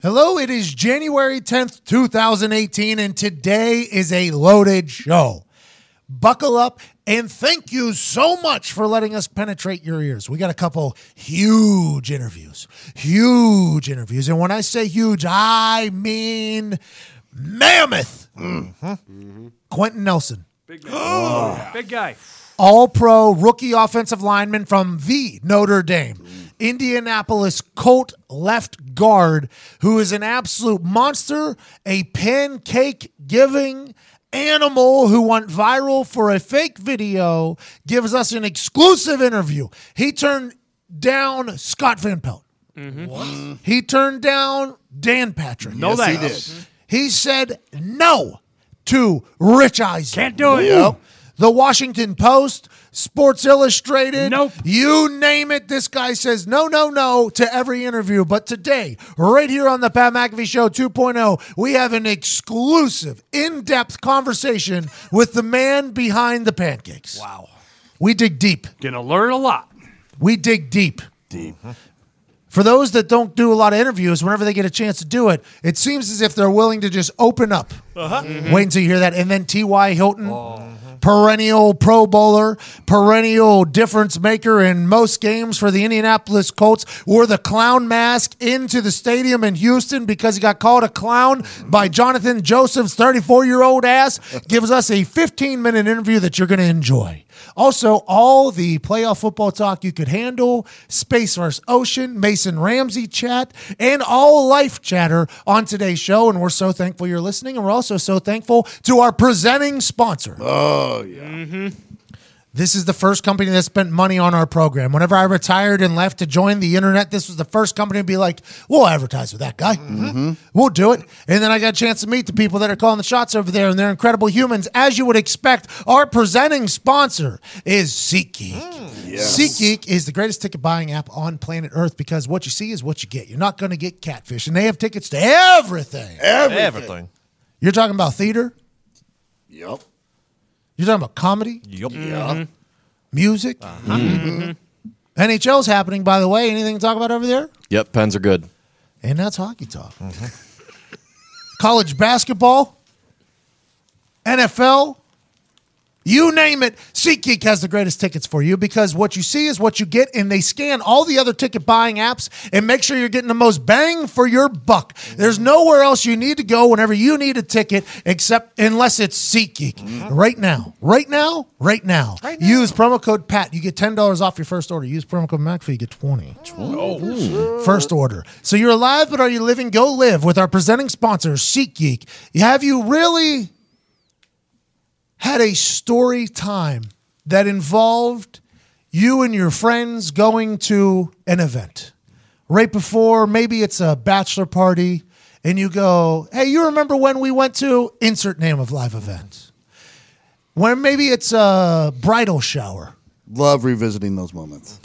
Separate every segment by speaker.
Speaker 1: Hello, it is January 10th, 2018, and today is a loaded show. Buckle up and thank you so much for letting us penetrate your ears. We got a couple huge interviews, huge interviews. And when I say huge, I mean mammoth. Quentin Nelson,
Speaker 2: Big guy. Big guy.
Speaker 1: all pro rookie offensive lineman from the Notre Dame, Indianapolis Colt left guard, who is an absolute monster, a pancake giving animal who went viral for a fake video, gives us an exclusive interview. He turned down Scott Van Pelt. He turned down Dan Patrick.
Speaker 2: No
Speaker 3: Yes, he
Speaker 2: thanks.
Speaker 3: did.
Speaker 1: He said no to Rich Eisen.
Speaker 2: Can't do it.
Speaker 3: Yep.
Speaker 1: The Washington Post, Sports Illustrated.
Speaker 2: Nope.
Speaker 1: You name it. This guy says no, no, no to every interview. But today, right here on the Pat McAfee Show 2.0, we have an exclusive, in depth conversation with the man behind the pancakes. Wow. We dig deep.
Speaker 2: Gonna learn a lot. Mm-hmm.
Speaker 1: We dig deep. Deep. For those that don't do a lot of interviews, whenever they get a chance to do it, it seems as if they're willing to just open up. Wait until you hear that. And then T.Y. Hilton, perennial Pro Bowler, perennial difference maker in most games for the Indianapolis Colts, wore the clown mask into the stadium in Houston because he got called a clown by Jonathan Joseph's 34 year old ass. Gives us a 15 minute interview that you're going to enjoy. Also, all the playoff football talk you could handle, Space vs. Ocean, Mason Ramsey chat, and all life chatter on today's show. And we're so thankful you're listening. And we're also so thankful to our presenting sponsor.
Speaker 3: Oh yeah.
Speaker 1: This is the first company that spent money on our program. Whenever I retired and left to join the internet, this was the first company to be like, we'll advertise with that guy. Mm-hmm. We'll do it. And then I got a chance to meet the people that are calling the shots over there, and they're incredible humans. As you would expect, our presenting sponsor is SeatGeek.
Speaker 3: yes.
Speaker 1: SeatGeek is the greatest ticket buying app on planet Earth because what you see is what you get. You're not going to get catfish, and they have tickets to everything.
Speaker 3: Everything.
Speaker 4: Everything.
Speaker 1: You're talking about theater,
Speaker 3: Yep.
Speaker 1: you're talking about comedy,
Speaker 4: Yup.
Speaker 3: Yeah.
Speaker 1: music. Mm-hmm. NHL's happening, by the way. Anything to talk about over there?
Speaker 4: Yep. Pens are good.
Speaker 1: And that's hockey talk. College basketball, NFL, you name it. SeatGeek has the greatest tickets for you because what you see is what you get, and they scan all the other ticket buying apps and make sure you're getting the most bang for your buck. There's nowhere else you need to go whenever you need a ticket, except unless it's SeatGeek. Right now, right now, Mm-hmm. right now, Use promo code PAT. You get $10 off your first order. Use promo code MACFee. You get 20 First order. So you're alive, but are you living? Go live with our presenting sponsor, SeatGeek. Have you really had a story time that involved you and your friends going to an event right before maybe it's a bachelor party and you go, hey, you remember when we went to insert name of live event? When maybe it's a bridal shower.
Speaker 3: Love revisiting those moments.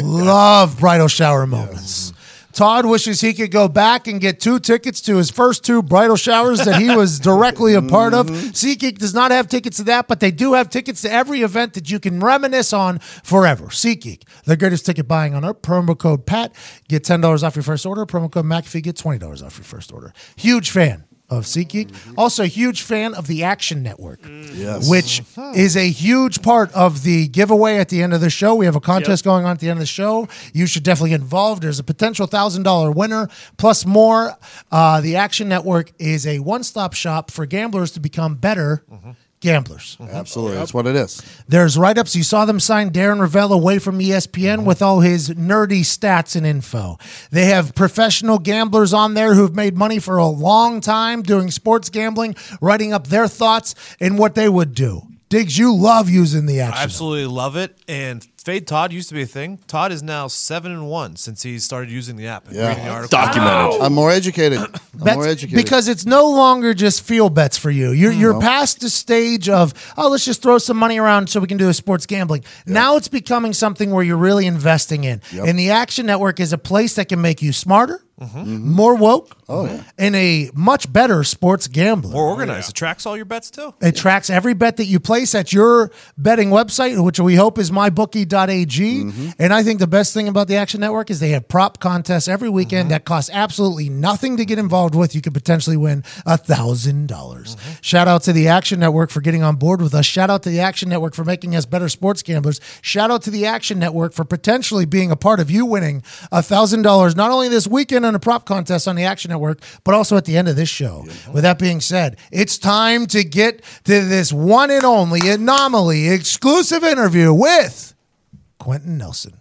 Speaker 1: Love bridal shower moments. Todd wishes he could go back and get two tickets to his first two bridal showers that he was directly a part of. SeatGeek does not have tickets to that, but they do have tickets to every event that you can reminisce on forever. SeatGeek, the greatest ticket buying on earth. Promo code PAT, get $10 off your first order. Promo code McAfee, get $20 off your first order. Huge fan of SeatGeek. Also, huge fan of the Action Network
Speaker 3: Yes.
Speaker 1: which is a huge part of the giveaway at the end of the show. We have a contest going on at the end of the show. You should definitely get involved. There's a potential thousand dollar winner plus more. Uh, the Action Network is a one stop shop for gamblers to become better gamblers.
Speaker 3: Mm-hmm. Absolutely. That's what it is.
Speaker 1: There's write ups. You saw them sign Darren Ravel away from E ESPN with all his nerdy stats and info. They have professional gamblers on there who've made money for a long time doing sports gambling, writing up their thoughts and what they would do. Diggs, you love using the action.
Speaker 4: Absolutely love it. And Fade Todd used to be a thing. Todd is now seven and one since he started using the app. and
Speaker 3: Yeah.
Speaker 4: reading the article.
Speaker 5: Documented.
Speaker 3: I'm more educated. I'm
Speaker 1: Bets-
Speaker 3: more educated.
Speaker 1: Because it's no longer just field bets for you. You're, you're past the stage of, oh, let's just throw some money around so we can do a sports gambling. Now it's becoming something where you're really investing in. And the Action Network is a place that can make you smarter,
Speaker 4: Mm-hmm.
Speaker 1: more woke, and a much better sports gambler.
Speaker 4: More organized. It tracks all your bets too.
Speaker 1: It tracks every bet that you place at your betting website, which we hope is mybookie.ag. And I think the best thing about the Action Network is they have prop contests every weekend that cost absolutely nothing to get involved with. You could potentially win $1,000. dollars Shout out to the Action Network for getting on board with us. Shout out to the Action Network for making us better sports gamblers. Shout out to the Action Network for potentially being a part of you winning $1,000, not only this weekend on a prop contest on the Action Network, but also at the end of this show. With that being said, it's time to get to this one and only anomaly exclusive interview with Quentin Nelson.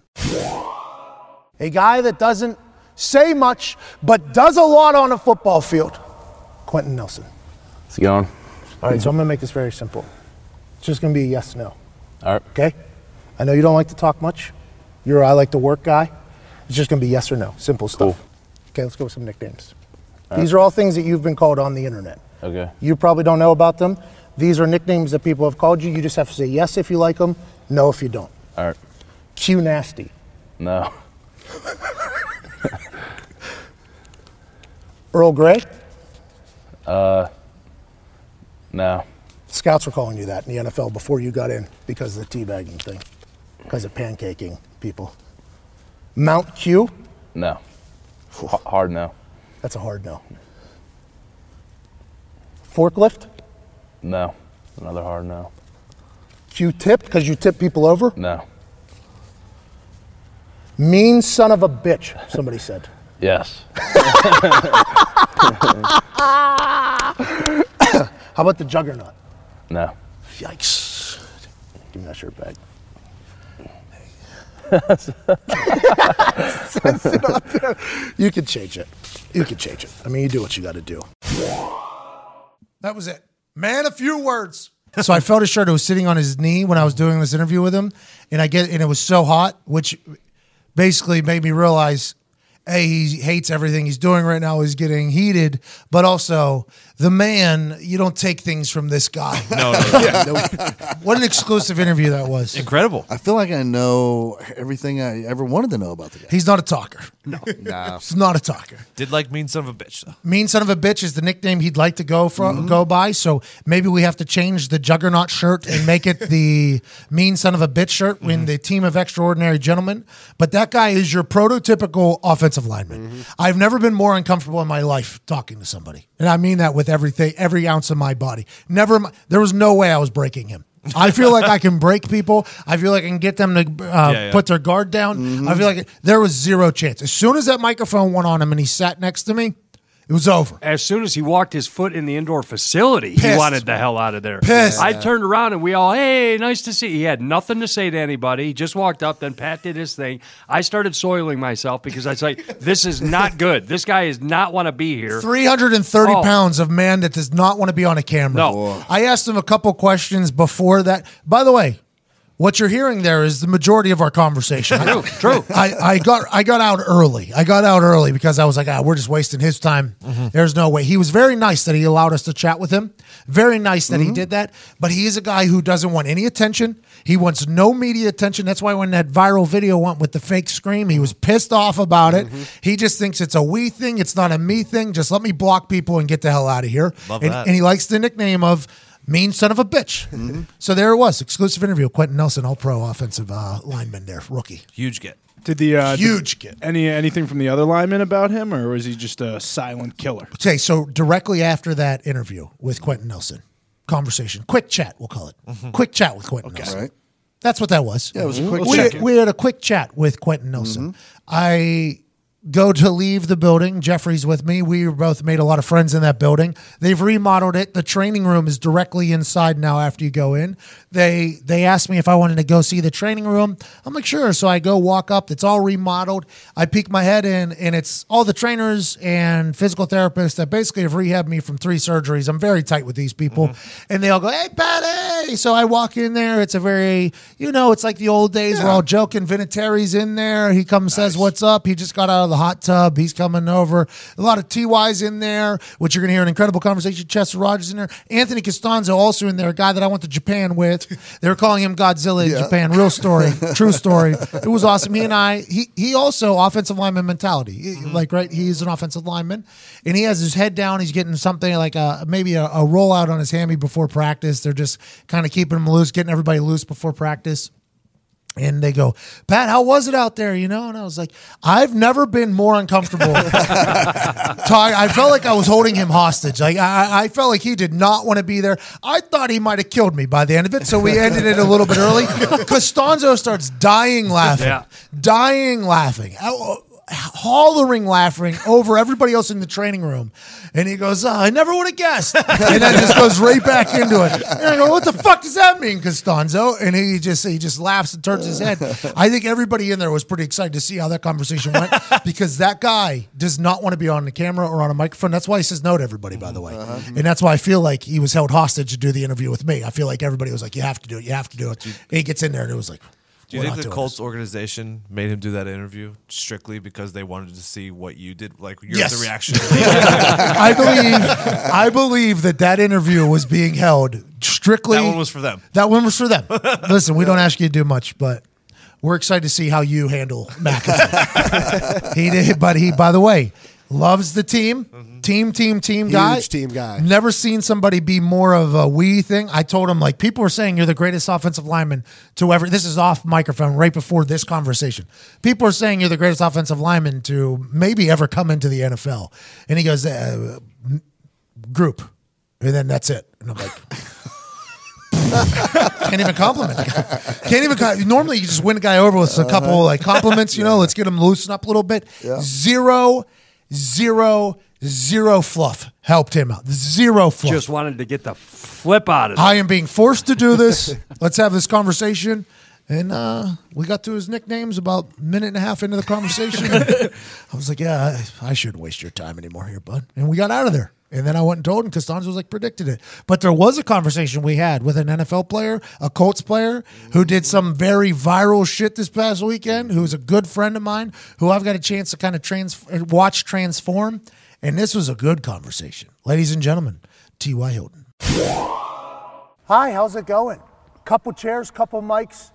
Speaker 6: A guy that doesn't say much, but does a lot on a football field. Quentin Nelson.
Speaker 7: It's going.
Speaker 6: All right, so I'm going to make this very simple. It's just going to be a yes no.
Speaker 7: All right.
Speaker 6: Okay? I know you don't like to talk much. You're a I like to work guy. It's just going to be yes or no. Simple stuff. Okay, let's go with some nicknames. These are all things that you've been called on the internet.
Speaker 7: Okay.
Speaker 6: You probably don't know about them. These are nicknames that people have called you. You just have to say yes if you like them, no if you don't.
Speaker 7: All right.
Speaker 6: Q nasty.
Speaker 7: No.
Speaker 6: Earl Grey,
Speaker 7: Uh, No.
Speaker 6: Scouts were calling you that in the NFL before you got in because of the teabagging thing, because of pancaking people. Mount Q,
Speaker 7: No. H- hard no.
Speaker 6: that's a hard no. Forklift,
Speaker 7: No. Another hard no.
Speaker 6: Q tip, because you tip people over.
Speaker 7: No.
Speaker 6: Mean son of a bitch, somebody said.
Speaker 7: Yes.
Speaker 6: How about the juggernaut?
Speaker 7: No.
Speaker 6: Yikes. Give me that shirt back. Sets it up there. you can change it. You can change it. I mean, you do what you got to do.
Speaker 1: That was it. Man, a few words. so I felt his shirt. It was sitting on his knee when I was doing this interview with him, and I get and it was so hot, which basically made me realize, a he hates everything he's doing right now. He's getting heated, but also the man. You don't take things from this guy.
Speaker 4: No, no, no.
Speaker 1: what an exclusive interview that was.
Speaker 4: incredible.
Speaker 3: I feel like I know everything I ever wanted to know about the guy.
Speaker 1: He's not a talker. No, he's not a talker.
Speaker 4: Did like mean son of a bitch. though.
Speaker 1: Mean son of a bitch is the nickname he'd like to go from go by. So maybe we have to change the juggernaut shirt and make it the mean son of a bitch shirt in the team of extraordinary gentlemen. But that guy is your prototypical offensive lineman. Mm-hmm. I've never been more uncomfortable in my life talking to somebody, and I mean that with everything, every ounce of my body. Never, in my- there was no way I was breaking him. I feel like I can break people. I feel like I can get them to uh,
Speaker 4: Yeah, yeah.
Speaker 1: put their guard down. I feel
Speaker 2: Mm-hmm.
Speaker 1: like there was zero chance. As soon as that microphone went on him and he sat next to me, it was over.
Speaker 2: As soon as he walked his foot in the indoor facility, he
Speaker 1: Pissed.
Speaker 2: wanted the hell out of there.
Speaker 1: Pissed.
Speaker 2: I turned around and we all, hey, nice to see. you." He had nothing to say to anybody. He just walked up, then Pat did his thing. I started soiling myself because I was like, this is not good. This guy is not want to be here.
Speaker 1: 330
Speaker 2: Oh.
Speaker 1: pounds of man that does not want to be on a camera.
Speaker 2: No. Whoa.
Speaker 1: I asked him a couple questions before that. By the way, what you're hearing there is the majority of our conversation. true,
Speaker 2: true.
Speaker 1: I, I got I got out early. I got out early because I was like, ah, we're just wasting his time.
Speaker 2: Mm-hmm.
Speaker 1: There's no way. He was very nice that he allowed us to chat with him. Very nice that
Speaker 2: Mm-hmm.
Speaker 1: he did that. But he is a guy who doesn't want any attention. He wants no media attention. That's why when that viral video went with the fake scream, he was pissed off about it.
Speaker 4: Mm-hmm.
Speaker 1: He just thinks it's a we thing. It's not a me thing. Just let me block people and get the hell out of here.
Speaker 4: Love
Speaker 1: and,
Speaker 4: that. Mm-hmm.
Speaker 1: and he likes the nickname of. Mean son of a bitch. So there it was. Exclusive interview. Quentin Nelson, all pro offensive uh, lineman there, rookie.
Speaker 4: Huge get.
Speaker 8: Did the uh, did
Speaker 1: Huge kid.
Speaker 8: any anything from the other lineman about him, or was he just a silent killer?
Speaker 1: Okay, so directly after that interview with Quentin Nelson, conversation, quick chat, we'll call it. Mm-hmm.
Speaker 4: Mm-hmm.
Speaker 1: Quick chat with Quentin Nelson.
Speaker 3: Right?
Speaker 1: That's what that was.
Speaker 3: Yeah, it was a quick Mm-hmm.
Speaker 1: we,
Speaker 3: check.
Speaker 1: we had a quick chat with Quentin Nelson. I go to leave the building. Jeffrey's with me. We both made a lot of friends in that building. They've remodeled it. The training room is directly inside now after you go in. They they asked me if I wanted to go see the training room. I'm like, sure. So I go walk up. It's all remodeled. I peek my head in and it's all the trainers and physical therapists that basically have rehabbed me from three surgeries. I'm very tight with these people. And they all go, Hey Patty. So I walk in there. It's a very you know, it's like the old days. We're all joking. Vinatieri's in there. He comes says what's up. He just got out of the hot tub. He's coming over. A lot of TYs in there, which you're going to hear an incredible conversation. Chester Rogers in there. Anthony Costanzo also in there, a guy that I went to Japan with. They were calling him Godzilla in Japan. Real story, true story. It was awesome. He and I, he, he also offensive lineman mentality. He- Like, right, he's an offensive lineman and he has his head down. He's getting something like a, maybe a, a rollout on his hammy before practice. They're just kind of keeping him loose, getting everybody loose before practice. And they go, Pat, how was it out there? You know? And I was like, I've never been more uncomfortable. Ty, I felt like I was holding him hostage. Like I, I felt like he did not want to be there. I thought he might have killed me by the end of it, so we ended it a little bit early. Costanzo starts dying laughing,
Speaker 2: Yeah.
Speaker 1: dying laughing, Ow- hollering laughing over everybody else in the training room, and he goes, "Ah, "I never would have guessed," and then just goes right back into it. And I go, "What the fuck does that mean, Costanzo?" And he just he just laughs and turns his head. I think everybody in there was pretty excited to see how that conversation went because that guy does not want to be on the camera or on a microphone. That's why he says no to everybody, by the way. And that's why I feel like he was held hostage to do the interview with me. I feel like everybody was like, "You have to do it. You have to do it." And he gets in there and it was like.
Speaker 4: Do you
Speaker 1: "We're
Speaker 4: think
Speaker 1: not
Speaker 4: the
Speaker 1: doing
Speaker 4: Colts organization made him do that interview strictly because they wanted to see what you did, like your
Speaker 1: Yes.
Speaker 4: the reaction?
Speaker 1: I believe I believe that that interview was being held strictly.
Speaker 4: that one was for them.
Speaker 1: That one was for them. Listen, we don't ask you to do much, but we're excited to see how you handle McAfee. he did, but he, by the way, loves the team.
Speaker 4: Mm-hmm.
Speaker 1: Team, team, team guy.
Speaker 5: team guy.
Speaker 1: Never seen somebody be more of a we thing. I told him, like, people are saying you're the greatest offensive lineman to ever. This is off microphone right before this conversation. People are saying you're the greatest offensive lineman to maybe ever come into the NFL. And he goes, uh, m- group. And then that's it. And I'm like, can't even compliment. the guy. Can't even. co- Normally, you just win a guy over with a couple like compliments. You know, let's get him loosened up a little bit. Zero, zero, zero fluff helped him out. Zero fluff.
Speaker 2: Just wanted to get the flip out of it.
Speaker 1: I am being forced to do this. let's have this conversation. And uh, we got to his nicknames about a minute and a half into the conversation. I was like, yeah, I, I shouldn't waste your time anymore here, bud. And we got out of there. And then I went and told him Costanzo was like predicted it. But there was a conversation we had with an NFL player, a Colts player, who did some very viral shit this past weekend, who's a good friend of mine, who I've got a chance to kind of trans- watch transform. And this was a good conversation. Ladies and gentlemen, T.Y. Hilton.
Speaker 6: Hi, how's it going? Couple chairs, couple mics,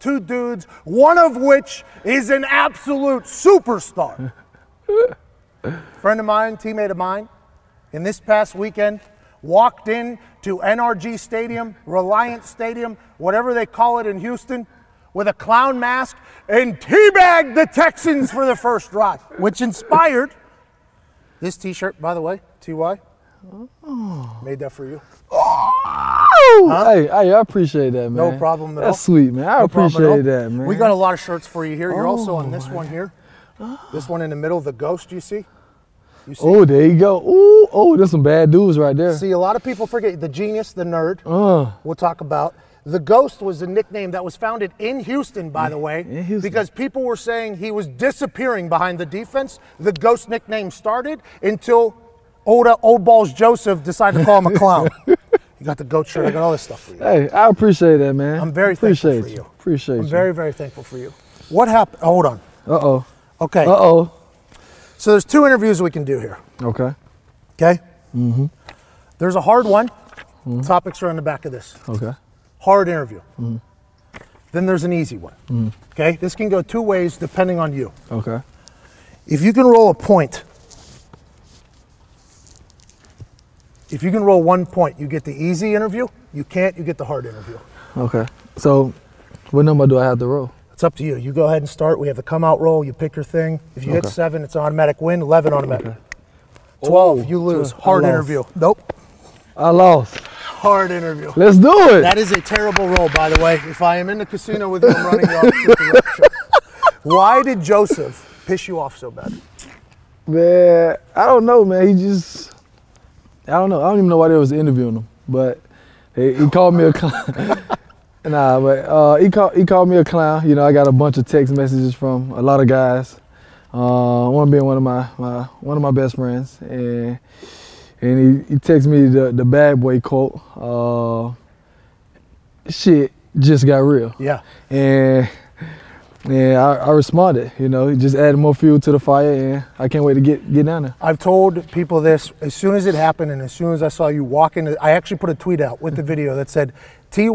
Speaker 6: two dudes, one of which is an absolute superstar. Friend of mine, teammate of mine, in this past weekend, walked in to NRG Stadium, Reliant Stadium, whatever they call it in Houston, with a clown mask and teabagged the Texans for the first drive, which inspired this T-shirt, by the way, TY. Made that for you.
Speaker 9: Hey, hey, I appreciate that, man.
Speaker 6: No problem at all.
Speaker 9: That's sweet, man. I
Speaker 6: No problem at all.
Speaker 9: appreciate that, man. Oh,
Speaker 6: We got a lot of shirts for you here. You're also on this one here. This one in the middle, the ghost you see. You see,
Speaker 9: Oh, there you go. Ooh, oh, there's some bad dudes right there. Uh.
Speaker 6: see a lot of people forget the genius, the nerd. We'll talk about. The ghost was a nickname that was founded in Houston, by the way,
Speaker 9: Houston.
Speaker 6: because people were saying he was disappearing behind the defense. The ghost nickname started until Oda Old Balls Joseph decided to call him a clown. you got the goat shirt. I got all this stuff for you.
Speaker 9: Hey, I appreciate that, man.
Speaker 6: I'm very thankful
Speaker 9: appreciate
Speaker 6: for you.
Speaker 9: Appreciate
Speaker 6: I'm
Speaker 9: you.
Speaker 6: very, very thankful for you. What happened? Hold on.
Speaker 9: Uh oh.
Speaker 6: Okay.
Speaker 9: Uh oh.
Speaker 6: So there's two interviews we can do here.
Speaker 9: Okay.
Speaker 6: Okay. Mm-hmm. There's a hard one. Topics are on the back of this.
Speaker 9: Okay. Mm-hmm.
Speaker 6: Hard interview. Then there's an easy one. Okay. This can go two ways depending on you.
Speaker 9: Okay.
Speaker 6: If you can roll a point, if you can roll one point, you get the easy interview. You can't, you get the hard interview.
Speaker 9: Okay. So, what number do I have to roll?
Speaker 6: It's up to you. You go ahead and start. We have the come out roll. You pick your thing. If you hit
Speaker 9: Okay.
Speaker 6: seven, it's an automatic win. 11 automatic. 12, you lose.
Speaker 9: Oh, I
Speaker 6: Hard
Speaker 9: lost.
Speaker 6: interview. Nope.
Speaker 9: I lost.
Speaker 6: Hard interview.
Speaker 9: Let's do it.
Speaker 6: That is a terrible roll, by the way. If I am in the casino with you, I'm running the opposite direction. Why did Joseph
Speaker 1: piss you off so bad?
Speaker 9: Man, I don't know, man. He just, I don't know. I don't even know why they was interviewing him, but he, he called me a clown. nah, but uh, he called he called me a clown. You know, I got a bunch of text messages from a lot of guys. Uh, one being one of my, my one of my best friends, and and he, he texted me the the bad boy quote. Uh, shit just got real.
Speaker 1: Yeah.
Speaker 9: And yeah, I, I responded. You know, it just added more fuel to the fire, and I can't wait to get get down there.
Speaker 1: I've told people this as soon as it happened, and as soon as I saw you walk in. I actually put a tweet out with the video that said, "Ty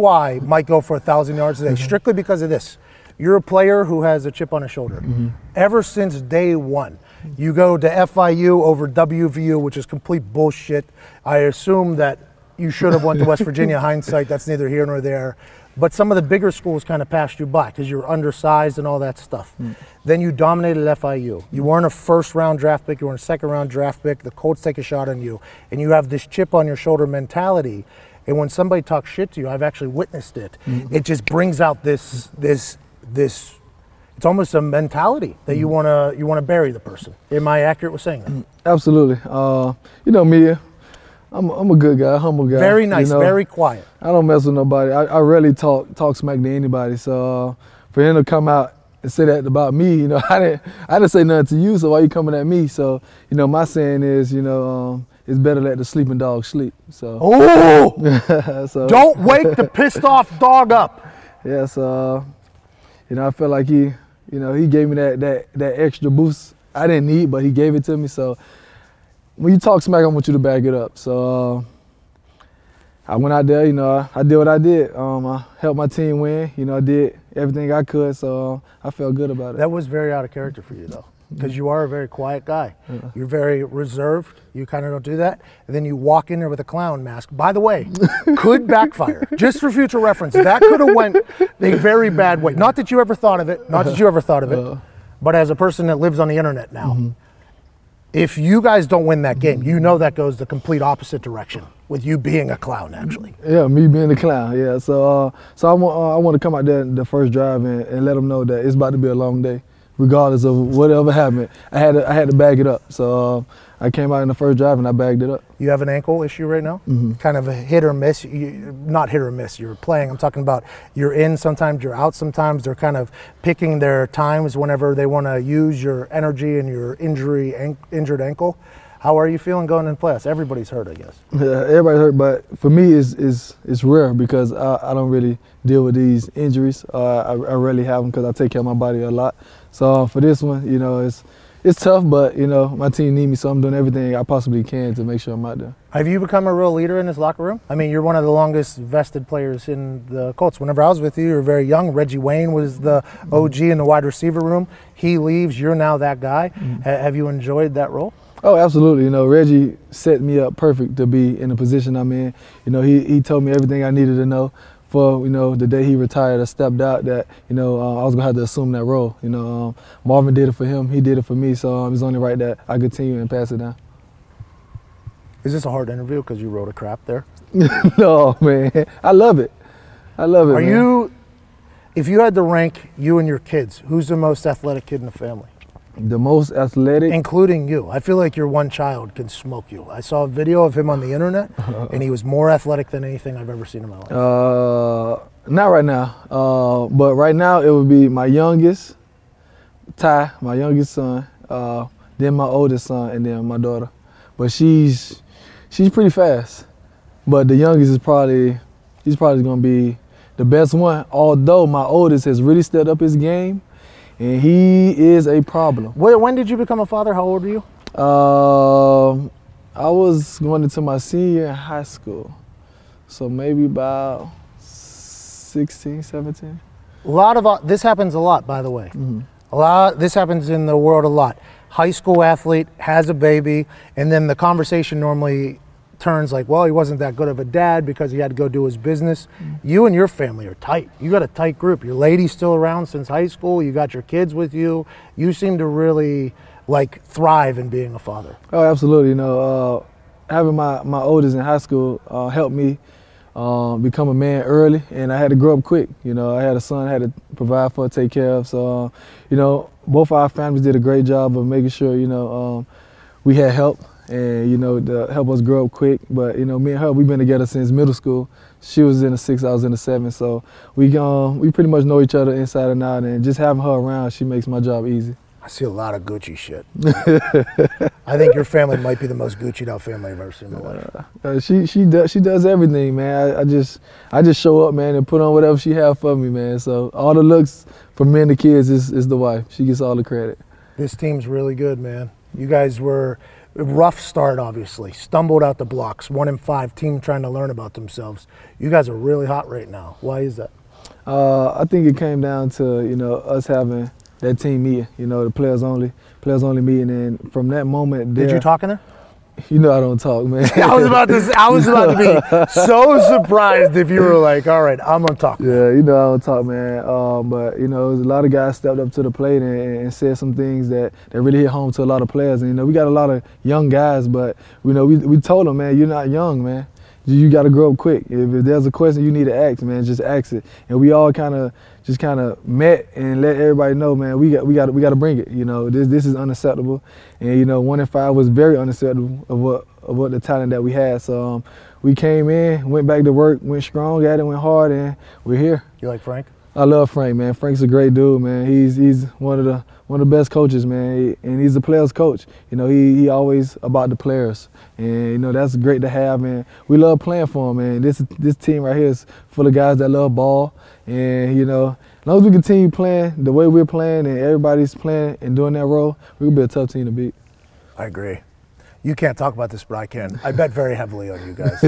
Speaker 1: might go for a thousand yards today,
Speaker 9: Mm-hmm.
Speaker 1: strictly because of this." You're a player who has a chip on his shoulder.
Speaker 9: Mm-hmm.
Speaker 1: Ever since day one, you go to FIU over WVU, which is complete bullshit. I assume that you should have went to West Virginia. Hindsight, that's neither here nor there. But some of the bigger schools kind of passed you by because you were undersized and all that stuff.
Speaker 9: Hmm.
Speaker 1: Then you dominated FIU. You weren't a first round draft pick, you weren't a second round draft pick. The Colts take a shot on you, and you have this chip on your shoulder mentality. And when somebody talks shit to you, I've actually witnessed it.
Speaker 9: Hmm.
Speaker 1: It just brings out this this this it's almost a mentality that
Speaker 9: Hmm.
Speaker 1: you wanna you wanna bury the person. Am I accurate with saying that?
Speaker 9: Absolutely. Uh, you know me, I'm I'm a good guy, humble guy.
Speaker 1: Very
Speaker 9: you
Speaker 1: nice,
Speaker 9: know.
Speaker 1: very quiet.
Speaker 9: I don't mess with nobody. I, I rarely talk talk smack to anybody. So uh, for him to come out and say that about me, you know, I didn't I didn't say nothing to you. So why you coming at me? So you know, my saying is, you know, um, it's better let the sleeping dog sleep. So
Speaker 1: Oh
Speaker 9: so
Speaker 1: don't wake the pissed off dog up.
Speaker 9: yeah, so uh, you know, I felt like he, you know, he gave me that that that extra boost I didn't need, but he gave it to me. So when you talk smack, I want you to back it up. So uh, I went out there, you know, I, I did what I did. Um, I helped my team win. You know, I did everything I could. So uh, I felt good about it.
Speaker 1: That was very out of character for you, though, because you are a very quiet guy. You're very reserved. You kind of don't do that. And then you walk in there with a clown mask. By the way, could backfire. Just for future reference, that could have went a very bad way. Not that you ever thought of it. Not that you ever thought of it. But as a person that lives on the internet now,
Speaker 9: Mm-hmm.
Speaker 1: if you guys don't win that game, you know that goes the complete opposite direction with you being a clown, actually.
Speaker 9: Yeah, me being the clown. Yeah, so uh, so I want uh, I want to come out there the first drive and, and let them know that it's about to be a long day, regardless of whatever happened. I had to, I had to bag it up. So uh, I came out in the first drive and I bagged it up. Mm-hmm.
Speaker 1: You have an ankle issue right now, kind of a hit or miss. You, not hit or miss. You're playing. I'm talking about you're in sometimes, you're out sometimes. They're kind of picking their times whenever they want to use your energy and your injury an- injured ankle. How are you feeling going in playoffs? Everybody's hurt, I guess.
Speaker 9: Yeah, everybody hurt, but for me, it's it's, it's rare because I, I don't really deal with these injuries. Uh, I, I rarely have them because I take care of my body a lot. So uh, for this one, you know, it's it's tough, but you know, my team need me, so I'm doing everything I possibly can to make sure I'm out there.
Speaker 1: Have you become a real leader in this locker room? I mean, you're one of the longest vested players in the Colts. Whenever I was with you, you were very young. Reggie Wayne was the OG in the wide receiver room. He leaves. You're now that guy. Ha- have you enjoyed that role?
Speaker 9: Oh, absolutely. You know, Reggie set me up perfect to be in the position I'm in. You know, he, he told me everything I needed to know for, you know, the day he retired or stepped out that, you know, uh, I was going to have to assume that role. You know, um, Marvin did it for him. He did it for me. So um, it's only right that I continue and pass it down.
Speaker 1: Is this a hard interview because you wrote a crap there?
Speaker 9: no, man. I love it. I love it.
Speaker 1: Are
Speaker 9: man.
Speaker 1: you, if you had to rank you and your kids, who's the most athletic kid in the family,
Speaker 9: the most athletic?
Speaker 1: including you? I feel like your one child can smoke you. I saw a video of him on the internet, and he was more athletic than anything I've ever seen in my life.
Speaker 9: Uh, not right now. Uh, but right now it would be my youngest, Ty, my youngest son. Uh, then my oldest son, and then my daughter. But she's she's pretty fast. But the youngest is probably he's probably gonna be the best one. Although my oldest has really stepped up his game, and he is a problem.
Speaker 1: Wh- when did you become a father? How old were you?
Speaker 9: Um, I was going into my senior year in high school, so maybe about 16, 17.
Speaker 1: A lot of uh, this happens a lot, by the way. A lot. This happens in the world a lot. High school athlete has a baby, and then the conversation normally turns like, "Well, he wasn't that good of a dad because he had to go do his business." You and your family are tight. You got a tight group. Your lady's still around since high school. You got your kids with you. You seem to really like thrive in being a father.
Speaker 9: Oh, absolutely. You know, uh, having my, my oldest in high school uh, helped me um, become a man early, and I had to grow up quick. You know, I had a son I had to provide for, take care of. So, uh, you know, both our families did a great job of making sure, you know, um, we had help and, you know, to help us grow up quick. But, you know, me and her, we've been together since middle school. She was in the six, I was in the seven. So we, um, we pretty much know each other inside and out, and just having her around, she makes my job easy.
Speaker 1: I see a lot of Gucci shit. I think your family might be the most Gucci'd out family I've ever seen in my life.
Speaker 9: Uh, she she does she does everything, man. I, I just I just show up, man, and put on whatever she have for me, man. So all the looks from men to kids is is the wife. She gets all the credit.
Speaker 1: This team's really good, man. You guys were a rough start, obviously. Stumbled out the blocks. One in five team trying to learn about themselves. You guys are really hot right now. Why is that?
Speaker 9: Uh, I think it came down to you know us having that team meeting, you know, the players only players only meeting, and from that moment,
Speaker 1: Did
Speaker 9: there-
Speaker 1: you talk in there?
Speaker 9: You know I don't talk, man.
Speaker 1: I was about to. s- I was about to be so surprised if you were like, "All right, I'm gonna talk."
Speaker 9: Yeah, you know I don't talk, man. Um, but you know, it was a lot of guys stepped up to the plate and, and said some things that, that really hit home to a lot of players. And you know, we got a lot of young guys, but you know, we we told them, man, you're not young, man. You, you got to grow up quick. If, if there's a question you need to ask, man, just ask it. And we all kind of just kind of met and let everybody know, man, we got we got we got to bring it. You know, this this is unacceptable. And you know, one in five was very unacceptable of what of what the talent that we had. So. Um, we came in, went back to work, went strong at it, went hard, and we're here.
Speaker 1: You like Frank?
Speaker 9: I love Frank, man. Frank's a great dude, man. He's he's one of the one of the best coaches, man, He- and he's the players' coach. You know, he he always about the players, and you know that's great to have, man. We love playing for him, man. This this team right here is full of guys that love ball, and you know, as long as we continue playing the way we're playing and everybody's playing and doing that role, we're gonna be a tough team to beat.
Speaker 1: I agree. You can't talk about this, but I can. I bet very heavily on you guys.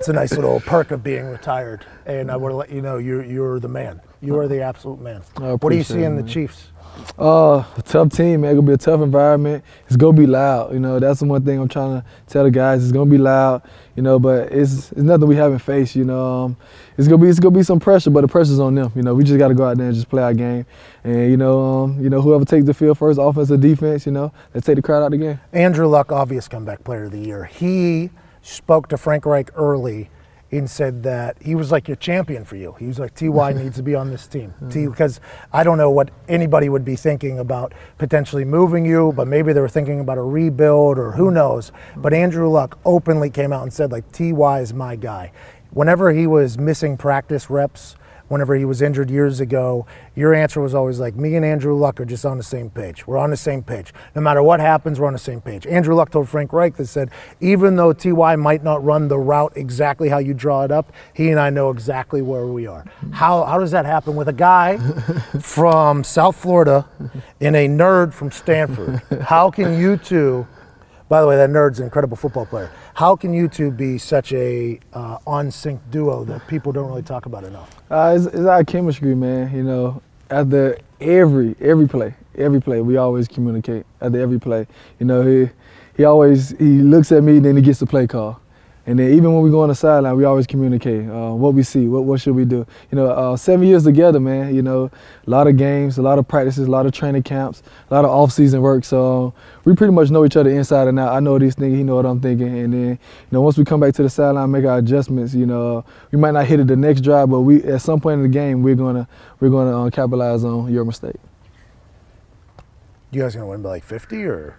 Speaker 1: it's a nice little perk of being retired, and I want to let you know you're you're the man. You are the absolute man.
Speaker 9: I
Speaker 1: What do you
Speaker 9: appreciate
Speaker 1: see
Speaker 9: it,
Speaker 1: in the
Speaker 9: man.
Speaker 1: Chiefs?
Speaker 9: Uh, a tough team, man. It's gonna be a tough environment. It's gonna be loud. You know, that's the one thing I'm trying to tell the guys. It's gonna be loud. You know, but it's it's nothing we haven't faced. You know, um, it's gonna be it's gonna be some pressure, but the pressure's on them. You know, we just gotta go out there and just play our game. And you know, um, you know, whoever takes the field first, offense or defense, you know, let's take the crowd out of the game.
Speaker 1: Andrew Luck, obvious comeback player of the year. He spoke to Frank Reich early and said that he was like your champion for you. He was like, Ty needs to be on this team. T Because I don't know what anybody would be thinking about potentially moving you, but maybe they were thinking about a rebuild or who knows. But Andrew Luck openly came out and said, like, Ty is my guy. Whenever he was missing practice reps, whenever he was injured years ago, your answer was always like, me and Andrew Luck are just on the same page. We're on the same page. No matter what happens, we're on the same page. Andrew Luck told Frank Reich that said, even though TY might not run the route exactly how you draw it up, he and I know exactly where we are. How, how does that happen with a guy from South Florida and a nerd from Stanford? How can you two by the way, that nerd's an incredible football player. How can you two be such a uh, on sync duo that people don't really talk about enough?
Speaker 9: Uh, it's, it's our chemistry, man. You know, after every every play, every play, we always communicate. After every play, you know, he he always he looks at me, then he gets the play call, and then even when we go on the sideline, we always communicate uh, what we see, what what should we do. You know, uh, seven years together, man. You know, a lot of games, a lot of practices, a lot of training camps, a lot of off season work. So we pretty much know each other inside and out. I know what he's thinking, he know what I'm thinking, and then you know once we come back to the sideline, make our adjustments. You know, we might not hit it the next drive, but we at some point in the game we're gonna we're gonna uh, capitalize on your mistake.
Speaker 1: You guys gonna win by like 50 or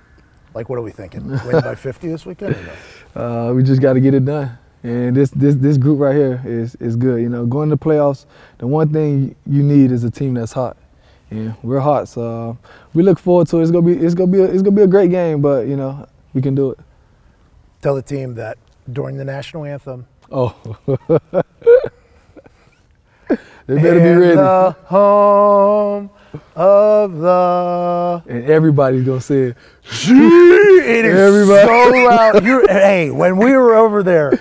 Speaker 1: like what are we thinking? Win by 50 this weekend? Or no?
Speaker 9: Uh, we just got to get it done. And this this this group right here is is good. You know, going to the playoffs, the one thing you need is a team that's hot. And we're hot, so we look forward to it. It's gonna be it's gonna be a, it's gonna be a great game, but you know we can do it.
Speaker 1: Tell the team that during the national anthem,
Speaker 9: Oh. they better be
Speaker 1: "In
Speaker 9: ready.
Speaker 1: the home of the
Speaker 9: and everybody's gonna say it.
Speaker 1: it is
Speaker 9: Everybody.
Speaker 1: so loud. You're, hey, when we were over there,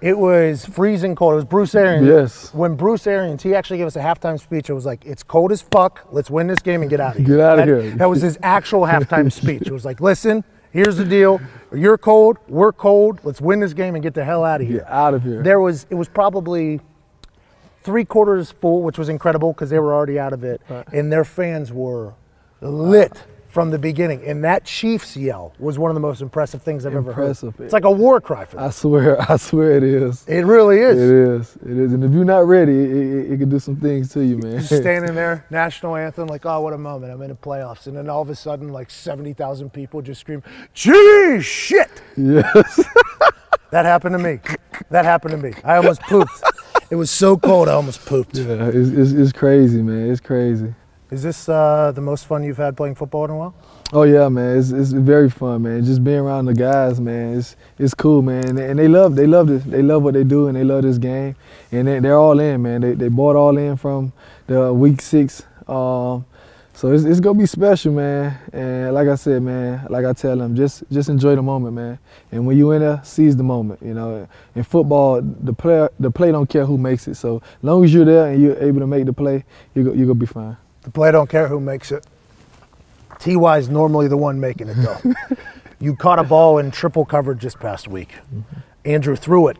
Speaker 1: it was freezing cold. It was Bruce Arians.
Speaker 9: Yes.
Speaker 1: When Bruce Arians, he actually gave us a halftime speech. It was like, it's cold as fuck. Let's win this game and get out of here.
Speaker 9: Get outta
Speaker 1: That-
Speaker 9: here.
Speaker 1: That was his actual halftime speech. It was like, listen, here's the deal. You're cold. We're cold. Let's win this game and get the hell out of here.
Speaker 9: Get out of here.
Speaker 1: There was, it was probably three quarters full, which was incredible because they were already out of it, and their fans were lit
Speaker 6: from the beginning. And that Chiefs yell was one of the most impressive things I've ever
Speaker 9: Impressive,
Speaker 6: heard.
Speaker 9: yeah.
Speaker 6: It's like a war cry for them.
Speaker 9: I swear, I swear it is.
Speaker 6: it really
Speaker 9: It is.
Speaker 6: is.
Speaker 9: It is. And if you're not ready, it, it, it can do some things to you, man.
Speaker 6: Just standing there, national anthem, like, oh, what a moment. I'm in the playoffs. And then all of a sudden, like 70,000 people just scream, gee, shit.
Speaker 9: yes.
Speaker 6: That happened to me. That happened to me. I almost pooped. It was so cold, I almost pooped.
Speaker 9: Yeah, it's, it's, it's crazy, man. It's crazy.
Speaker 6: Is this uh, the most fun you've had playing football in a while?
Speaker 9: Oh yeah, man. It's, it's very fun, man. Just being around the guys, man. It's it's cool, man. And, and they love they love this. They love what they do and they love this game. And they, they're all in, man. They they bought all in from the week six. Um, so it's, it's gonna be special, man. And like I said, man, like I tell them, just just enjoy the moment, man. And when you in there, seize the moment. You know, in football, the player the play don't care who makes it. So long as you're there and you're able to make the play, you go, you gonna be fine.
Speaker 6: The play don't care who makes it. TY's normally the one making it, though. you caught a ball in triple coverage this past week. Andrew threw it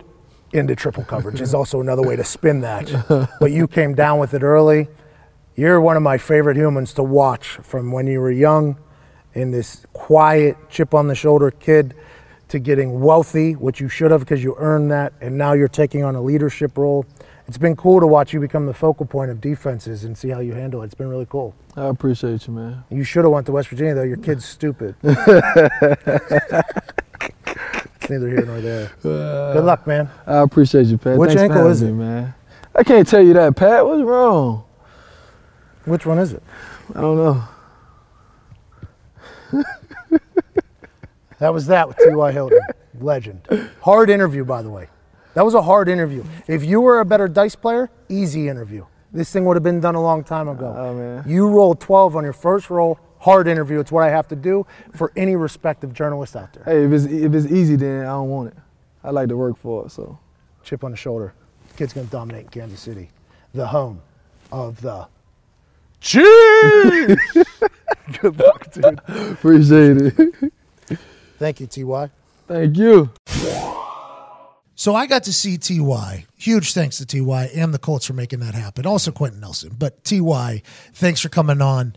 Speaker 6: into triple coverage, is also another way to spin that. But you came down with it early. You're one of my favorite humans to watch from when you were young, in this quiet, chip on the shoulder kid, to getting wealthy, which you should have because you earned that, and now you're taking on a leadership role. It's been cool to watch you become the focal point of defenses and see how you handle it. It's been really cool.
Speaker 9: I appreciate you, man.
Speaker 6: You should have went to West Virginia though. Your kid's stupid. it's neither here nor there.
Speaker 9: Uh,
Speaker 6: Good luck, man.
Speaker 9: I appreciate you, Pat.
Speaker 6: Which
Speaker 9: Thanks for
Speaker 6: ankle
Speaker 9: having
Speaker 6: is
Speaker 9: me,
Speaker 6: it?
Speaker 9: man? I can't tell you that, Pat. What's wrong?
Speaker 6: Which one is it?
Speaker 9: I don't know.
Speaker 6: That was that with T.Y. Hilton, legend. Hard interview, by the way. That was a hard interview. If you were a better dice player, easy interview. This thing would have been done a long time ago.
Speaker 9: Oh, man.
Speaker 6: You rolled 12 on your first roll, hard interview. It's what I have to do for any respective journalist out there.
Speaker 9: Hey, if it's if it's easy, then I don't want it. I like to work for it, so
Speaker 6: Chip on the shoulder. Kid's going to dominate Kansas City, the home of the
Speaker 9: appreciate it.
Speaker 6: Thank you, Ty.
Speaker 9: Thank you.
Speaker 1: So I got to see Ty. Huge thanks to Ty and the Colts for making that happen. Also Quentin Nelson, but Ty, thanks for coming on.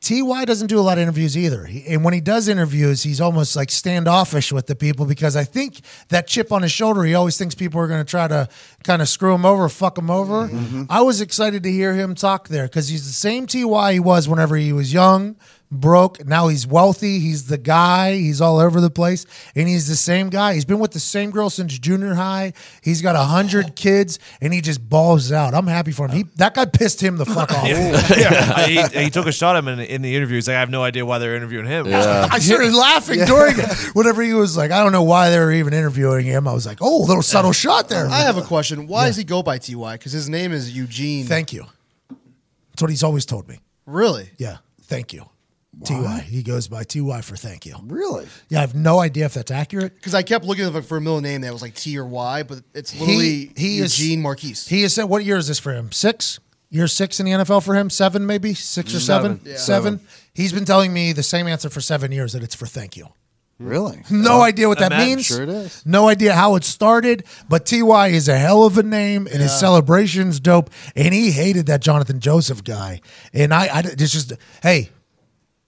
Speaker 1: Ty doesn't do a lot of interviews either, he, and when he does interviews, he's almost like standoffish with the people because I think that chip on his shoulder, he always thinks people are going to try to kind of screw him over, fuck him over. I was excited to hear him talk there because he's the same Ty he was whenever he was young, broke. Now he's wealthy. He's the guy. He's all over the place. And he's the same guy. He's been with the same girl since junior high. He's got a hundred kids and he just balls out. I'm happy for him. He that guy pissed him the fuck off.
Speaker 4: yeah, he, he took a shot at him in, in the interview. He's like, I have no idea why they're interviewing him.
Speaker 1: I started laughing during whenever he was like, I don't know why they were even interviewing him. I was like, oh, little subtle shot there.
Speaker 5: I have a question. Why does he go by Ty? Because his name is Eugene.
Speaker 1: Thank you. That's what he's always told me.
Speaker 5: really?
Speaker 1: Yeah. Thank you. Ty. He goes by Ty for thank you.
Speaker 5: Really?
Speaker 1: Yeah, I have no idea if that's accurate.
Speaker 5: Because I kept looking for a middle name that was like T or Y, but it's
Speaker 1: He-
Speaker 5: literally
Speaker 1: he is-
Speaker 5: Eugene Marquise.
Speaker 1: He has said, what year is this for him? Six? Year six in the NFL for him? Seven, maybe? Six or seven? Seven. He's been telling me the same answer for seven years that it's for thank you.
Speaker 3: Really?
Speaker 1: No idea what that
Speaker 4: Imagine-
Speaker 1: means.
Speaker 3: Sure it is.
Speaker 1: No idea how it started, but Ty is a hell of a name, and his celebration's dope. And he hated that Jonathan Joseph guy. And I, I it's just, hey,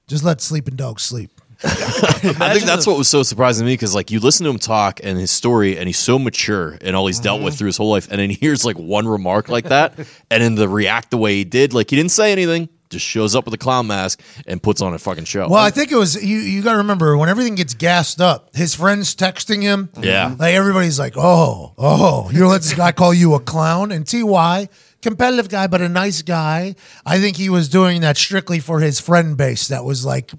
Speaker 1: just let sleeping dogs sleep.
Speaker 10: I think that's what was so surprising to me because like you listen to him talk and his story and he's so mature and all he's dealt
Speaker 1: Mm-hmm.
Speaker 10: with through his whole life and then he hears like one remark like that and then the react the way he did like he didn't say anything just shows up with a clown mask and puts on a fucking show.
Speaker 1: Well, I think it was you. You got to remember when everything gets gassed up. His friends texting him.
Speaker 10: Yeah.
Speaker 1: like everybody's like, "Oh, oh, you let this guy call you a clown." And Ty, competitive guy but a nice guy. I think he was doing that strictly for his friend base that was like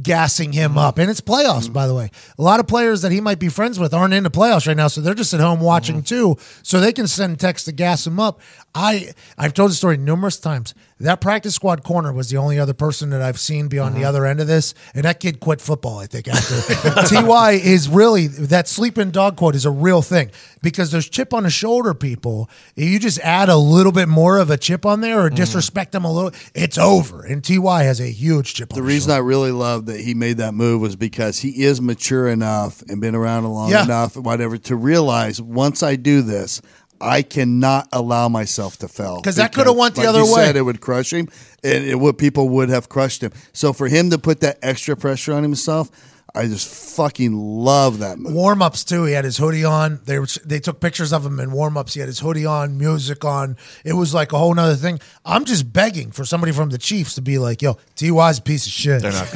Speaker 1: gassing him up. And it's playoffs, by the way. A lot of players that he might be friends with aren't in the playoffs right now, so they're just at home watching
Speaker 10: Mm-hmm.
Speaker 1: too. So they can send texts to gas him up. I I've told the story numerous times. That practice squad corner was the only other person that I've seen be on the other end of this, and that kid quit football. I think after Ty is really that sleeping dog quote is a real thing because there's chip on the shoulder people. If you just add a little bit more of a chip on there or disrespect them a little, it's over. And Ty has a huge chip on
Speaker 3: The
Speaker 1: his
Speaker 3: reason I really love that he made that move was because he is mature enough and been around long
Speaker 1: Yeah.
Speaker 3: enough, whatever, to realize once I do this, I cannot allow myself to fail
Speaker 1: 'Cause that coulda went the
Speaker 3: like
Speaker 1: other
Speaker 3: you
Speaker 1: way.
Speaker 3: Said it would crush him, and it would people would have crushed him. So for him to put that extra pressure on himself, I just fucking love that move.
Speaker 1: Warm ups too. He had his hoodie on. They were, they took pictures of him in warm ups. He had his hoodie on, music on. It was like a whole nother thing. I'm just begging for somebody from the Chiefs to be like, "Yo, Ty's a piece of shit."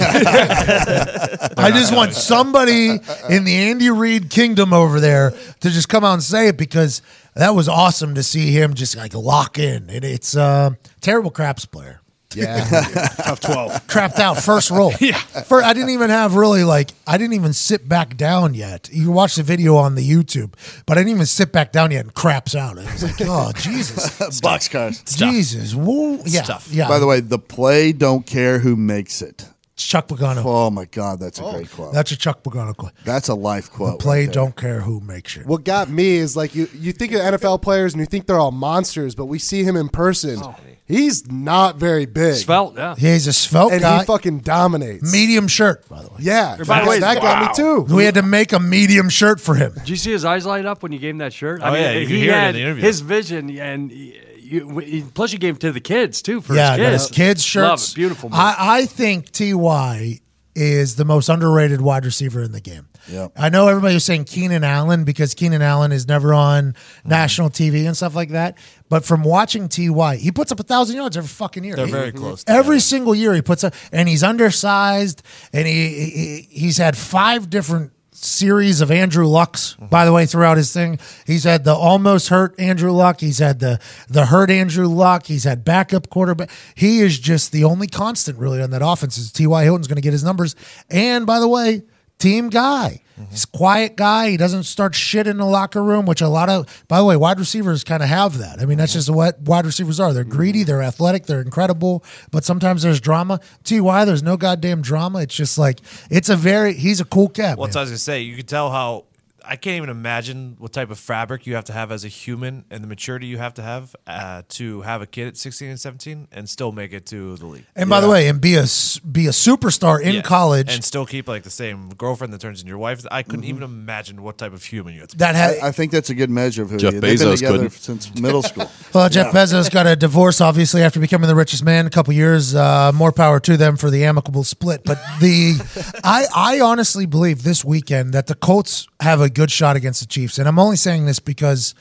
Speaker 1: I just want somebody in the Andy Reid kingdom over there to just come out and say it because that was awesome to see him just like lock in. And it's uh, terrible craps player.
Speaker 8: Tough 12.
Speaker 1: Crapped out first roll. yeah. Fir- I didn't even have really like I didn't even sit back down yet. You watch the video on the YouTube, but I didn't even sit back down yet and craps out. I was like, oh Jesus,
Speaker 3: boxcars,
Speaker 1: Jesus, woo, yeah, yeah.
Speaker 3: By the way, the play don't care who makes it.
Speaker 1: Chuck Pagano.
Speaker 3: Oh my God, that's a great quote.
Speaker 1: that's a Chuck Pagano quote.
Speaker 3: That's a life quote. right
Speaker 1: Play
Speaker 3: there.
Speaker 1: don't care who makes it.
Speaker 11: What got me is like you, you think of NFL players and you think they're all monsters, but we see him in person. He's not very big.
Speaker 2: Oh. Svelte, yeah.
Speaker 1: He's a svelte
Speaker 11: and
Speaker 1: guy.
Speaker 11: he fucking dominates.
Speaker 1: Medium shirt, by the way.
Speaker 11: Yeah.
Speaker 2: Or by the way,
Speaker 11: that got me too.
Speaker 1: We had to make a medium shirt for him.
Speaker 2: Did you see his eyes light up when you gave him that shirt?
Speaker 1: Oh, yeah, you could
Speaker 2: he
Speaker 1: hear it in
Speaker 2: had
Speaker 1: the interview.
Speaker 2: his vision, and you, you- plus you gave him to the kids too for
Speaker 1: yeah,
Speaker 2: his
Speaker 1: I got
Speaker 2: kids.
Speaker 1: his kids
Speaker 2: Love
Speaker 1: shirts.
Speaker 2: it. Beautiful. move.
Speaker 1: I, I think Ty is the most underrated wide receiver in the game.
Speaker 3: Yep.
Speaker 1: I know everybody was saying Keenan Allen because Keenan Allen is never on
Speaker 4: Mm-hmm.
Speaker 1: national TV and stuff like that. But from watching Ty, he puts up a thousand yards every fucking year.
Speaker 4: They're
Speaker 1: He-
Speaker 4: very close to
Speaker 1: Every single year he puts up, and he's undersized, and he, he he's had five different series of Andrew Lucks.
Speaker 4: Mm-hmm.
Speaker 1: By the way, throughout his thing, he's had the almost hurt Andrew Luck. He's had the the hurt Andrew Luck. He's had backup quarterback. He is just the only constant really on that offense. Is T. Y. Hilton's going to get his numbers? And by the way, team guy. He's a quiet guy. He doesn't start shit in the locker room, which a lot of, by the way, wide receivers kind of have that. I mean, that's just what wide receivers are. They're greedy, they're athletic, they're incredible, but sometimes there's drama. Ty, there's no goddamn drama. It's just like it's a very. He's a cool cat.
Speaker 4: Well,
Speaker 1: man.
Speaker 4: that's what I was gonna say. You can tell how I can't even imagine what type of fabric you have to have as a human and the maturity you have to have uh, to have a kid at 16 and 17 and still make it to the league.
Speaker 1: And by the way, and be a s- be a superstar in
Speaker 4: Yeah.
Speaker 1: college. Mm-hmm.
Speaker 4: and still keep like the same girlfriend that turns into your wife. I couldn't even imagine what type of human you have to be.
Speaker 3: I, I think that's a good measure of who
Speaker 10: Jeff
Speaker 3: he is. They've been
Speaker 10: Bezos
Speaker 3: together
Speaker 10: couldn't.
Speaker 3: since middle school.
Speaker 1: Well, Jeff Bezos got a divorce, obviously, after becoming the richest man. in A couple years, uh, more power to them for the amicable split. But the, I, I honestly believe this weekend that the Colts have a good shot against the Chiefs, and I'm only saying this because,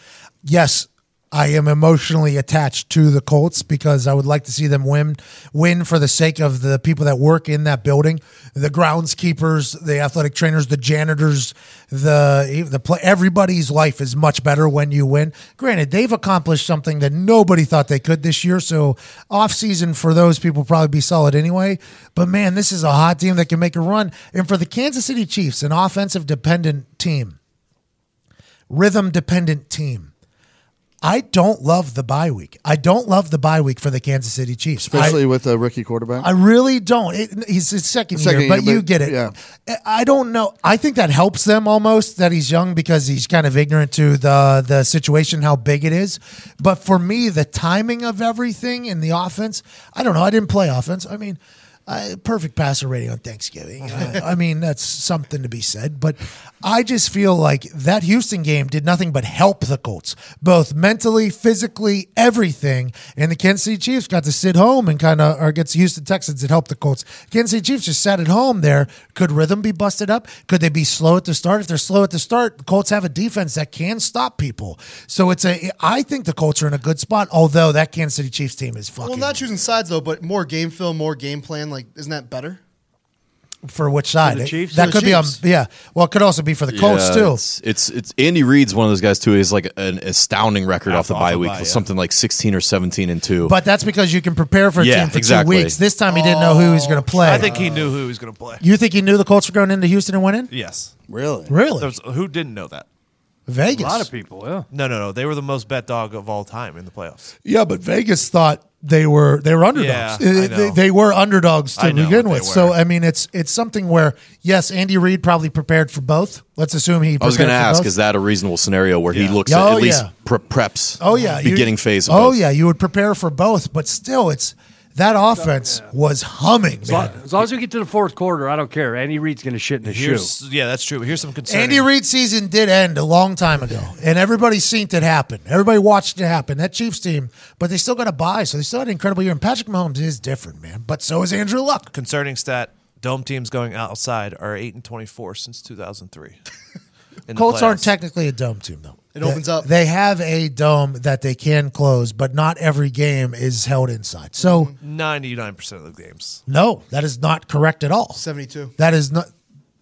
Speaker 1: yes, I am emotionally attached to the Colts because I would like to see them win, win for the sake of the people that work in that building, the groundskeepers, the athletic trainers, the janitors, the the play, everybody's life is much better when you win. Granted, they've accomplished something that nobody thought they could this year, so off season for those people will probably be solid anyway. But man, this is a hot team that can make a run, and for the Kansas City Chiefs, an offensive dependent team, rhythm dependent team. I don't love the bye week. I don't love the bye week for the Kansas City Chiefs.
Speaker 3: Especially
Speaker 1: I,
Speaker 3: with a rookie quarterback.
Speaker 1: I really don't. It, he's his second,
Speaker 3: Second
Speaker 1: year, but
Speaker 3: year,
Speaker 1: you
Speaker 3: but-
Speaker 1: get it.
Speaker 3: yeah.
Speaker 1: I- I don't know. I think that helps them almost that he's young because he's kind of ignorant to the the situation, how big it is. But for me, the timing of everything and the offense, I don't know. I didn't play offense. I mean. I, perfect passer rating on Thanksgiving. I, I mean, that's something to be said. But I just feel like that Houston game did nothing but help the Colts, both mentally, physically, everything. And the Kansas City Chiefs got to sit home and kind of, or against the Houston Texans, it helped the Colts. Kansas City Chiefs just sat at home there. Could rhythm be busted up? Could they be slow at the start? If they're slow at the start, the Colts have a defense that can stop people. So it's a, I think the Colts are in a good spot, although that Kansas City Chiefs team is fucking.
Speaker 5: Well, not choosing sides though, but more game film, more game plan. Like, isn't that better?
Speaker 1: for which side?
Speaker 5: the Chiefs?
Speaker 1: That
Speaker 5: For the
Speaker 1: could be on.
Speaker 5: Chiefs.
Speaker 1: Yeah. Well, it could also be for the Colts
Speaker 10: Yeah,
Speaker 1: too.
Speaker 10: It's, it's it's Andy Reid's one of those guys too. Is like an astounding record off, the bye week,
Speaker 1: bye,
Speaker 10: with something like sixteen or seventeen and two.
Speaker 1: But that's because you can prepare for a
Speaker 10: Yeah,
Speaker 1: team for
Speaker 10: exactly.
Speaker 1: two weeks. This time he didn't know who he was going to play.
Speaker 4: Oh, I think he knew who he was going to play.
Speaker 1: You think he knew the Colts were going into Houston and winning?
Speaker 4: Yes.
Speaker 3: Really?
Speaker 1: Really?
Speaker 4: There's- who didn't know that?
Speaker 1: Vegas. A lot of
Speaker 2: people, yeah.
Speaker 4: No, no, no. They were the most bet dog of all time in the playoffs.
Speaker 1: Yeah, but Vegas thought they were they were underdogs.
Speaker 4: Yeah, I
Speaker 1: Uh, they, they were underdogs
Speaker 4: I
Speaker 1: to
Speaker 4: know,
Speaker 1: begin
Speaker 4: they
Speaker 1: with.
Speaker 4: were.
Speaker 1: So I mean, it's it's something where yes, Andy Reid probably prepared for both. Let's assume he.
Speaker 10: I was going
Speaker 1: prepared
Speaker 10: to
Speaker 1: for
Speaker 10: ask:
Speaker 1: both.
Speaker 10: Is that a reasonable scenario where he looks
Speaker 1: Oh,
Speaker 10: at, at least
Speaker 1: yeah.
Speaker 10: pre- preps?
Speaker 1: Oh yeah, you-
Speaker 10: beginning phase. Of
Speaker 1: oh
Speaker 10: both?
Speaker 1: yeah, you would prepare for both, but still, it's That offense was humming.
Speaker 2: As,
Speaker 1: Man.
Speaker 2: long, as long as we get to the fourth quarter, I don't care. Andy Reid's going to shit in the
Speaker 4: Here's,
Speaker 2: shoe.
Speaker 4: yeah, that's true. Here's some concern.
Speaker 1: Andy Reid's season did end a long time ago, and everybody seen it happen. Everybody watched it happen. That Chiefs team, but they still got a buy, so they still had an incredible year. And Patrick Mahomes is different, man. But so is Andrew Luck.
Speaker 4: Concerning stat: Dome teams going outside are eight and twenty-four since two thousand three.
Speaker 1: Colts aren't technically a dome team, though.
Speaker 4: It
Speaker 1: They-
Speaker 4: opens up.
Speaker 1: They have a dome that they can close, but not every game is held inside. So
Speaker 4: ninety-nine percent of the games.
Speaker 1: no, that is not correct at all.
Speaker 5: 72.
Speaker 1: That is not.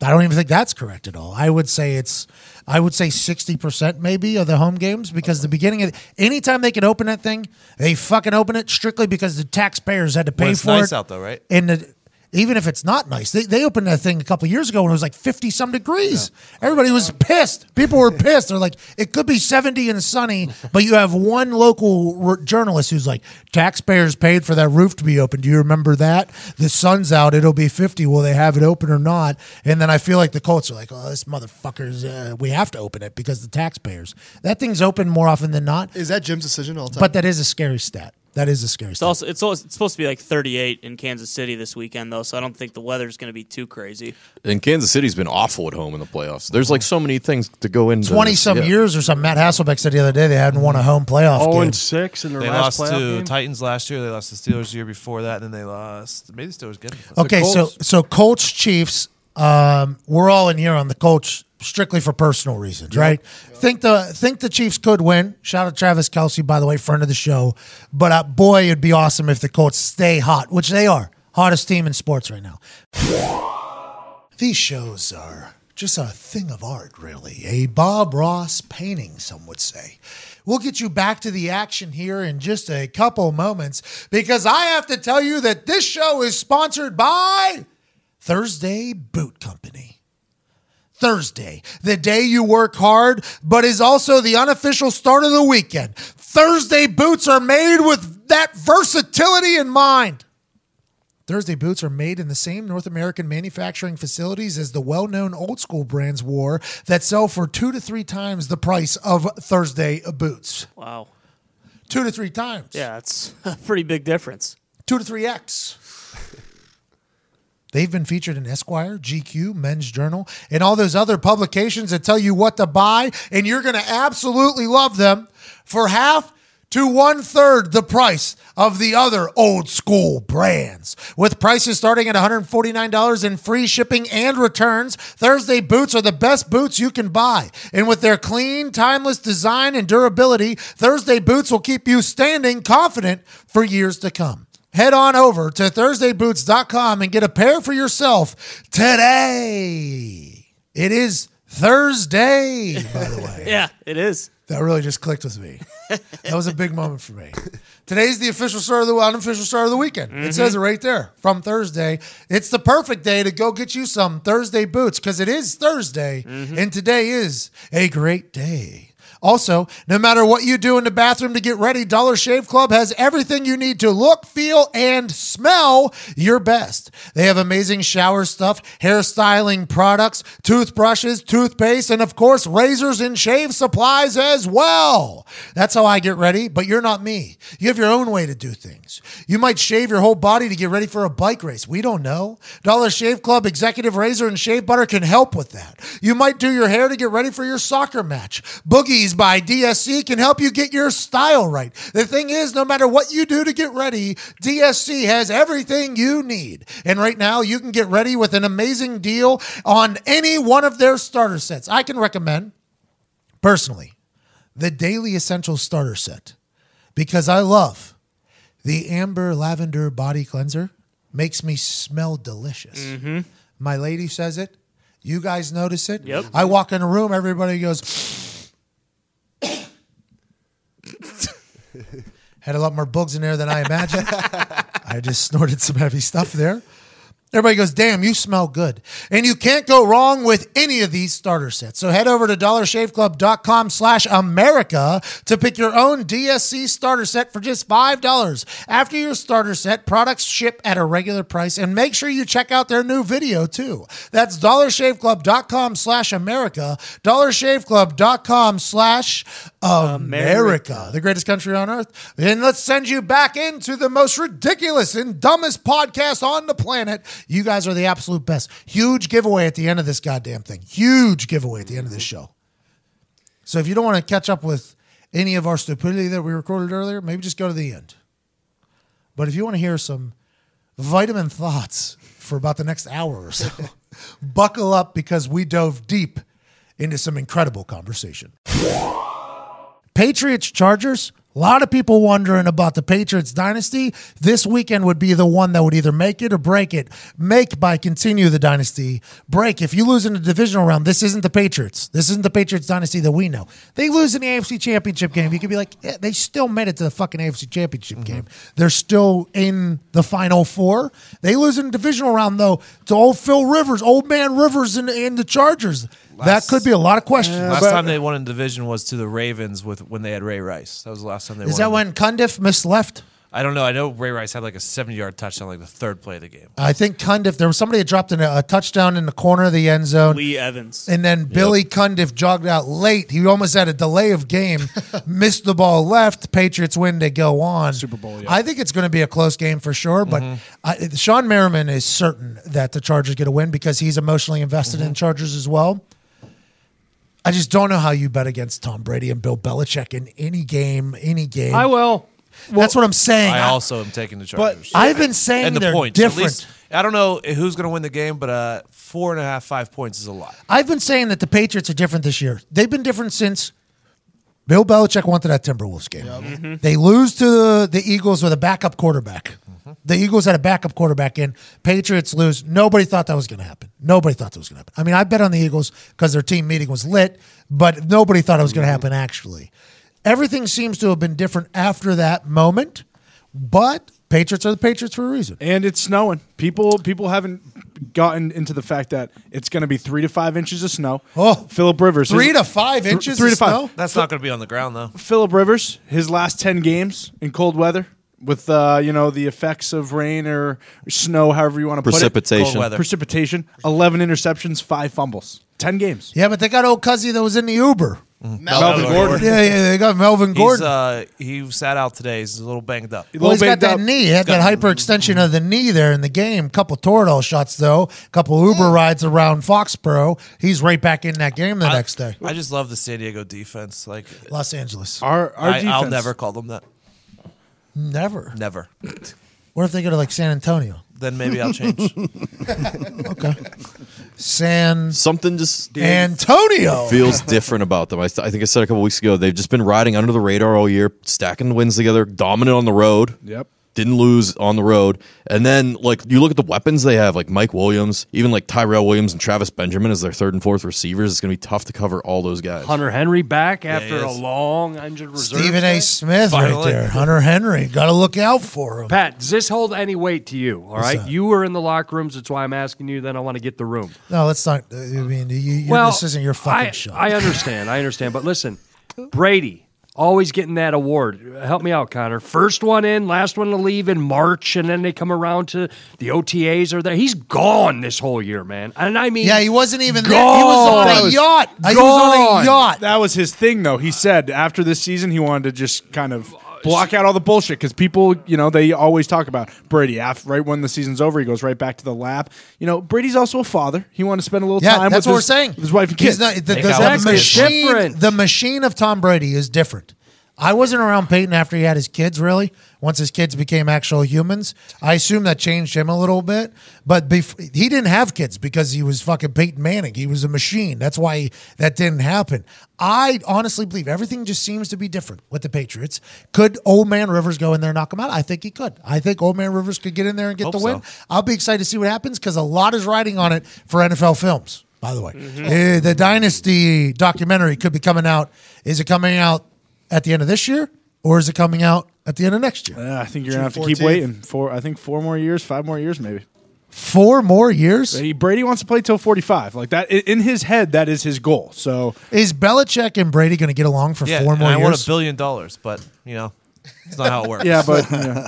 Speaker 1: I don't even think that's correct at all. I would say it's. I would say sixty percent maybe of the home games because the beginning of anytime they can open that thing, they fucking open it strictly because the taxpayers had to pay
Speaker 4: When it's
Speaker 1: for
Speaker 4: nice
Speaker 1: it.
Speaker 4: out though, right?
Speaker 1: And the, even if it's not nice, they, they opened that thing a couple years ago when it was like 50 some degrees. Everybody was pissed. People were pissed. They're like, it could be 70 and sunny, but you have one local r- journalist who's like, taxpayers paid for that roof to be open. Do you remember that? The sun's out. It'll be 50. Will they have it open or not? And then I feel like the Colts are like, oh, this motherfucker's, uh, we have to open it because the taxpayers. That thing's open more often than not,
Speaker 5: Is that Jim's decision all the time?
Speaker 1: but that is a scary stat. That is a scary
Speaker 12: It's
Speaker 1: stat.
Speaker 12: also it's, also it's supposed to be like 38 in Kansas City this weekend though, so I don't think the weather's going to be too crazy.
Speaker 10: And Kansas City's been awful at home in the playoffs. There's like so many things to go into.
Speaker 1: 20
Speaker 10: this.
Speaker 1: some
Speaker 10: Yeah.
Speaker 1: years or something. Matt Hasselbeck said the other day they hadn't won a home playoff
Speaker 4: Oh,
Speaker 1: game.
Speaker 2: Oh, six in
Speaker 4: they lost to Titans last year. They lost to Steelers the year before that, and then they lost. Maybe the Steelers get them.
Speaker 1: Okay, so so Colts Chiefs. Um, we're all in here on the Colts strictly for personal reasons,
Speaker 11: Yep.
Speaker 1: right? Think the think the Chiefs could win. Shout out Travis Kelsey, by the way, friend of the show. But uh, boy, it'd be awesome if the Colts stay hot, which they are, hottest team in sports right now. These shows are just a thing of art, really. A Bob Ross painting, some would say. We'll get you back to the action here in just a couple moments because I have to tell you that this show is sponsored by Thursday Boot Company. Thursday, the day you work hard, but is also the unofficial start of the weekend. Thursday boots are made with that versatility in mind. Thursday boots are made in the same North American manufacturing facilities as the well known old school brands wore that sell for two to three times the price of Thursday boots.
Speaker 12: Wow.
Speaker 1: Two to three times.
Speaker 12: Yeah, it's a pretty big difference.
Speaker 1: Two to three X. They've been featured in Esquire, GQ, Men's Journal, and all those other publications that tell you what to buy, and you're going to absolutely love them for half to one third the price of the other old school brands. With prices starting at $149 and free shipping and returns, Thursday boots are the best boots you can buy. And with their clean, timeless design and durability, Thursday boots will keep you standing confident for years to come. Head on over to ThursdayBoots.com and get a pair for yourself today. It is Thursday, by the way.
Speaker 12: Yeah, it is.
Speaker 1: That really just clicked with me. That was a big moment for me. Today's the official start of the unofficial start of the weekend. It says it right there from Thursday. It's the perfect day to go get you some Thursday boots because it is Thursday and today is a great day. Also, no matter what you do in the bathroom to get ready, Dollar Shave Club has everything you need to look, feel, and smell your best. They have amazing shower stuff, hairstyling products, toothbrushes, toothpaste, and of course, razors and shave supplies as well. That's how I get ready, but you're not me. You have your own way to do things. You might shave your whole body to get ready for a bike race. We don't know. Dollar Shave Club Executive Razor and Shave Butter can help with that. You might do your hair to get ready for your soccer match. Boogies by DSC can help you get your style right. The thing is, no matter what you do to get ready, DSC has everything you need. And right now, you can get ready with an amazing deal on any one of their starter sets. I can recommend, personally, the Daily Essentials Starter Set because I love the Amber Lavender Body Cleanser. Makes me smell delicious. My lady says it. You guys notice it.
Speaker 13: Yep.
Speaker 1: I walk in a room, everybody goes, had a lot more bugs in there than I imagined. I just snorted some heavy stuff there. Everybody goes, damn, you smell good. And you can't go wrong with any of these starter sets. So head over to dollarshaveclub.com slash America to pick your own DSC starter set for just $5. After your starter set, products ship at a regular price. And make sure you check out their new video too. That's dollarshaveclub.com slash America, dollarshaveclub.com slash America, the greatest country on earth. Then let's send you back into the most ridiculous and dumbest podcast on the planet. You guys are the absolute best. Huge giveaway at the end of this goddamn thing. Huge giveaway at the end of this show. So if you don't want to catch up with any of our stupidity that we recorded earlier, maybe just go to the end. But if you want to hear some vitamin thoughts for about the next hour or so, buckle up because we dove deep into some incredible conversation. Patriots Chargers. A lot of people wondering about the Patriots dynasty. This weekend would be the one that would either make it or break it. Make by continue the dynasty. Break if you lose in the divisional round. This isn't the Patriots. This isn't the Patriots dynasty that we know. They lose in the AFC Championship game. You could be like, yeah, they still made it to the fucking AFC Championship
Speaker 4: Mm-hmm.
Speaker 1: game. They're still in the Final Four. They lose in the divisional round though to old Phil Rivers, old man Rivers, and, and the Chargers. that could be a lot of questions.
Speaker 4: last time they won in division was to the Ravens with when they had Ray Rice. That was the last time they won.
Speaker 1: Is that when Cundiff missed left?
Speaker 4: I don't know. I know Ray Rice had like a 70 yard touchdown like the third play of the game.
Speaker 1: I think Cundiff. There was somebody that dropped in a, a touchdown in the corner of the end zone.
Speaker 4: Lee Evans.
Speaker 1: and then Billy Cundiff jogged out late. He almost had a delay of game, missed the ball left. Patriots win. They go on Super Bowl. Mm-hmm. I think it's going to be a close game for sure. But I, Sean Merriman is certain that the Chargers get a win because he's emotionally invested in Chargers as well. I just don't know how you bet against Tom Brady and Bill Belichick in any game, any game.
Speaker 4: I will.
Speaker 1: That's what I'm saying.
Speaker 4: I also am taking the Chargers.
Speaker 1: I've been saying
Speaker 4: and the
Speaker 1: they're
Speaker 4: points. At
Speaker 1: different.
Speaker 4: least- I don't know who's going to win the game, but uh, four and a half, five points is a lot.
Speaker 1: I've been saying that the Patriots are different this year. They've been different since Bill Belichick went to that Timberwolves game. Mm-hmm.
Speaker 8: Mm-hmm.
Speaker 1: They lose to the, the Eagles with a backup quarterback.
Speaker 8: Mm-hmm.
Speaker 1: The Eagles had a backup quarterback in. Patriots lose. Nobody thought that was going to happen. Nobody thought that was going to happen. I mean, I bet on the Eagles because their team meeting was lit, but nobody thought it was
Speaker 8: Mm-hmm.
Speaker 1: going to happen actually. Everything seems to have been different after that moment, but Patriots are the Patriots for a reason.
Speaker 8: And it's snowing. People people haven't gotten into the fact that it's going to be three to five inches of snow. Oh, Philip Rivers,
Speaker 1: Three
Speaker 8: his-
Speaker 1: to five
Speaker 8: thr-
Speaker 1: inches
Speaker 8: three
Speaker 1: of
Speaker 8: to five.
Speaker 1: snow?
Speaker 4: That's not going to be on the ground though.
Speaker 8: Philip Rivers, his last ten games in cold weather with uh, you know the effects of rain or snow, however you want to put it.
Speaker 10: Precipitation. Cold weather.
Speaker 8: Precipitation. Eleven interceptions, five fumbles, ten games.
Speaker 1: Yeah, but they got old Cuzzy that was in the Uber.
Speaker 8: Melvin Melvin Gordon. Gordon.
Speaker 1: Yeah, yeah, they got Melvin Gordon.
Speaker 4: He's, uh, he sat out today. He's a little banged up.
Speaker 1: Well, he's got that knee. He had that hyperextension of the knee there in the game. Couple Toradol shots though. Couple
Speaker 10: Hmm.
Speaker 1: Uber rides around Foxborough. He's right back in that game the next day.
Speaker 4: I just love the San Diego defense. Like
Speaker 1: Los Angeles.
Speaker 8: Our,
Speaker 1: our
Speaker 4: I, I'll
Speaker 1: defense.
Speaker 4: never call them that.
Speaker 1: Never.
Speaker 4: Never.
Speaker 1: What if they go to like San Antonio?
Speaker 4: then maybe I'll change.
Speaker 1: okay. San
Speaker 10: something just
Speaker 1: Antonio
Speaker 10: feels different about them. I, I think I said a couple weeks ago they've just been riding under the radar all year, stacking wins together, dominant on the road.
Speaker 8: Yep.
Speaker 10: Didn't lose on the road. And then, like, you look at the weapons they have, like Mike Williams, even like Tyrell Williams and Travis Benjamin as their third and fourth receivers. It's going to be tough to cover all those guys.
Speaker 2: Hunter Henry back
Speaker 10: Yeah,
Speaker 2: after
Speaker 10: he
Speaker 2: a
Speaker 10: is.
Speaker 2: long injured reserve.
Speaker 1: Stephen
Speaker 2: stay.
Speaker 1: A. Smith right
Speaker 2: Finally.
Speaker 1: there. Hunter Henry. Got to look out for him.
Speaker 2: Pat, does this hold any weight to you? All
Speaker 1: What's
Speaker 2: right,
Speaker 1: that?
Speaker 2: you were in the locker rooms. That's why I'm asking you. Then I want to get the room.
Speaker 1: No, that's not. uh, I mean, you, you,
Speaker 2: well,
Speaker 1: this isn't your fucking
Speaker 2: I,
Speaker 1: show.
Speaker 2: I understand. I understand. But listen, Brady always getting that award. Help me out, Connor. First one in, last one to leave in March, and then they come around to the OTAs or there. He's gone this whole year, man. And I mean,
Speaker 1: Yeah, he wasn't even
Speaker 2: gone.
Speaker 1: there. He was on a
Speaker 8: That
Speaker 1: yacht. He was on a yacht.
Speaker 8: That was his thing, though. He said after this season, he wanted to just kind of block out all the bullshit because people, you know, they always talk about Brady. After, right when the season's over, he goes right back to the lap. You know, Brady's also a father. He wanted to spend a little
Speaker 1: Yeah,
Speaker 8: time.
Speaker 1: that's
Speaker 8: with
Speaker 1: what
Speaker 8: his-
Speaker 1: we're saying.
Speaker 8: with His wife and
Speaker 1: He's
Speaker 8: kids.
Speaker 1: not- the, the- the machine, the machine of Tom Brady is different. I wasn't around Peyton after he had his kids, really. Once his kids became actual humans, I assume that changed him a little bit. But bef- he didn't have kids because he was fucking Peyton Manning. He was a machine. That's why that didn't happen. I honestly believe everything just seems to be different with the Patriots. Could Old Man Rivers go in there and knock him out? I think he could. I think Old Man Rivers could get in there and get
Speaker 4: Hope
Speaker 1: the win.
Speaker 4: so.
Speaker 1: I'll be excited to see what happens because a lot is riding on it for NFL films. By the way, Uh, the Dynasty documentary could be coming out. Is it coming out at the end of this year, or is it coming out at the end of next year?
Speaker 8: I think you're gonna have to keep
Speaker 1: 14th.
Speaker 8: waiting for. I think four more years, five more years, maybe.
Speaker 1: Four more years.
Speaker 8: Hey, Brady wants to play till 45. Like that i- in his head, that is his goal. So
Speaker 1: Is Belichick and Brady going to get along for
Speaker 4: yeah,
Speaker 1: four
Speaker 4: and
Speaker 1: more
Speaker 4: I
Speaker 1: years?
Speaker 4: want a billion dollars, but you know It's not how it works.
Speaker 8: yeah, but you know,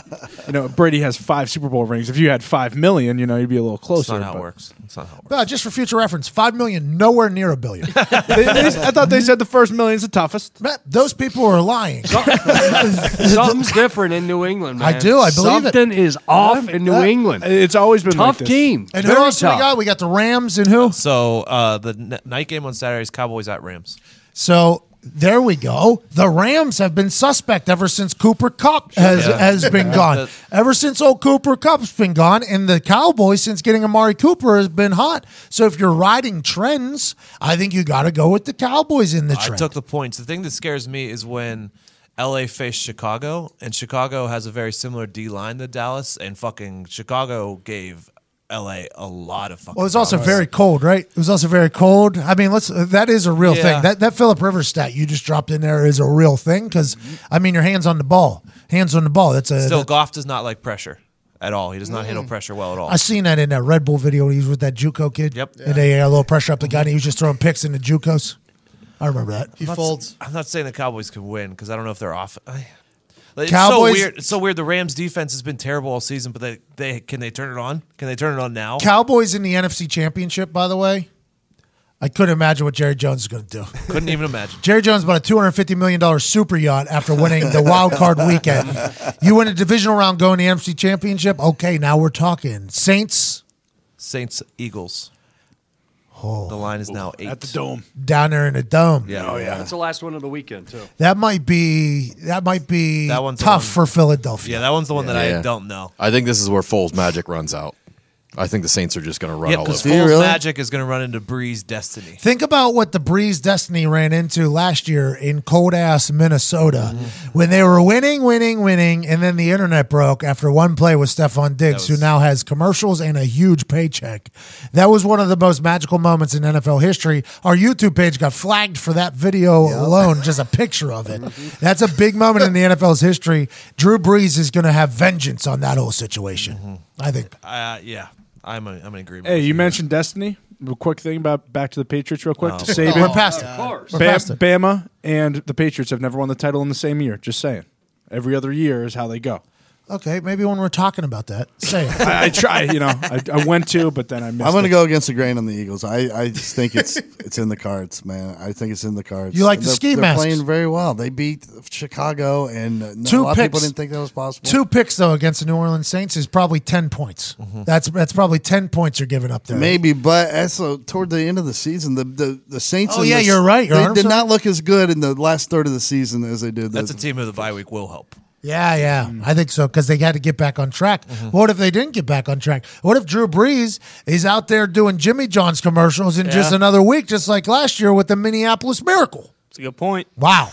Speaker 8: you know, Brady has five Super Bowl rings. If you had five million, you know, you'd be a little closer.
Speaker 4: it's not how it
Speaker 8: but-
Speaker 4: works. It's not how it works.
Speaker 1: Uh, just for future reference, five million, nowhere near a billion.
Speaker 8: They- they- I thought they said the first million's the toughest.
Speaker 1: Those people are lying.
Speaker 2: Something's different in New England.
Speaker 1: I
Speaker 2: man.
Speaker 1: do, I believe it.
Speaker 2: Something is off in New
Speaker 1: Uh,
Speaker 2: England.
Speaker 8: It's always been
Speaker 2: tough team.
Speaker 1: And who
Speaker 2: Very
Speaker 1: else do we
Speaker 2: tough.
Speaker 1: got? We got the Rams and who?
Speaker 4: So uh, the n- night game on Saturday is Cowboys at Rams.
Speaker 1: So there we go. The Rams have been suspect ever since Cooper Cup has
Speaker 4: Yeah.
Speaker 1: has been
Speaker 4: Yeah.
Speaker 1: gone.
Speaker 4: That-
Speaker 1: Ever since old Cooper Cup's been gone, and the Cowboys since getting Amari Cooper has been hot. So if you're riding trends, I think you got to go with the Cowboys in the
Speaker 4: I
Speaker 1: trend.
Speaker 4: took the points. The thing that scares me is when LA faced Chicago, and Chicago has a very similar D line to Dallas, and fucking Chicago gave LA a lot of fucking.
Speaker 1: well, it was also
Speaker 4: problems.
Speaker 1: very cold, right? It was also very cold. I mean, let's that is a real
Speaker 4: Yeah.
Speaker 1: thing. That that Philip Rivers stat you just dropped in there is a real thing because I mean, your hands on the ball, hands on the ball. That's a
Speaker 4: Still, Goff does not like pressure at all. He does not handle pressure well at all.
Speaker 1: I seen that in that Red Bull video when he was with that JUCO kid.
Speaker 4: Yep.
Speaker 1: And they had a little pressure up the guy and he was just throwing picks into JUCOs. I remember that.
Speaker 4: I'm not- I'm not saying the Cowboys can win because I don't know if they're off. I- It's so
Speaker 1: Cowboys-
Speaker 4: weird. It's so weird. The Rams defense has been terrible all season, but they, they can they turn it on? Can they turn it on now?
Speaker 1: Cowboys in the NFC Championship, by the way. I couldn't imagine what Jerry Jones is going to do.
Speaker 4: Couldn't even imagine.
Speaker 1: Jerry Jones bought a $250 million super yacht after winning the wild card weekend. You win a divisional round going to the NFC Championship? Okay, now we're talking. Saints
Speaker 4: Saints Eagles. The line is now eight at the
Speaker 8: dome.
Speaker 1: down there in the dome.
Speaker 4: Yeah, oh
Speaker 2: That's the last one of the weekend too.
Speaker 1: That might be that might be
Speaker 4: That one's the
Speaker 1: tough
Speaker 4: one-
Speaker 1: for Philadelphia.
Speaker 4: Yeah, that one's the one that I
Speaker 10: Yeah.
Speaker 4: don't know.
Speaker 10: I think this is where Foles' magic runs out. I think the Saints are just going to run
Speaker 4: Yeah,
Speaker 10: all
Speaker 4: because
Speaker 10: over.
Speaker 4: Foles Magic is going to run into Breeze Destiny.
Speaker 1: Think about what the Breeze Destiny ran into last year in cold ass Minnesota when they were winning, winning, winning, and then the internet broke after one play with Stefan Diggs, who now has commercials and a huge paycheck. That was one of the most magical moments in NFL history. Our YouTube page got flagged for that video alone, just a picture of it. That's a big moment in the NFL's history. Drew Brees is going to have vengeance on that whole situation. I think.
Speaker 4: Uh, yeah, I'm a, I'm in agreement.
Speaker 8: Hey, you mentioned Destiny. A quick thing about back to the Patriots, real quick.
Speaker 4: Oh, boy.
Speaker 8: Saban,
Speaker 1: We're past it. Of course. We're
Speaker 8: Bam-
Speaker 1: past it.
Speaker 8: Bama and the Patriots have never won the title in the same year. Just saying. Every other year is how they go.
Speaker 1: Okay, maybe when we're talking about that, say it.
Speaker 8: I, I try, you know. I, I went to, but then I missed.
Speaker 3: I'm going
Speaker 8: it.
Speaker 3: to go against the grain on the Eagles. I, I just think it's it's in the cards, man. I think it's in the cards.
Speaker 1: You like the
Speaker 3: they're,
Speaker 1: ski
Speaker 3: they're
Speaker 1: masks.
Speaker 3: playing very well. They beat Chicago, and uh, no, a
Speaker 1: Two
Speaker 3: lot of people
Speaker 1: picks.
Speaker 3: didn't think that was possible.
Speaker 1: Two picks though against the New Orleans Saints is probably ten points.
Speaker 3: Mm-hmm.
Speaker 1: That's that's probably ten points you're giving up there.
Speaker 3: Maybe, but as uh, toward the end of the season, the the, the Saints.
Speaker 1: Oh,
Speaker 3: and
Speaker 1: yeah,
Speaker 3: the-
Speaker 1: you're right. Your
Speaker 3: They
Speaker 1: arms
Speaker 3: did
Speaker 1: are-
Speaker 3: not look as good in the last third of the season as they did.
Speaker 4: That's
Speaker 3: the,
Speaker 4: a team of the bye week will help.
Speaker 1: Yeah, yeah,
Speaker 3: Mm-hmm.
Speaker 1: I think so because they had to get back on track. What if they didn't get back on track? What if Drew Brees is out there doing Jimmy John's commercials in just
Speaker 12: Yeah.
Speaker 1: another week, just like last year with the Minneapolis Miracle?
Speaker 12: It's a good point.
Speaker 1: Wow,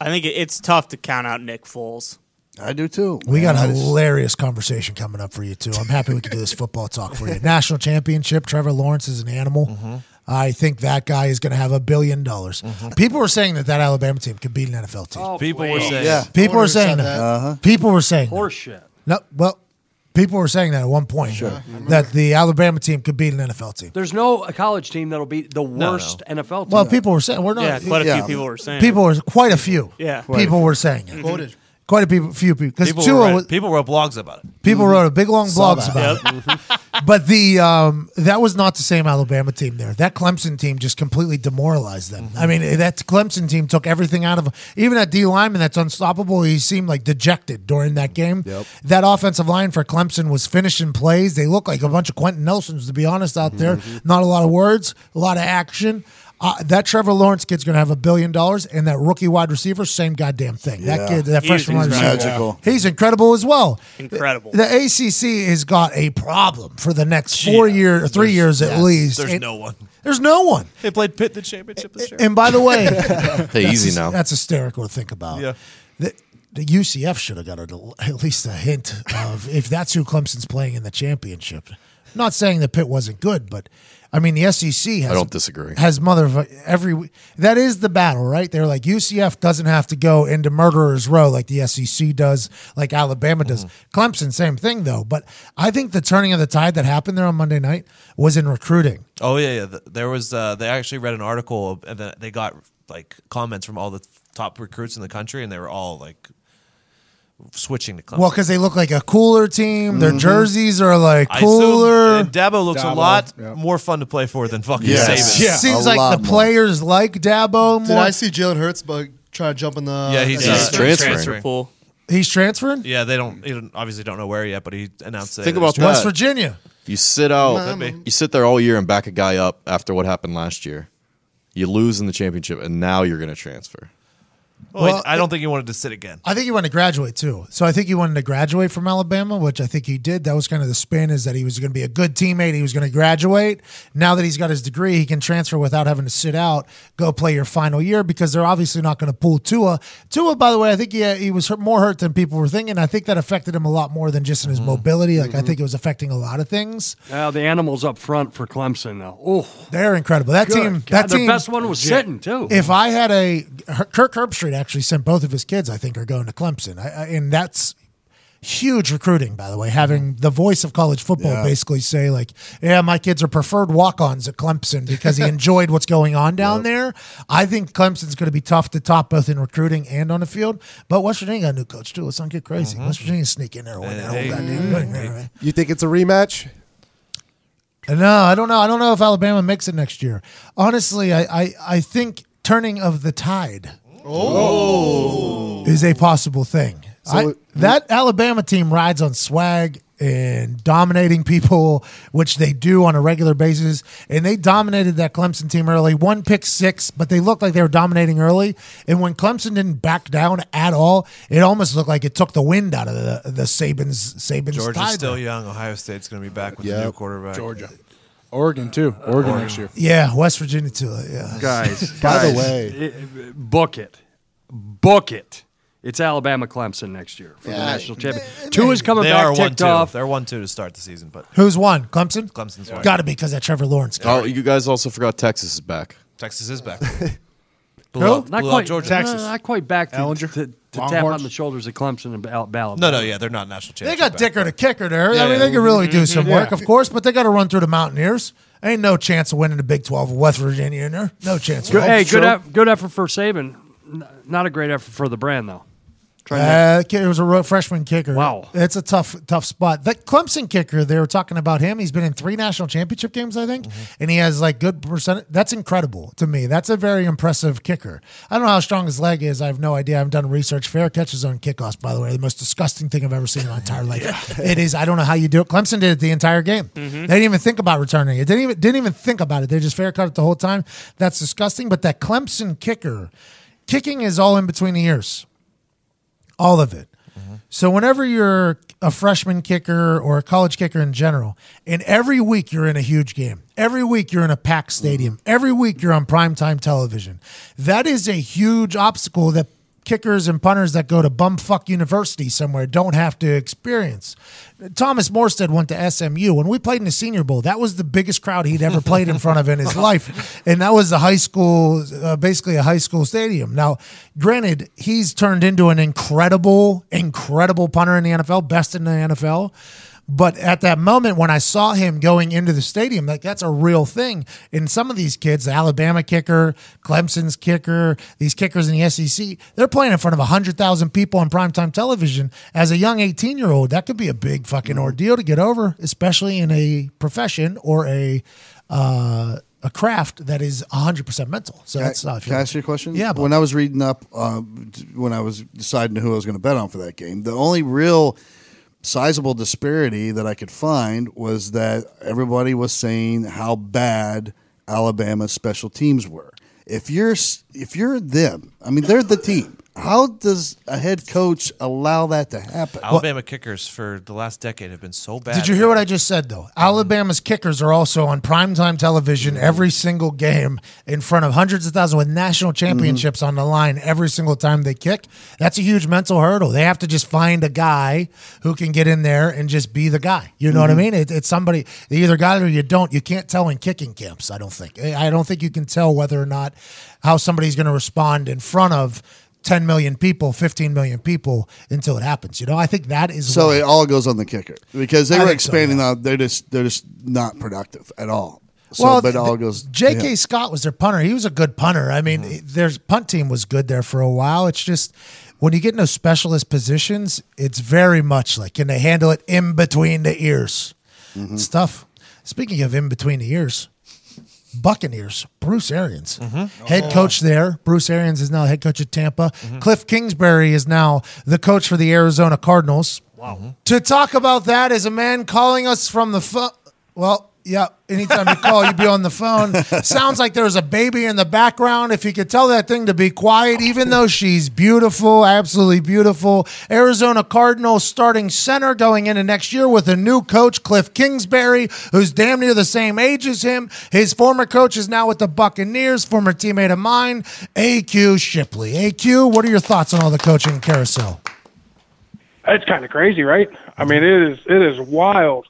Speaker 12: I think it, it's tough to count out Nick Foles.
Speaker 3: I do too.
Speaker 1: we got a
Speaker 3: Man, I just-
Speaker 1: hilarious conversation coming up for you too. I'm happy we could do this football talk for you. National championship. Trevor Lawrence is an animal.
Speaker 3: Mm-hmm.
Speaker 1: I think that guy is going to have a billion dollars. People were saying that that Alabama team could beat an NFL team.
Speaker 4: People were saying,
Speaker 3: Yeah.
Speaker 1: People were saying that. People were saying that.
Speaker 2: Horseshit.
Speaker 1: No, well, people were saying that at one point that the Alabama team could beat an NFL team.
Speaker 2: There's no college team that'll be the worst NFL team.
Speaker 1: Well, people were saying we're not.
Speaker 12: Yeah, quite a
Speaker 3: yeah.
Speaker 12: few people were saying.
Speaker 1: People were quite a few.
Speaker 12: Yeah. Quite a
Speaker 1: people were saying it.
Speaker 5: Quoted.
Speaker 1: Quite a few, few people because
Speaker 4: people,
Speaker 1: Tua
Speaker 4: were writing-
Speaker 1: was,
Speaker 4: people wrote blogs about it.
Speaker 1: people wrote a big long blogs
Speaker 3: that.
Speaker 1: about it. but the um, that was not the same Alabama team there. That Clemson team just completely demoralized them. I mean, that Clemson team took everything out of even that D lineman that's unstoppable. He seemed like dejected during that game. That offensive line for Clemson was finishing plays. They looked like a bunch of Quentin Nelsons, to be honest, out there. Not a lot of words, a lot of action. Uh, that Trevor Lawrence kid's going to have a billion dollars, and that rookie wide receiver, same goddamn thing. That
Speaker 3: Yeah.
Speaker 1: kid, that
Speaker 12: He's
Speaker 1: freshman wide receiver,
Speaker 3: magical.
Speaker 1: he's incredible as well.
Speaker 12: Incredible.
Speaker 1: The ACC has got a problem for the next four years, or three years at least.
Speaker 4: There's
Speaker 1: And-
Speaker 4: no one.
Speaker 1: There's no one.
Speaker 4: They played Pitt in the championship this year.
Speaker 1: And by the way,
Speaker 10: Hey, easy now.
Speaker 1: that's hysterical to think about.
Speaker 4: Yeah.
Speaker 1: The, the UCF should have got a, at least a hint of if that's who Clemson's playing in the championship. Not saying that Pitt wasn't good, but I mean the E SEC has
Speaker 10: I don't disagree.
Speaker 1: has mother every that is the battle right they're like ucf doesn't have to go into murderers row like the sec does like alabama does
Speaker 4: Mm-hmm.
Speaker 1: clemson same thing though but i think the turning of the tide that happened there on monday night was in recruiting
Speaker 4: Oh yeah, yeah. Th- There was uh, they actually read an article of- and then they got like comments from all the top recruits in the country, and they were all like switching to Clemson.
Speaker 1: Well, because they look like a cooler team. Their
Speaker 4: Mhm.
Speaker 1: jerseys are like
Speaker 4: I assume,
Speaker 1: cooler.
Speaker 4: uh, Dabo looks a
Speaker 1: Mm-hmm. Dabo,
Speaker 4: lot more fun to play for than fucking Saban.
Speaker 1: Seems like the players like Dabo more.
Speaker 5: Did I see Jalen Hurts but trying to jump in the?
Speaker 4: Yeah, he's,
Speaker 5: the-
Speaker 4: uh, transferring.
Speaker 12: pool.
Speaker 1: He's transferring.
Speaker 4: Yeah, they don't. They don't- obviously don't know where yet, but he announced. today
Speaker 10: Think
Speaker 4: that
Speaker 10: about that.
Speaker 4: he's transferring.
Speaker 10: You sit out.
Speaker 4: Could be.
Speaker 10: You sit there all year and back a guy up after what happened last year. You lose in the championship, and now you're going to transfer.
Speaker 4: Well,
Speaker 1: Well,
Speaker 4: I don't think he wanted to sit again.
Speaker 1: I think he wanted to graduate too. So I think he wanted to graduate from Alabama, which I think he did. That was kind of the spin is that he was going to be a good teammate. He was going to graduate. Now that he's got his degree, he can transfer without having to sit out, go play your final year because they're obviously not going to pull Tua. Tua, by the way, I think he, he was hurt, more hurt than people were thinking. I think that affected him a lot more than just in his mobility. Like, I think it was affecting a lot of things.
Speaker 2: Now the animals up front for Clemson now. Oh,
Speaker 1: They're incredible. That
Speaker 2: Good
Speaker 1: team,
Speaker 2: God,
Speaker 1: that
Speaker 2: their
Speaker 1: team,
Speaker 2: best one was
Speaker 1: legit.
Speaker 2: sitting, too.
Speaker 1: If I had a Kirk Herbstreit actually sent both of his kids, I think, are going to Clemson, I, I, and that's huge recruiting, by the way. Having
Speaker 2: Mm-hmm.
Speaker 1: the voice of college football
Speaker 13: Yeah.
Speaker 1: basically say like, "Yeah, my kids are preferred walk-ons at Clemson because he enjoyed what's going on down there." I think Clemson's going to be tough to top both in recruiting and on the field. But West Virginia got a new coach too. Let's not get crazy.
Speaker 2: Mm-hmm.
Speaker 1: West Virginia sneak in there, and win that whole goddamn thing there, right?
Speaker 11: You think it's a rematch?
Speaker 1: No, I don't know. I don't know if Alabama makes it next year. Honestly, I I, I think turning of the tide
Speaker 13: Oh.
Speaker 1: is a possible thing.
Speaker 11: So
Speaker 1: I-
Speaker 11: it-
Speaker 1: that Alabama team rides on swag and dominating people, which they do on a regular basis. And they dominated that Clemson team early. One pick six, but they looked like they were dominating early. And when Clemson didn't back down at all, it almost looked like it took the wind out of the the Saban's Saban's
Speaker 4: Georgia's
Speaker 1: tide.
Speaker 4: still young. Ohio State's going to be back with a new quarterback. Georgia.
Speaker 8: Oregon too. Oregon, next year.
Speaker 1: Yeah, West Virginia too. uh, Yeah,
Speaker 2: guys.
Speaker 8: By the
Speaker 2: guys,
Speaker 8: way-
Speaker 2: it- book it, book it. It's Alabama Clemson next year for the
Speaker 4: Yeah,
Speaker 2: national championship. Two is coming
Speaker 4: they
Speaker 2: back
Speaker 4: are
Speaker 2: ticked
Speaker 4: one-two.
Speaker 2: off.
Speaker 4: They're one two to start the season, but
Speaker 1: Who's won? Clemson.
Speaker 4: Clemson's won.
Speaker 1: Got to be because of Trevor Lawrence.
Speaker 10: Oh, you guys also forgot Texas is back.
Speaker 4: Texas is back.
Speaker 1: Who?
Speaker 4: Blew out-
Speaker 2: Not
Speaker 4: blew out
Speaker 2: quite
Speaker 4: Georgia.
Speaker 2: Texas. Not quite back to,
Speaker 4: Ellinger?
Speaker 2: to, to
Speaker 4: Longhorns?
Speaker 2: tap on the shoulders of Clemson and Al- Alabama.
Speaker 4: No, no, yeah, they're not national
Speaker 1: They
Speaker 4: champions.
Speaker 1: got Dicker to kicker there.
Speaker 4: Yeah,
Speaker 1: I mean,
Speaker 4: yeah.
Speaker 1: they could really do some
Speaker 4: Mhm.
Speaker 1: work,
Speaker 4: Yeah.
Speaker 1: of course, but they got to run through the Mountaineers. Ain't no chance of winning the Big 12 with West Virginia in there. No chance.
Speaker 2: Good,
Speaker 1: at all.
Speaker 2: hey, good, eff- good effort for Saban. N- Not a great effort for the brand though. Trying to-
Speaker 1: Uh, kid- it was a ro- freshman kicker. Wow, it's a tough, tough spot. That Clemson kicker, they were talking about him. He's been in three national championship games, I think, and he has like good percentage. That's incredible to me. That's a very impressive kicker. I don't know how strong his leg is. I have no idea. I haven't done research. Fair catches on kickoffs, by the way, the most disgusting thing I've ever seen in my entire life. It is. I don't know how you do it. Clemson did it the entire game. They didn't even think about returning it. Didn't even didn't even think about it. They just fair cut it the whole time. That's disgusting. But that Clemson kicker, kicking is all in between the ears all of it. So whenever you're a freshman kicker or a college kicker in general, and every week you're in a huge game, every week you're in a packed stadium, every week you're on primetime television, that is a huge obstacle that kickers and punters that go to bumfuck university somewhere don't have to experience. Thomas Morstead went to SMU. When we played in the Senior Bowl, that was the biggest crowd he'd ever played in front of in his life, and that was a high school, uh, basically a high school stadium. Now, granted, he's turned into an incredible, incredible punter in the NFL, best in the NFL. But at that moment, when I saw him going into the stadium, like that's a real thing. And some of these kids, the Alabama kicker, Clemson's kicker, these kickers in the SEC, they're playing in front of 100,000 people on primetime television. As a young 18 year old, that could be a big fucking ordeal to get over, especially in a profession or a. Uh, a craft that is 100% mental. So
Speaker 3: Can I-
Speaker 1: that's not.
Speaker 3: Can I ask you a question?
Speaker 1: Yeah, but
Speaker 3: When I was reading up, uh, when I was deciding who I was going to bet on for that game, the only real sizable disparity that I could find was that everybody was saying how bad Alabama's special teams were. If you're s- if you're them, I mean they're the team. How does a head coach allow that to happen?
Speaker 4: Alabama kickers for the last decade have been so bad.
Speaker 1: Did you hear what I just said though? Alabama's kickers are also on primetime
Speaker 4: Mm-hmm.
Speaker 1: television every single game in front of hundreds of thousands with national
Speaker 4: Mm-hmm.
Speaker 1: championships on the line every single time they kick. That's a huge mental hurdle. They have to just find a guy who can get in there and just be the guy. You know
Speaker 4: Mm-hmm.
Speaker 13: Mhm.
Speaker 1: what I mean? It, it's somebody you either got it or you don't. You can't tell in kicking camps, I don't think. I I don't think you can tell whether or not how somebody's going to respond in front of 10 million people, 15 million people until it happens. You know, I think that is
Speaker 3: So
Speaker 1: why-
Speaker 3: it all goes on the kicker because they
Speaker 1: I
Speaker 3: were
Speaker 1: think so,
Speaker 3: expanding out. They're just they're just not productive at all. So, but it
Speaker 1: th-
Speaker 3: all
Speaker 1: th-
Speaker 3: goes. Mm-hmm. to
Speaker 1: J.K.
Speaker 3: him.
Speaker 1: Scott was their punter. He was a good punter. I mean, their punt team was good there for a while. It's just when you get into specialist positions, it's very much like can they handle it in between the ears?
Speaker 3: Mm-hmm.
Speaker 1: It's tough. Speaking of in between the ears, Buccaneers, Bruce Arians,
Speaker 5: Oh.
Speaker 1: head coach there. Bruce Arians is now head coach at Tampa. Cliff Kingsbury is now the coach for the Arizona Cardinals.
Speaker 4: Wow.
Speaker 1: To talk about that is a man calling us from the phone. Well, yeah, anytime you call, you'd be on the phone. Sounds like there's a baby in the background. If you could tell that thing to be quiet, even though she's beautiful, absolutely beautiful. Arizona Cardinals starting center going into next year with a new coach, Cliff Kingsbury, who's damn near the same age as him. His former coach is now with the Buccaneers, former teammate of mine, AQ Shipley. AQ, what are your thoughts on all the coaching carousel?
Speaker 13: It's kind of crazy, right? I mean, it is it is wild.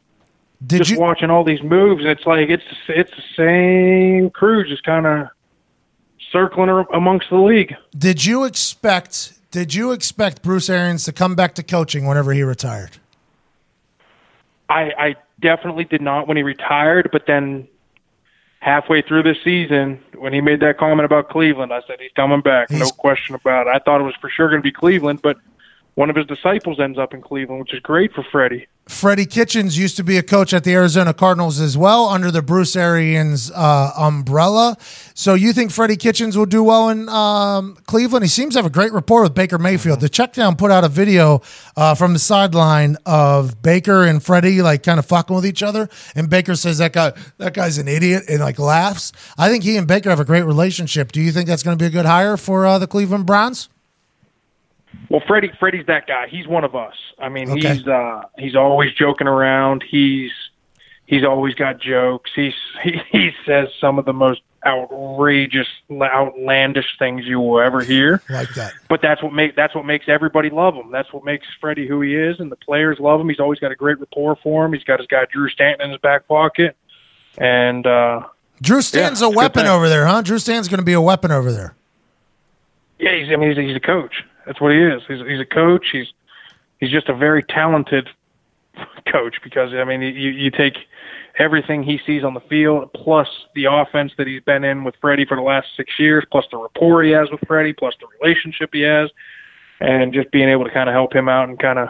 Speaker 1: Did
Speaker 13: just watching all these moves, and it's like it's it's the same crew just kind of circling ar- amongst the league.
Speaker 1: Did you expect? Did you expect Bruce Arians to come back to coaching whenever he retired?
Speaker 13: I I definitely did not when he retired, but then halfway through the season, when he made that comment about Cleveland, I said he's coming back, no question about it. I thought it was for sure going to be Cleveland, but one of his disciples ends up in Cleveland, which is great for Freddie.
Speaker 1: Freddie Kitchens used to be a coach at the Arizona Cardinals as well, under the Bruce Arians uh, umbrella. So you think Freddie Kitchens will do well in um, Cleveland? He seems to have a great rapport with Baker Mayfield. The checkdown put out a video uh, from the sideline of Baker and Freddie like kind of fucking with each other, and Baker says that guy that guy's an idiot and like laughs. I think he and Baker have a great relationship. Do you think that's going to be a good hire for uh, the Cleveland Browns?
Speaker 13: Well, Freddie, Freddie's that guy. He's one of us. I mean,
Speaker 1: Okay.
Speaker 13: he's uh, he's always joking around. He's he's always got jokes. He's he, he says some of the most outrageous, outlandish things you will ever hear.
Speaker 1: Like that.
Speaker 13: But that's what make that's what makes everybody love him. That's what makes Freddie who he is, and the players love him. He's always got a great rapport for him. He's got his guy Drew Stanton in his back pocket, and uh,
Speaker 1: Drew Stan's
Speaker 13: Yeah,
Speaker 1: a
Speaker 13: good
Speaker 1: weapon
Speaker 13: thing.
Speaker 1: over there, huh? Drew Stan's going to be a weapon over there.
Speaker 13: Yeah, he's, I mean, he's, he's a coach. That's what he is. He's, he's a coach. He's he's just a very talented coach because I mean, you you take everything he sees on the field, plus the offense that he's been in with Freddie for the last six years, plus the rapport he has with Freddie, plus the relationship he has, and just being able to kind of help him out and kind of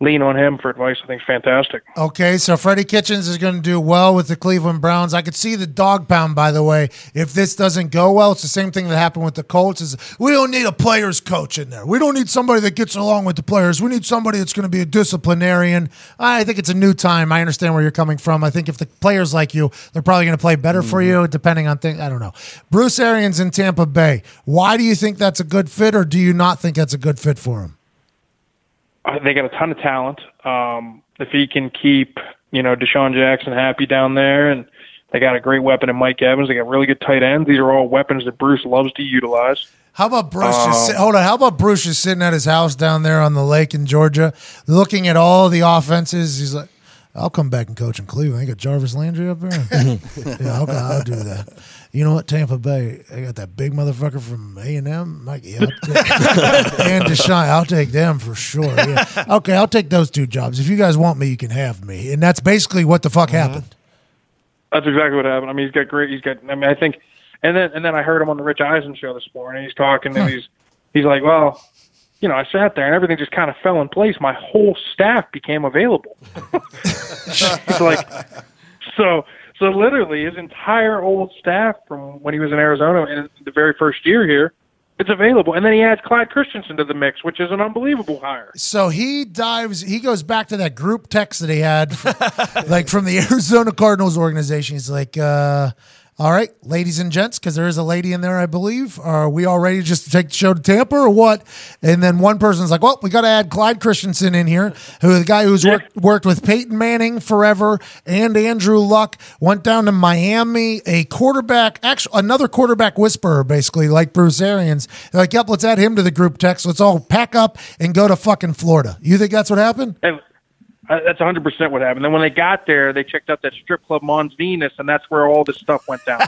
Speaker 13: lean on him for advice, I think is fantastic.
Speaker 1: Okay, so Freddie Kitchens is going to do well with the Cleveland Browns. I could see the dog pound, by the way. If this doesn't go well, it's the same thing that happened with the Colts. Is we don't need a players coach in there. We don't need somebody that gets along with the players. We need somebody that's going to be a disciplinarian. I think it's a new time. I understand where you're coming from. I think if the players like you, they're probably going to play better for you, depending on things. I don't know. Bruce Arians in Tampa Bay. Why do you think that's a good fit, or do you not think that's a good fit for him?
Speaker 13: Uh, They got a ton of talent. Um, if he can keep, you know, Deshaun Jackson happy down there, and they got a great weapon in Mike Evans. They got really good tight ends. These are all weapons that Bruce loves to utilize.
Speaker 1: How about Bruce
Speaker 13: Um,
Speaker 1: just sit, hold on? How about Bruce just sitting at his house down there on the lake in Georgia, looking at all the offenses? He's like, "I'll come back and coach in Cleveland. They got Jarvis Landry up there. yeah, okay, I'll do that." You know what? Tampa Bay, they got that big motherfucker from A and M, Mike. Yeah, I'll take- and Deshaun. I'll take them for sure. Yeah. Okay, I'll take those two jobs. If you guys want me, you can have me. And that's basically what the fuck happened.
Speaker 13: That's exactly what happened. I mean, he's got great. He's got. I mean, I think. And then and then I heard him on the Rich Eisen show this morning. He's talking and he's he's like, well, you know, I sat there and everything just kind of fell in place. My whole staff became available. he's like, so so literally his entire old staff from when he was in Arizona and the very first year here, it's available. And then he adds Clyde Christensen to the mix, which is an unbelievable hire.
Speaker 1: So he dives. He goes back to that group text that he had, like from the Arizona Cardinals organization. He's like, uh, "All right, ladies and gents, because there is a lady in there, I believe. Are we all ready just to take the show to Tampa or what?" And then one person's like, "Well, we got to add Clyde Christensen in here, who the guy who's worked worked with Peyton Manning forever and Andrew Luck went down to Miami, a quarterback, actually another quarterback whisperer, basically like Bruce Arians. They're like, "Yep, let's add him to the group text. Let's all pack up and go to fucking Florida." You think that's what happened?
Speaker 13: And uh, that's 100% what happened. Then when they got there, they checked out that strip club Mons Venus, and that's where all this stuff went down.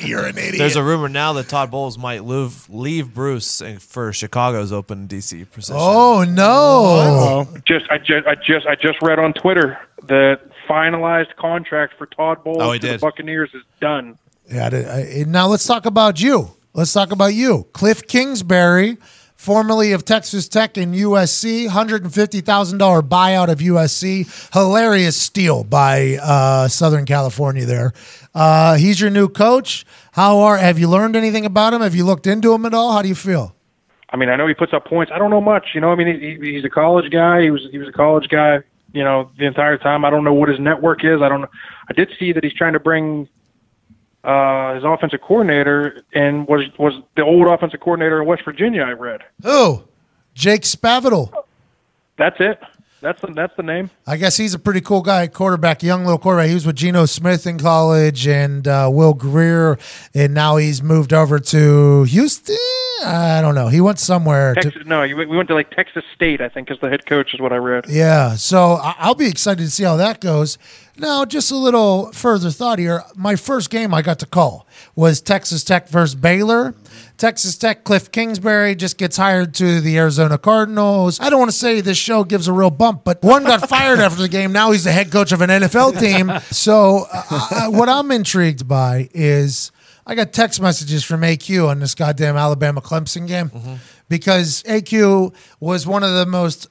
Speaker 1: You're an idiot.
Speaker 4: There's a rumor now that Todd Bowles might leave, leave Bruce and- for Chicago's open DC position.
Speaker 1: Oh no!
Speaker 13: just, I just, I just, I just read on Twitter that finalized contract for Todd Bowles
Speaker 1: Oh, he
Speaker 13: to
Speaker 1: did.
Speaker 13: the Buccaneers is done.
Speaker 1: Yeah. I did- I- now let's talk about you. Let's talk about you, Cliff Kingsbury, formerly of Texas Tech and USC, $150,000 buyout of USC. Hilarious steal by uh, Southern California there. Uh, he's your new coach. How are have you learned anything about him? Have you looked into him at all? How do you feel?
Speaker 13: I mean, I know he puts up points. I don't know much. You know, I mean, he, he- he's a college guy. He was he was a college guy. You know, the entire time. I don't know what his network is. I don't. I did see that he's trying to bring uh, his offensive coordinator and was was the old offensive coordinator in West Virginia. I read.
Speaker 1: Who? Jake Spavital.
Speaker 13: That's it. That's the, that's the name.
Speaker 1: I guess he's a pretty cool guy, quarterback, young little quarterback. He was with Geno Smith in college and uh, Will Greer, and now he's moved over to Houston. I don't know. He went somewhere. To,
Speaker 13: Texas. No, you- we went to like Texas State. I think is the head coach is what I read.
Speaker 1: yeah, so I- I'll be excited to see how that goes. Now, just a little further thought here. My first game I got to call was Texas Tech versus Baylor. Texas Tech Cliff Kingsbury just gets hired to the Arizona Cardinals. I don't want to say this show gives a real bump, but one got fired after the game. Now he's the head coach of an NFL team. So, uh, I- what I'm intrigued by is I got text messages from AQ on this goddamn Alabama Clemson game because AQ was one of the most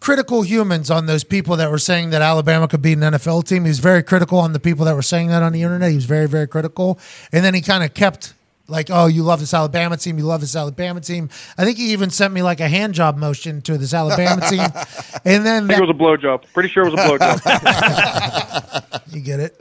Speaker 1: critical humans on those people that were saying that Alabama could be an NFL team. He was very critical on the people that were saying that on the internet. He was very, very critical. And then he kind of kept like, oh, you love this Alabama team. You love this Alabama team. I think he even sent me like a hand job motion to this Alabama team. And
Speaker 13: I
Speaker 1: then
Speaker 13: think
Speaker 1: that,
Speaker 13: it was a blowjob. Pretty sure it was a blowjob.
Speaker 1: you get it.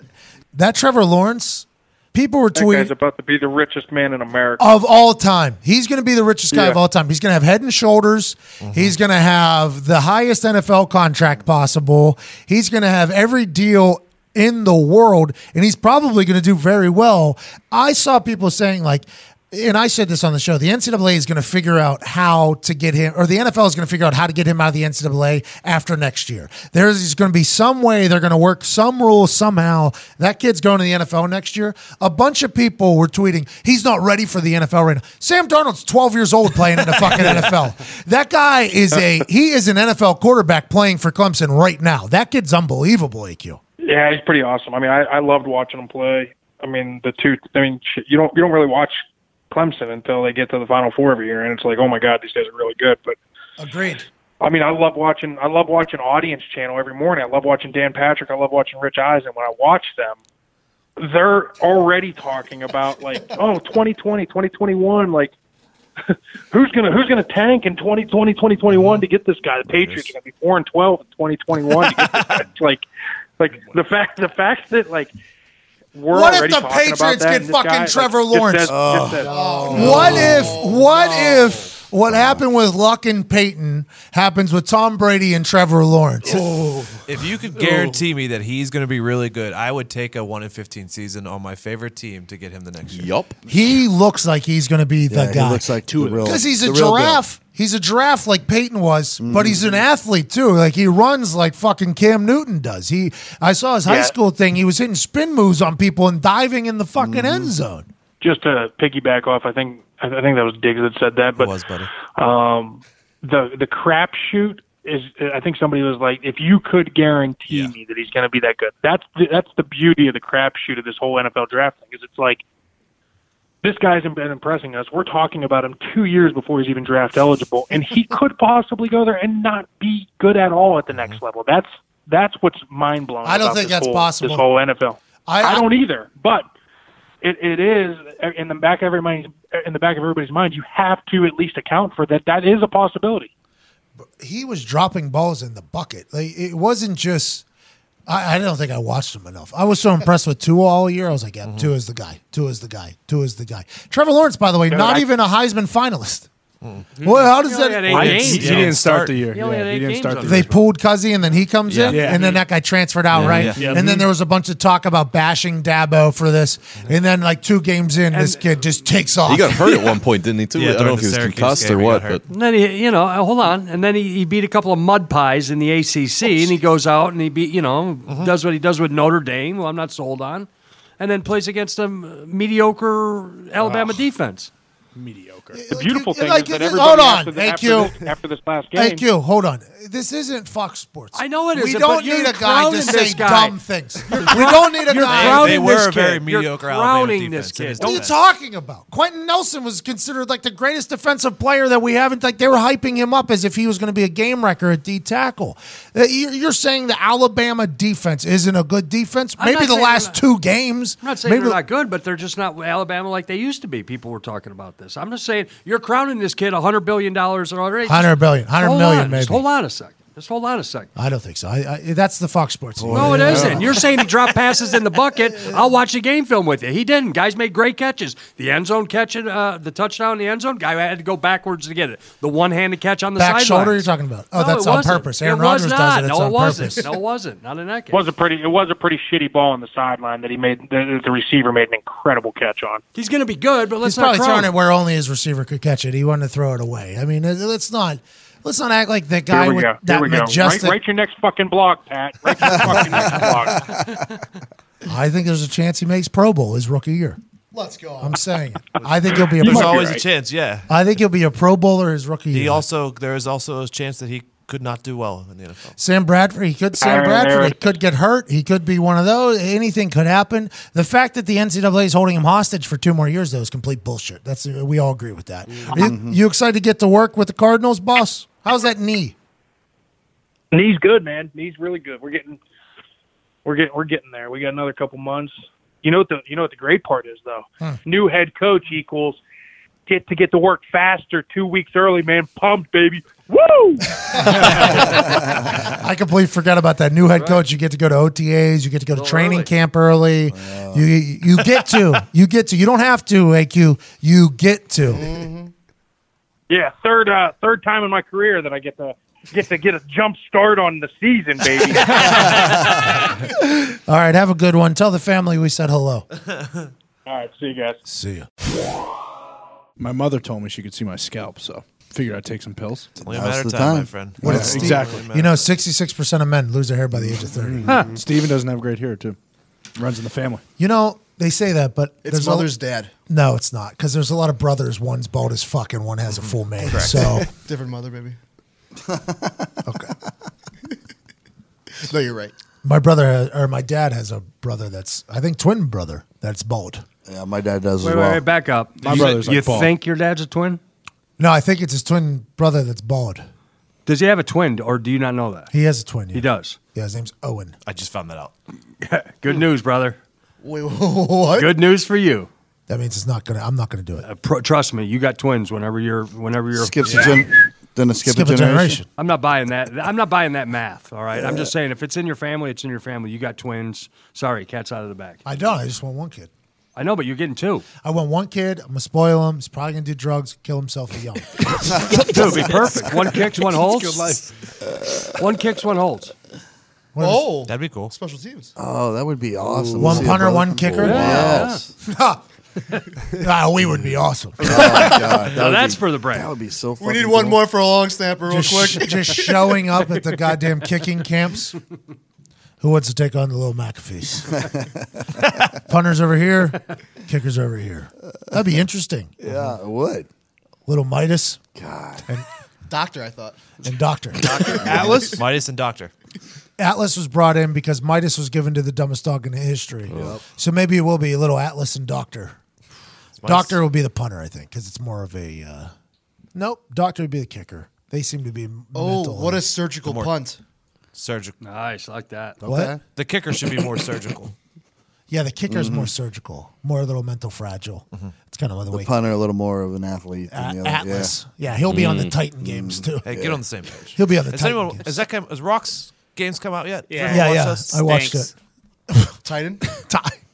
Speaker 1: That Trevor Lawrence, people were
Speaker 13: that
Speaker 1: tweeting.
Speaker 13: guy's about to be the richest man in America.
Speaker 1: Of all time. He's going to be the richest guy
Speaker 13: Yeah. Mm-hmm.
Speaker 1: of all time. He's going to have head and shoulders. He's going to have the highest NFL contract possible. He's going to have every deal in the world, and he's probably going to do very well. I saw people saying, like, and I said this on the show the NCAA is going to figure out how to get him, or the NFL is going to figure out how to get him out of the NCAA after next year. There's going to be some way they're going to work some rule somehow. That kid's going to the NFL next year. A bunch of people were tweeting, he's not ready for the NFL right now. Sam Darnold's 12 years old playing in the fucking NFL. That guy is a, he is an NFL quarterback playing for Clemson right now. That kid's unbelievable, AQ.
Speaker 13: Yeah, he's pretty awesome. I mean, I, I loved watching him play. I mean, the two. I mean, shit, you don't you don't really watch Clemson until they get to the Final Four every year, and it's like, oh my God, these guys are really good. But
Speaker 1: Agreed.
Speaker 13: I mean, I love watching. I love watching Audience Channel every morning. I love watching Dan Patrick. I love watching Rich Eisen. When I watch them, they're already talking about like, oh, 2020, 2021, like. who's gonna Who's gonna tank in 2020, 2021 to get this guy? The Patriots are gonna be four and twelve in 2021 to get this guy. It's like, like the fact the fact that like we're
Speaker 1: What if
Speaker 13: already
Speaker 1: the
Speaker 13: talking about
Speaker 1: Patriots
Speaker 13: that,
Speaker 1: get
Speaker 13: and this
Speaker 1: fucking
Speaker 13: guy, like,
Speaker 1: Trevor
Speaker 13: just says-
Speaker 1: Lawrence?
Speaker 13: just
Speaker 1: Oh,
Speaker 13: says-
Speaker 1: What if what if what happened with Luck and Peyton happens with Tom Brady and Trevor Lawrence?
Speaker 4: If you could
Speaker 8: Oh.
Speaker 4: guarantee me that he's going to be really good, I would take a one in fifteen season on my favorite team to get him the next year.
Speaker 10: Yup.
Speaker 1: He looks like he's going to be the
Speaker 4: Yeah, he
Speaker 1: guy.
Speaker 4: looks like Two the of them. real-
Speaker 1: because he's
Speaker 4: the
Speaker 1: a
Speaker 4: real deal. Mm-hmm.
Speaker 1: giraffe. He's a giraffe like Peyton was, but he's an athlete too. Like he runs like fucking Cam Newton does. He, I saw his high
Speaker 13: Yeah.
Speaker 1: school thing. He was hitting spin moves on people and diving in the fucking
Speaker 4: Mm-hmm.
Speaker 1: end zone.
Speaker 13: just to piggyback off, I think I I think that was Diggs that said that, but
Speaker 4: was buddy.
Speaker 13: Um, the the crapshoot is. I think somebody was like, if you could guarantee me that he's going to be that good, that's the, that's the beauty of the crapshoot of this whole NFL draft thing. Is it's like this guy's been impressing us. We're talking about him two years before he's even draft eligible, and he could possibly go there and not be good at all at the next level. That's that's what's mind blowing.
Speaker 1: Mm-hmm. I don't think that's
Speaker 13: whole,
Speaker 1: possible.
Speaker 13: This whole NFL.
Speaker 1: I,
Speaker 13: I don't either, but it, it is uh, in the back of everybody's in the back of everybody's mind. You have to at least account for that. That is a possibility.
Speaker 1: he was dropping balls in the bucket. Like it wasn't just. I, I don't think I watched him enough. I was so impressed with Tua all year. I was like, yeah, Tua is the guy. Tua is the guy. Tua is the guy. Trevor Lawrence, by the way,
Speaker 8: Dude,
Speaker 1: not
Speaker 8: I-
Speaker 1: even a Heisman finalist.
Speaker 2: Hmm.
Speaker 1: Well, how does
Speaker 8: He
Speaker 1: that?
Speaker 8: only had eight He games. didn't- he didn't start the year. He only Yeah, had he eight didn't games start the under year.
Speaker 1: They pulled Cuzzy, and then he comes
Speaker 8: Yeah.
Speaker 1: in,
Speaker 8: Yeah.
Speaker 1: and then that guy transferred out,
Speaker 8: Yeah.
Speaker 1: right?
Speaker 8: Yeah. Mm-hmm.
Speaker 1: And then there was a bunch of talk about bashing Dabo for this, and then like two games in, this kid just takes off.
Speaker 10: He got hurt at one point, didn't he? Too.
Speaker 1: Yeah,
Speaker 10: I don't know
Speaker 1: during
Speaker 10: if
Speaker 1: the
Speaker 10: he was
Speaker 1: Syracuse
Speaker 10: concussed
Speaker 1: game,
Speaker 10: or
Speaker 1: he got
Speaker 10: what,
Speaker 1: hurt.
Speaker 10: but
Speaker 2: And then he, you know, uh, hold on. And then he, he beat a couple of mud pies in the ACC, and he goes out and he beat, you know,
Speaker 13: Mm-hmm.
Speaker 2: does what he does with Notre Dame, who I'm not sold on, and then plays against a mediocre Alabama defense.
Speaker 8: mediocre.
Speaker 13: The beautiful thing
Speaker 1: Like,
Speaker 13: is that
Speaker 1: it-
Speaker 13: everybody
Speaker 1: hold on.
Speaker 13: after, the,
Speaker 1: Thank
Speaker 13: after,
Speaker 1: you.
Speaker 13: The, after this last game,
Speaker 1: Thank you. Hold on. This isn't Fox Sports.
Speaker 2: I know it
Speaker 1: We
Speaker 2: isn't,
Speaker 1: don't
Speaker 2: but you're
Speaker 1: need a guy to
Speaker 2: crowning
Speaker 1: say
Speaker 2: this guy.
Speaker 1: dumb things.
Speaker 2: You're
Speaker 1: we don't need a
Speaker 2: you're
Speaker 1: guy.
Speaker 2: crowning
Speaker 4: They were
Speaker 2: this
Speaker 4: a very
Speaker 2: kid. You're
Speaker 4: mediocre Alabama
Speaker 2: crowning this
Speaker 4: defense. It
Speaker 2: kid.
Speaker 4: is
Speaker 1: What are you
Speaker 4: defense.
Speaker 1: talking about? Quentin Nelson was considered like the greatest defensive player that we haven't. Like they were hyping him up as if he was going to be a game wrecker at D tackle. Uh, you- You're saying the Alabama defense isn't a good defense?
Speaker 2: I'm
Speaker 1: Maybe
Speaker 2: not
Speaker 1: the
Speaker 2: saying
Speaker 1: last
Speaker 2: they're
Speaker 1: two games.
Speaker 2: I'm not saying
Speaker 1: Maybe
Speaker 2: they're
Speaker 1: the-
Speaker 2: not good, but they're just not Alabama like they used to be. People were talking about this. I'm just saying you're crowning this kid hundred billion dollars already. Just-
Speaker 1: 100 billion, 100
Speaker 2: hold
Speaker 1: million
Speaker 2: on, Just
Speaker 1: maybe.
Speaker 2: hold on a second. Just hold on a second.
Speaker 1: I don't think so. I, I, that's the Fox Sports.
Speaker 2: No, it isn't. You're saying he dropped passes in the bucket. I'll watch a game film with you. He didn't. Guys made great catches. The end zone catch, it, uh, the touchdown in the end zone, guy had to go backwards to get it. The one handed catch on the
Speaker 1: Back
Speaker 2: sideline.
Speaker 1: shoulder you're talking about. Oh,
Speaker 2: No,
Speaker 1: that's
Speaker 2: it
Speaker 1: on
Speaker 2: wasn't.
Speaker 1: purpose. Aaron
Speaker 2: It was
Speaker 1: Rodgers
Speaker 2: not.
Speaker 1: does it. It's
Speaker 2: no,
Speaker 1: on
Speaker 2: it wasn't.
Speaker 1: purpose.
Speaker 2: No, it wasn't. Not in that case.
Speaker 13: was a pretty it was a pretty shitty ball on the sideline that he made that the receiver made an incredible catch on.
Speaker 2: He's going to be good, but let's
Speaker 1: He's
Speaker 2: not
Speaker 1: probably throwing
Speaker 2: crown
Speaker 1: it
Speaker 2: him.
Speaker 1: where only his receiver could catch it. He wanted to throw it away. I mean, uh, let's not let's not act like that guy
Speaker 13: Here we
Speaker 1: with
Speaker 13: go.
Speaker 1: that
Speaker 13: Here we go. Write,
Speaker 1: majestic.
Speaker 13: write your next fucking blog, Pat. Write your fucking next blog.
Speaker 1: I think there's a chance he makes Pro Bowl his rookie year.
Speaker 5: Let's go.
Speaker 1: I'm saying. I think he'll be a
Speaker 4: There's
Speaker 1: Pro-
Speaker 4: always a chance. Yeah.
Speaker 1: I think he'll be a Pro Bowler his rookie
Speaker 4: He
Speaker 1: year.
Speaker 4: also there is also a chance that he could not do well in the NFL.
Speaker 1: Sam Bradford, he could Sam
Speaker 4: Uh,
Speaker 1: Bradford,
Speaker 4: there-
Speaker 1: he could get hurt. He could be one of those. Anything could happen. The fact that the NCAA is holding him hostage for two more years though is complete bullshit. That's we all agree with that. You- You, excited to get to work with the Cardinals, boss? How's that knee?
Speaker 13: Knee's good, man. Knee's really good. We're getting we're getting we're getting there. We got another couple months. You know what the you know what the great part is though.
Speaker 2: Hmm.
Speaker 13: New head coach equals get to get to work faster two weeks early, man. Pumped, baby. Woo!
Speaker 1: I completely forgot about that new head coach. You get to go to OTAs. You get to go to training camp early. You you get to you get to. You don't have to AQ. You get to.
Speaker 13: Yeah, third uh, third time in my career that I get to get to get a jump start on the season, baby.
Speaker 1: All right, have a good one. Tell the family we said hello.
Speaker 13: All right, see you guys.
Speaker 1: See ya.
Speaker 8: My mother told me she could see my scalp, so figured I'd take some pills. It's
Speaker 4: only a Now's matter of the time, my time. friend.
Speaker 1: What
Speaker 8: Yeah,
Speaker 1: did Steve-
Speaker 8: exactly.
Speaker 1: You know, sixty-six percent of men lose their hair by the age of thirty.
Speaker 8: Steven doesn't have great hair too. Runs in the family.
Speaker 1: You know, they say that, but
Speaker 8: It's
Speaker 1: there's a-
Speaker 8: mother's dad.
Speaker 1: No, it's not because there's a lot of brothers. One's bald as fuck, and one has a full mane. So
Speaker 5: different mother, baby. okay. no, you're right.
Speaker 1: my brother has, or my dad has a brother that's I think twin brother that's bald.
Speaker 3: Yeah, my dad does
Speaker 2: Wait,
Speaker 3: as
Speaker 2: wait,
Speaker 3: well.
Speaker 2: wait, back up.
Speaker 1: My
Speaker 2: you
Speaker 1: brother's like
Speaker 2: you
Speaker 1: Paul.
Speaker 2: think your dad's a twin?
Speaker 1: No, I think it's his twin brother that's bald.
Speaker 2: Does he have a twin, or do you not know that?
Speaker 1: He has a twin. Yeah.
Speaker 2: He does.
Speaker 1: Yeah, his name's Owen.
Speaker 4: I just found that out.
Speaker 2: Good news, brother.
Speaker 1: Wait, what?
Speaker 2: Good news for you.
Speaker 1: That means it's not gonna. I'm not gonna do it.
Speaker 2: Uh, pro- trust me, you got twins. Whenever you're, whenever you're
Speaker 3: Skips a gen- then a skip,
Speaker 1: Skip
Speaker 3: a
Speaker 1: a
Speaker 3: generation.
Speaker 2: I'm not buying that. I'm not buying that math. All right. I'm just saying, if it's in your family, it's in your family. You got twins. Sorry, cat's out of the bag.
Speaker 1: I don't. I just want one kid.
Speaker 2: I know, but you're getting two.
Speaker 1: I want one kid. I'm gonna spoil him. He's probably gonna do drugs, kill himself at young.
Speaker 2: Two would be perfect. One kicks, one holds.
Speaker 1: Good
Speaker 2: One kicks, one holds.
Speaker 5: Oh,
Speaker 4: that'd be cool.
Speaker 5: Special teams.
Speaker 3: Oh, that would be awesome.
Speaker 1: One
Speaker 3: to see a
Speaker 1: punter,
Speaker 3: brother
Speaker 1: one
Speaker 3: from
Speaker 1: kicker?
Speaker 3: Boulder.
Speaker 1: Yeah.
Speaker 3: Yes.
Speaker 1: Ah, we would be awesome.
Speaker 3: Oh, God, that
Speaker 2: Now
Speaker 3: would
Speaker 2: that's
Speaker 3: be-
Speaker 2: for the brand.
Speaker 3: That would be so.
Speaker 5: We need
Speaker 3: fucking
Speaker 5: one
Speaker 3: cool.
Speaker 5: more for a long snapper, real
Speaker 1: just,
Speaker 5: quick.
Speaker 1: just showing up at the goddamn kicking camps. Who wants to take on the little McAfee's? Punters over here, kickers over here. That'd be interesting.
Speaker 3: Yeah, it would.
Speaker 1: Little Midas
Speaker 5: Doctor, I thought.
Speaker 1: and Doctor.
Speaker 4: Doctor Atlas, Midas, and Doctor.
Speaker 1: Atlas was brought in because Midas was given to the dumbest dog in history. So maybe it will be a little Atlas and Doctor. Doctor will be the punter, I think, because it's more of a. Uh, nope, Doctor would be the kicker. They seem to be.
Speaker 5: Oh,
Speaker 1: mental.
Speaker 5: what a surgical punt.
Speaker 4: Surgical.
Speaker 2: Nice, like that.
Speaker 1: What?
Speaker 4: The kicker should be more surgical.
Speaker 1: Yeah, the kicker's
Speaker 3: Mhm.
Speaker 1: more surgical, more a little mental fragile. It's kind of the,
Speaker 3: The
Speaker 1: way
Speaker 3: punter a little more of an athlete than
Speaker 1: A-
Speaker 3: the other. Mm.
Speaker 1: Atlas. Yeah, he'll be on the Titan games too.
Speaker 4: Hey, get on the same page.
Speaker 1: He'll be on the
Speaker 4: Has
Speaker 1: Titan
Speaker 4: anyone-
Speaker 1: games.
Speaker 4: Has that come, has Rock's games come out yet? Has
Speaker 1: Yeah,
Speaker 4: anyone
Speaker 1: yeah,
Speaker 4: watched
Speaker 1: yeah.
Speaker 4: those?
Speaker 1: I watched it.
Speaker 5: Titan.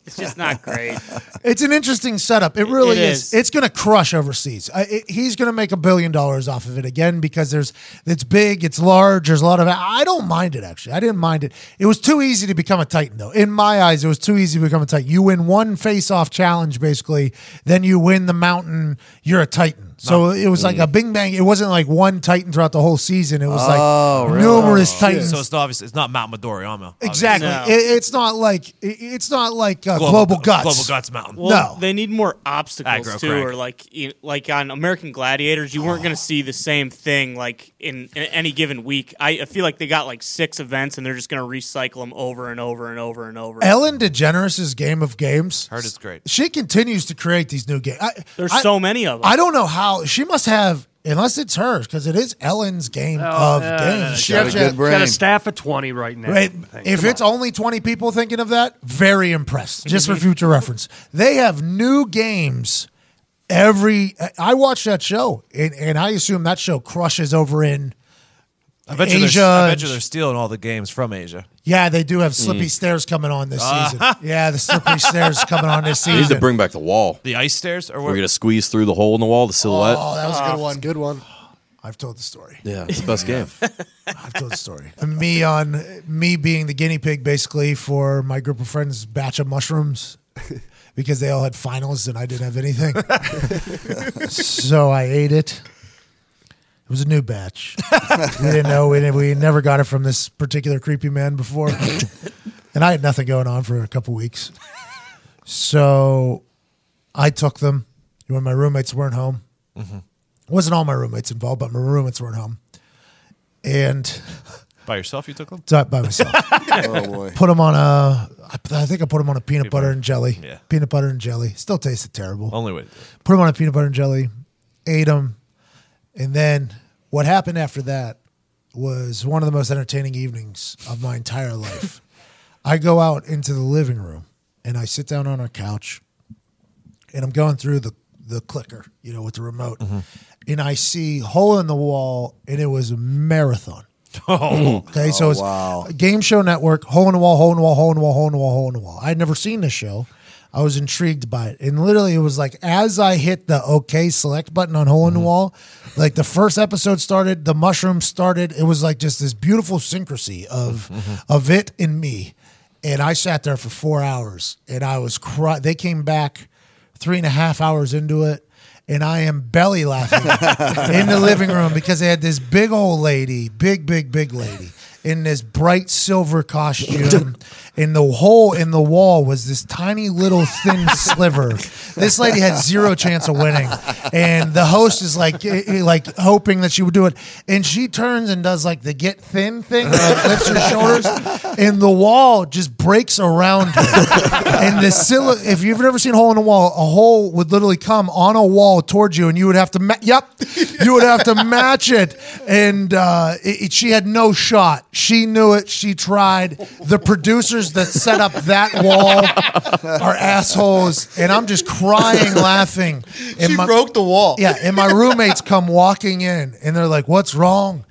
Speaker 12: It's just not great.
Speaker 1: It's an interesting setup. It really
Speaker 12: It
Speaker 1: is.
Speaker 12: is.
Speaker 1: It's going to crush overseas. I, it, he's going to make a billion dollars off of it again because there's it's big, it's large. There's a lot of. I don't mind it actually. I didn't mind it. It was too easy to become a Titan though. In my eyes, it was too easy to become a Titan. You win one face-off challenge basically, then you win the mountain. You're a Titan. So it was like a bing bang. It wasn't like one Titan throughout the whole season. It was
Speaker 4: Oh,
Speaker 1: like
Speaker 4: really?
Speaker 1: numerous
Speaker 4: Shit.
Speaker 1: Titans.
Speaker 4: So it's not obvious. It's not Mount Midoriyama.
Speaker 1: exactly.
Speaker 4: obviously.
Speaker 1: It, it's not like it, it's not like uh,
Speaker 4: Global-
Speaker 1: global, guts.
Speaker 4: Global Guts Mountain.
Speaker 12: Well,
Speaker 1: no.
Speaker 12: they need more obstacles
Speaker 4: Aggro
Speaker 12: too,
Speaker 4: crack.
Speaker 12: or like you- like on American Gladiators, you weren't going to see the same thing like in, in any given week. I, I feel like they got like six events, and they're just going to recycle them over and over and over and over.
Speaker 1: Ellen DeGeneres' game of games.
Speaker 12: Heard it's great.
Speaker 1: She continues to create these new games. I,
Speaker 12: There's
Speaker 1: I-
Speaker 12: so many of them.
Speaker 1: I don't know how she must have, unless it's hers, because it is Ellen's
Speaker 2: Oh,
Speaker 1: game of games.
Speaker 2: She has got got a staff of 20 right now.
Speaker 1: Right.
Speaker 2: Thank-
Speaker 1: If
Speaker 2: come
Speaker 1: it's only 20 people thinking of that, very impressed. Just for future reference, they have new games every. I- I watch that show, and, and I assume that show crushes over in
Speaker 4: I bet, you
Speaker 1: Asia.
Speaker 4: they're, I bet you they're stealing all the games from Asia.
Speaker 1: yeah, they do have Slippy
Speaker 4: Mm.
Speaker 1: Stairs coming on this
Speaker 4: Ah.
Speaker 1: season. Yeah, the Slippery Stairs coming on this
Speaker 10: They need to
Speaker 1: season.
Speaker 10: bring back the wall.
Speaker 4: The ice stairs, or
Speaker 10: we're gonna squeeze through the hole in the wall, the silhouette.
Speaker 1: Oh, that was a
Speaker 4: Ah,
Speaker 1: good one.
Speaker 11: Good one.
Speaker 1: I've told the story.
Speaker 10: yeah, it's the best game.
Speaker 1: I've told the story. me on me being the guinea pig basically for my group of friends' batch of mushrooms because they all had finals and I didn't have anything. so I ate it. It was a new batch. we didn't know we, didn't, we never got it from this particular creepy man before, and I had nothing going on for a couple weeks. So I took them when my roommates weren't home.
Speaker 4: Mhm.
Speaker 1: It wasn't all my roommates involved, but my roommates weren't home, and
Speaker 4: By yourself, you took them?
Speaker 1: so I- by myself.
Speaker 4: Oh, boy.
Speaker 1: Put them on a. I I think I put them on a peanut, butter, and jelly.
Speaker 4: Yeah.
Speaker 1: Peanut butter and jelly. Still tasted terrible.
Speaker 4: Only way.
Speaker 1: Put them on a peanut butter and jelly. Ate them, and then what happened after that was one of the most entertaining evenings of my entire life. I go out into the living room and I sit down on our couch, and I'm going through the the clicker, you know, with the remote, and I see hole in the wall, and it was a marathon.
Speaker 4: Oh.
Speaker 1: okay. So
Speaker 4: Oh,
Speaker 1: it's
Speaker 4: wow.
Speaker 1: Game Show Network, hole in the wall, hole in the wall, hole in the wall, hole in the wall, hole in the wall. I had never seen this show. I was intrigued by it. And literally, it was like as I hit the OK select button on Hole in
Speaker 4: Mm-hmm.
Speaker 1: the Wall, like the first episode started, the mushroom started. It was like just this beautiful syncrasy
Speaker 4: Mm-hmm.
Speaker 1: of Mm-hmm. of it and me. And I sat there for four hours and I was crying. They came back three and a half hours into it, and I am belly laughing in the living room because they had this big old lady, big, big, big lady, in this bright silver costume. And the hole in the wall was this tiny little thin sliver. This lady had zero chance of winning. And the host is like, eh, eh, like hoping that she would do it. And she turns and does like the get thin thing, like lifts her shoulders, and the wall just breaks around her. and the silhou- if you've never seen a hole in a wall, a hole would literally come on a wall towards you, and you would have to, ma- yep, you would have to match it. And uh, it, it- she had no shot. She knew it. She tried. The producers that set up that wall are assholes, and I'm just crying, laughing. And
Speaker 5: She broke the wall.
Speaker 1: Yeah, and my roommates come walking in, and they're like, "What's wrong?"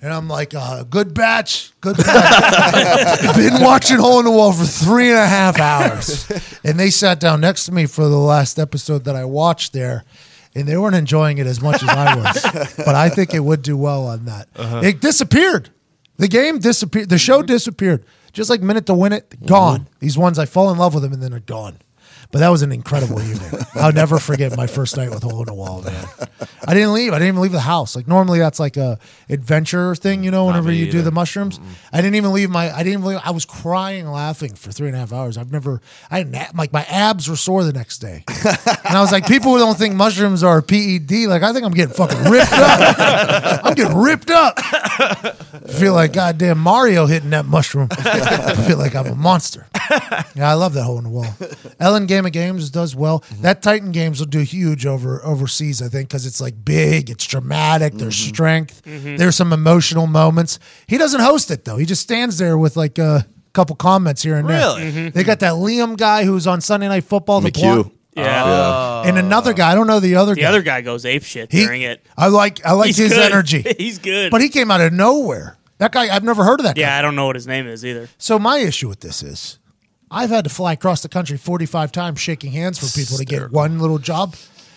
Speaker 1: And I'm like, uh, good batch, good batch. Been watching Hole in the Wall for three and a half hours. And they sat down next to me for the last episode that I watched there, and they weren't enjoying it as much as I was. but I think it would do well on that.
Speaker 14: Uh-huh.
Speaker 1: It disappeared. The game disappeared. The
Speaker 4: Mm-hmm.
Speaker 1: show disappeared. Just like Minute to Win It, gone. These ones, I fall in love with them and then they're gone. But that was an incredible evening. I'll never forget my first night with Hole in the Wall, man. I didn't leave. I didn't even leave the house. Like normally that's like a adventure thing, you know, whenever
Speaker 4: me
Speaker 1: you do
Speaker 4: either.
Speaker 1: the mushrooms. I didn't even leave my I didn't even leave, I was crying laughing for three and a half hours. I've never I didn't have- like my abs were sore the next day. and I was like, people who don't think mushrooms are PED, like I think I'm getting fucking ripped up. I'm getting ripped up. I feel like goddamn Mario hitting that mushroom. I feel like I'm a monster. Yeah, I love that hole in the wall. Ellen Game of Games does well.
Speaker 12: Mm-hmm.
Speaker 1: That Titan Games will do huge over overseas, I think, because it's like big, it's dramatic, there's
Speaker 12: Mm-hmm.
Speaker 1: strength,
Speaker 14: Mhm.
Speaker 1: there's some emotional moments. He doesn't host it though. He just stands there with like a couple comments here and
Speaker 4: Really?
Speaker 1: there.
Speaker 4: Mhm.
Speaker 12: Mm-hmm.
Speaker 1: They got that Liam guy who's on Sunday Night Football, the blonde-
Speaker 12: Yeah.
Speaker 1: and another guy. I don't know the other
Speaker 12: the
Speaker 1: guy.
Speaker 12: other guy goes ape shit
Speaker 1: He-
Speaker 12: during it.
Speaker 1: I like I like
Speaker 12: He's
Speaker 1: his
Speaker 12: good.
Speaker 1: energy.
Speaker 12: He's good.
Speaker 1: But he came out of nowhere. That guy, I've never heard of that guy.
Speaker 12: yeah, I don't know what his name is either.
Speaker 1: So my issue with this is, I've had to fly across the country 45 times shaking hands for people to get one little job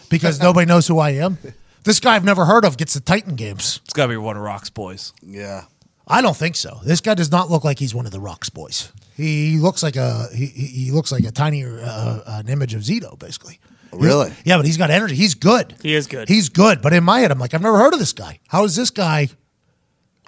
Speaker 1: because nobody knows who I am. This guy I've never heard of gets the Titan games.
Speaker 4: It's got to be one of Rock's boys.
Speaker 3: Yeah.
Speaker 1: I don't think so. This guy does not look like he's one of the Rocks uh, boys. He looks like a he, he he looks like a tiny uh, an image of Zito, basically.
Speaker 3: Really?
Speaker 1: Yeah, but he's got energy. He's good.
Speaker 12: He is good.
Speaker 1: He's good. But in my head, I'm like, I've never heard of this guy. How is this guy?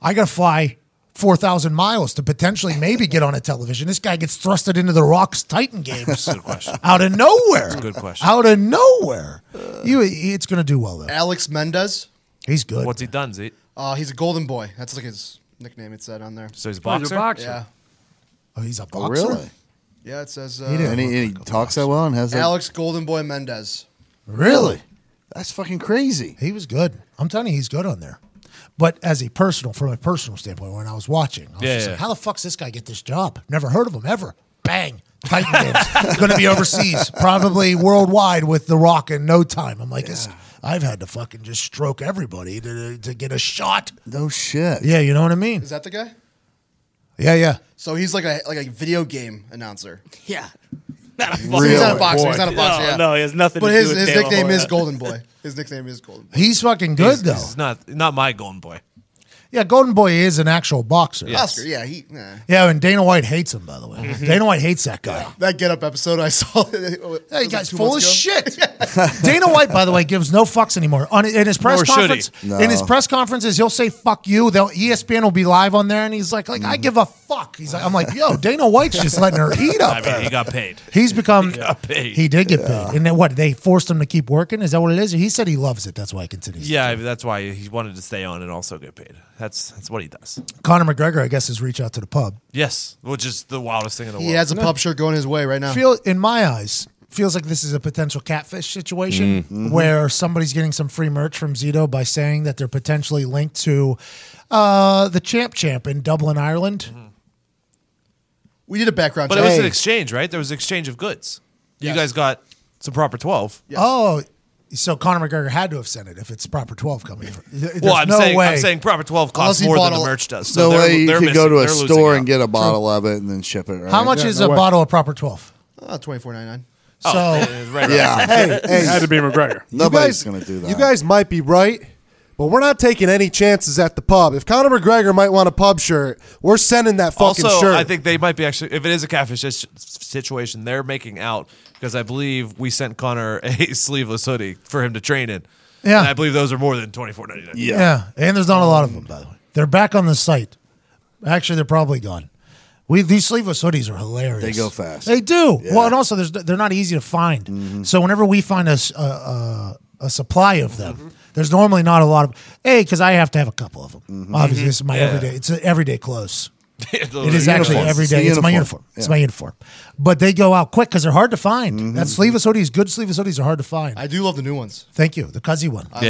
Speaker 1: I got to fly 4,000 miles to potentially maybe get on a television. This guy gets thrusted into the Rocks Titan games
Speaker 4: Good question.
Speaker 1: out of nowhere.
Speaker 4: That's a good question.
Speaker 1: Out of nowhere. you, it's going to do well, though.
Speaker 5: Alex Mendez.
Speaker 1: He's good.
Speaker 4: What's he done, Zeke?
Speaker 5: Uh, he's a golden boy. That's like his nickname. It said on there.
Speaker 4: So he's a Oh, he's a boxer? boxer.
Speaker 5: Yeah.
Speaker 1: Oh, he's a
Speaker 3: Oh, boxer? really?
Speaker 5: Yeah, it says. Uh,
Speaker 3: He didn't and he, and he talks that well and has that.
Speaker 5: Alex Golden Boy Mendez.
Speaker 1: Really?
Speaker 3: That's fucking crazy.
Speaker 1: He was good. I'm telling you, he's good on there. But as a personal, from a personal standpoint, when I was watching, I was
Speaker 4: Yeah,
Speaker 1: just
Speaker 4: yeah.
Speaker 1: like, how the fuck's this guy get this job? Never heard of him ever. Bang. Titan games. Going to be overseas, probably worldwide with The Rock in no time. I'm like, it's, I've had to fucking just stroke everybody to, to get a shot.
Speaker 3: No shit.
Speaker 1: Yeah, you know what I mean?
Speaker 5: Is that the guy?
Speaker 1: Yeah, yeah.
Speaker 5: So he's like a like a video game announcer.
Speaker 12: Yeah. Not a
Speaker 5: So He's not a boxer. He's not a boxer. yeah. But his his nickname is Golden Boy. His nickname is Golden. Boy.
Speaker 1: He's fucking good,
Speaker 4: He's-
Speaker 1: though.
Speaker 4: He's not not my golden boy.
Speaker 1: Yeah, Golden Boy is an actual boxer.
Speaker 5: Oscar. Yeah. He. Nah.
Speaker 1: Yeah, and Dana White hates him, by the way.
Speaker 4: Mm-hmm.
Speaker 5: Mhm.
Speaker 1: Dana White hates that guy.
Speaker 5: That Get Up episode I saw. Hey,
Speaker 1: guy's full of shit. Dana White, by the way, gives no fucks anymore. On in his press
Speaker 5: Nor should he.
Speaker 1: conference,
Speaker 5: No.
Speaker 1: in his press conferences, he'll say "fuck you." They'll E ESPN will be live on there, and he's like, "Like I give a fuck." He's like, "I'm like, yo, Dana White's just letting her eat up."
Speaker 4: I mean, he got paid.
Speaker 1: He's become. He,
Speaker 4: got paid.
Speaker 1: did get paid, and then what? They forced him to keep working. Is that what it is? He said he loves it. That's why he continues.
Speaker 4: Yeah, I mean, that's why he wanted to stay on and also get paid. That's that's what he does.
Speaker 1: Conor McGregor, I guess, has reached out to the pub.
Speaker 4: Yes, which is the wildest thing in the
Speaker 5: He
Speaker 4: world.
Speaker 5: has a pub shirt going his way right now.
Speaker 1: Feel in my eyes. Feels like this is a potential catfish situation
Speaker 4: Mm-hmm.
Speaker 5: Mm. Mhm.
Speaker 1: where somebody's getting some free merch from Zito by saying that they're potentially linked to uh, the Champ Champ in Dublin, Ireland.
Speaker 5: Mm-hmm. We did a background
Speaker 4: But
Speaker 5: check.
Speaker 4: it was an exchange, right? There was an exchange of goods. You guys got some proper twelve.
Speaker 1: Oh, so Conor McGregor had to have sent it if it's proper twelve coming. From. There's
Speaker 4: well, I'm
Speaker 1: no
Speaker 4: saying
Speaker 1: way.
Speaker 4: I'm saying proper twelve costs more than the merch does.
Speaker 1: No
Speaker 4: So they're,
Speaker 1: way
Speaker 3: you
Speaker 4: they're
Speaker 3: could
Speaker 4: missing,
Speaker 3: go to a
Speaker 4: they're losing
Speaker 3: store and
Speaker 4: out.
Speaker 3: get a bottle of it and then ship it. Right?
Speaker 1: How much is a bottle of proper twelve?
Speaker 5: Uh, Twenty four ninety nine.
Speaker 1: So
Speaker 3: Yeah.
Speaker 11: hey, hey.
Speaker 8: Had to be McGregor.
Speaker 11: You
Speaker 3: Nobody's
Speaker 11: guys-
Speaker 3: gonna do that.
Speaker 11: You guys might be right, but we're not taking any chances at the pub. If Conor McGregor might want a pub shirt, we're sending that fucking
Speaker 4: also,
Speaker 11: shirt.
Speaker 4: I think they might be actually, if it is a catfish sis- situation, they're making out because I believe we sent Connor a sleeveless hoodie for him to train in.
Speaker 1: Yeah.
Speaker 4: And I believe those are more than twenty four ninety nine.
Speaker 1: Yeah. Um, and there's not a lot of them by the way. They're back on the site. Actually, they're probably gone. We these sleeveless hoodies are hilarious.
Speaker 3: They go fast.
Speaker 1: They do. Well, and also there's they're not easy to find. So whenever we find a s- a, a- a supply of them, there's normally not a lot of. Hey, because I have to have a couple of them. Obviously, this is my
Speaker 4: Yeah.
Speaker 1: everyday. It's a everyday clothes.
Speaker 4: it
Speaker 1: It is actually every day. It's, my uniform. It's my uniform. But they go out quick because they're hard to find. That sleeveless hoodies, good sleeveless hoodies, are hard to find.
Speaker 5: I do love the new ones.
Speaker 1: Thank you. The Cuzzy one.
Speaker 4: I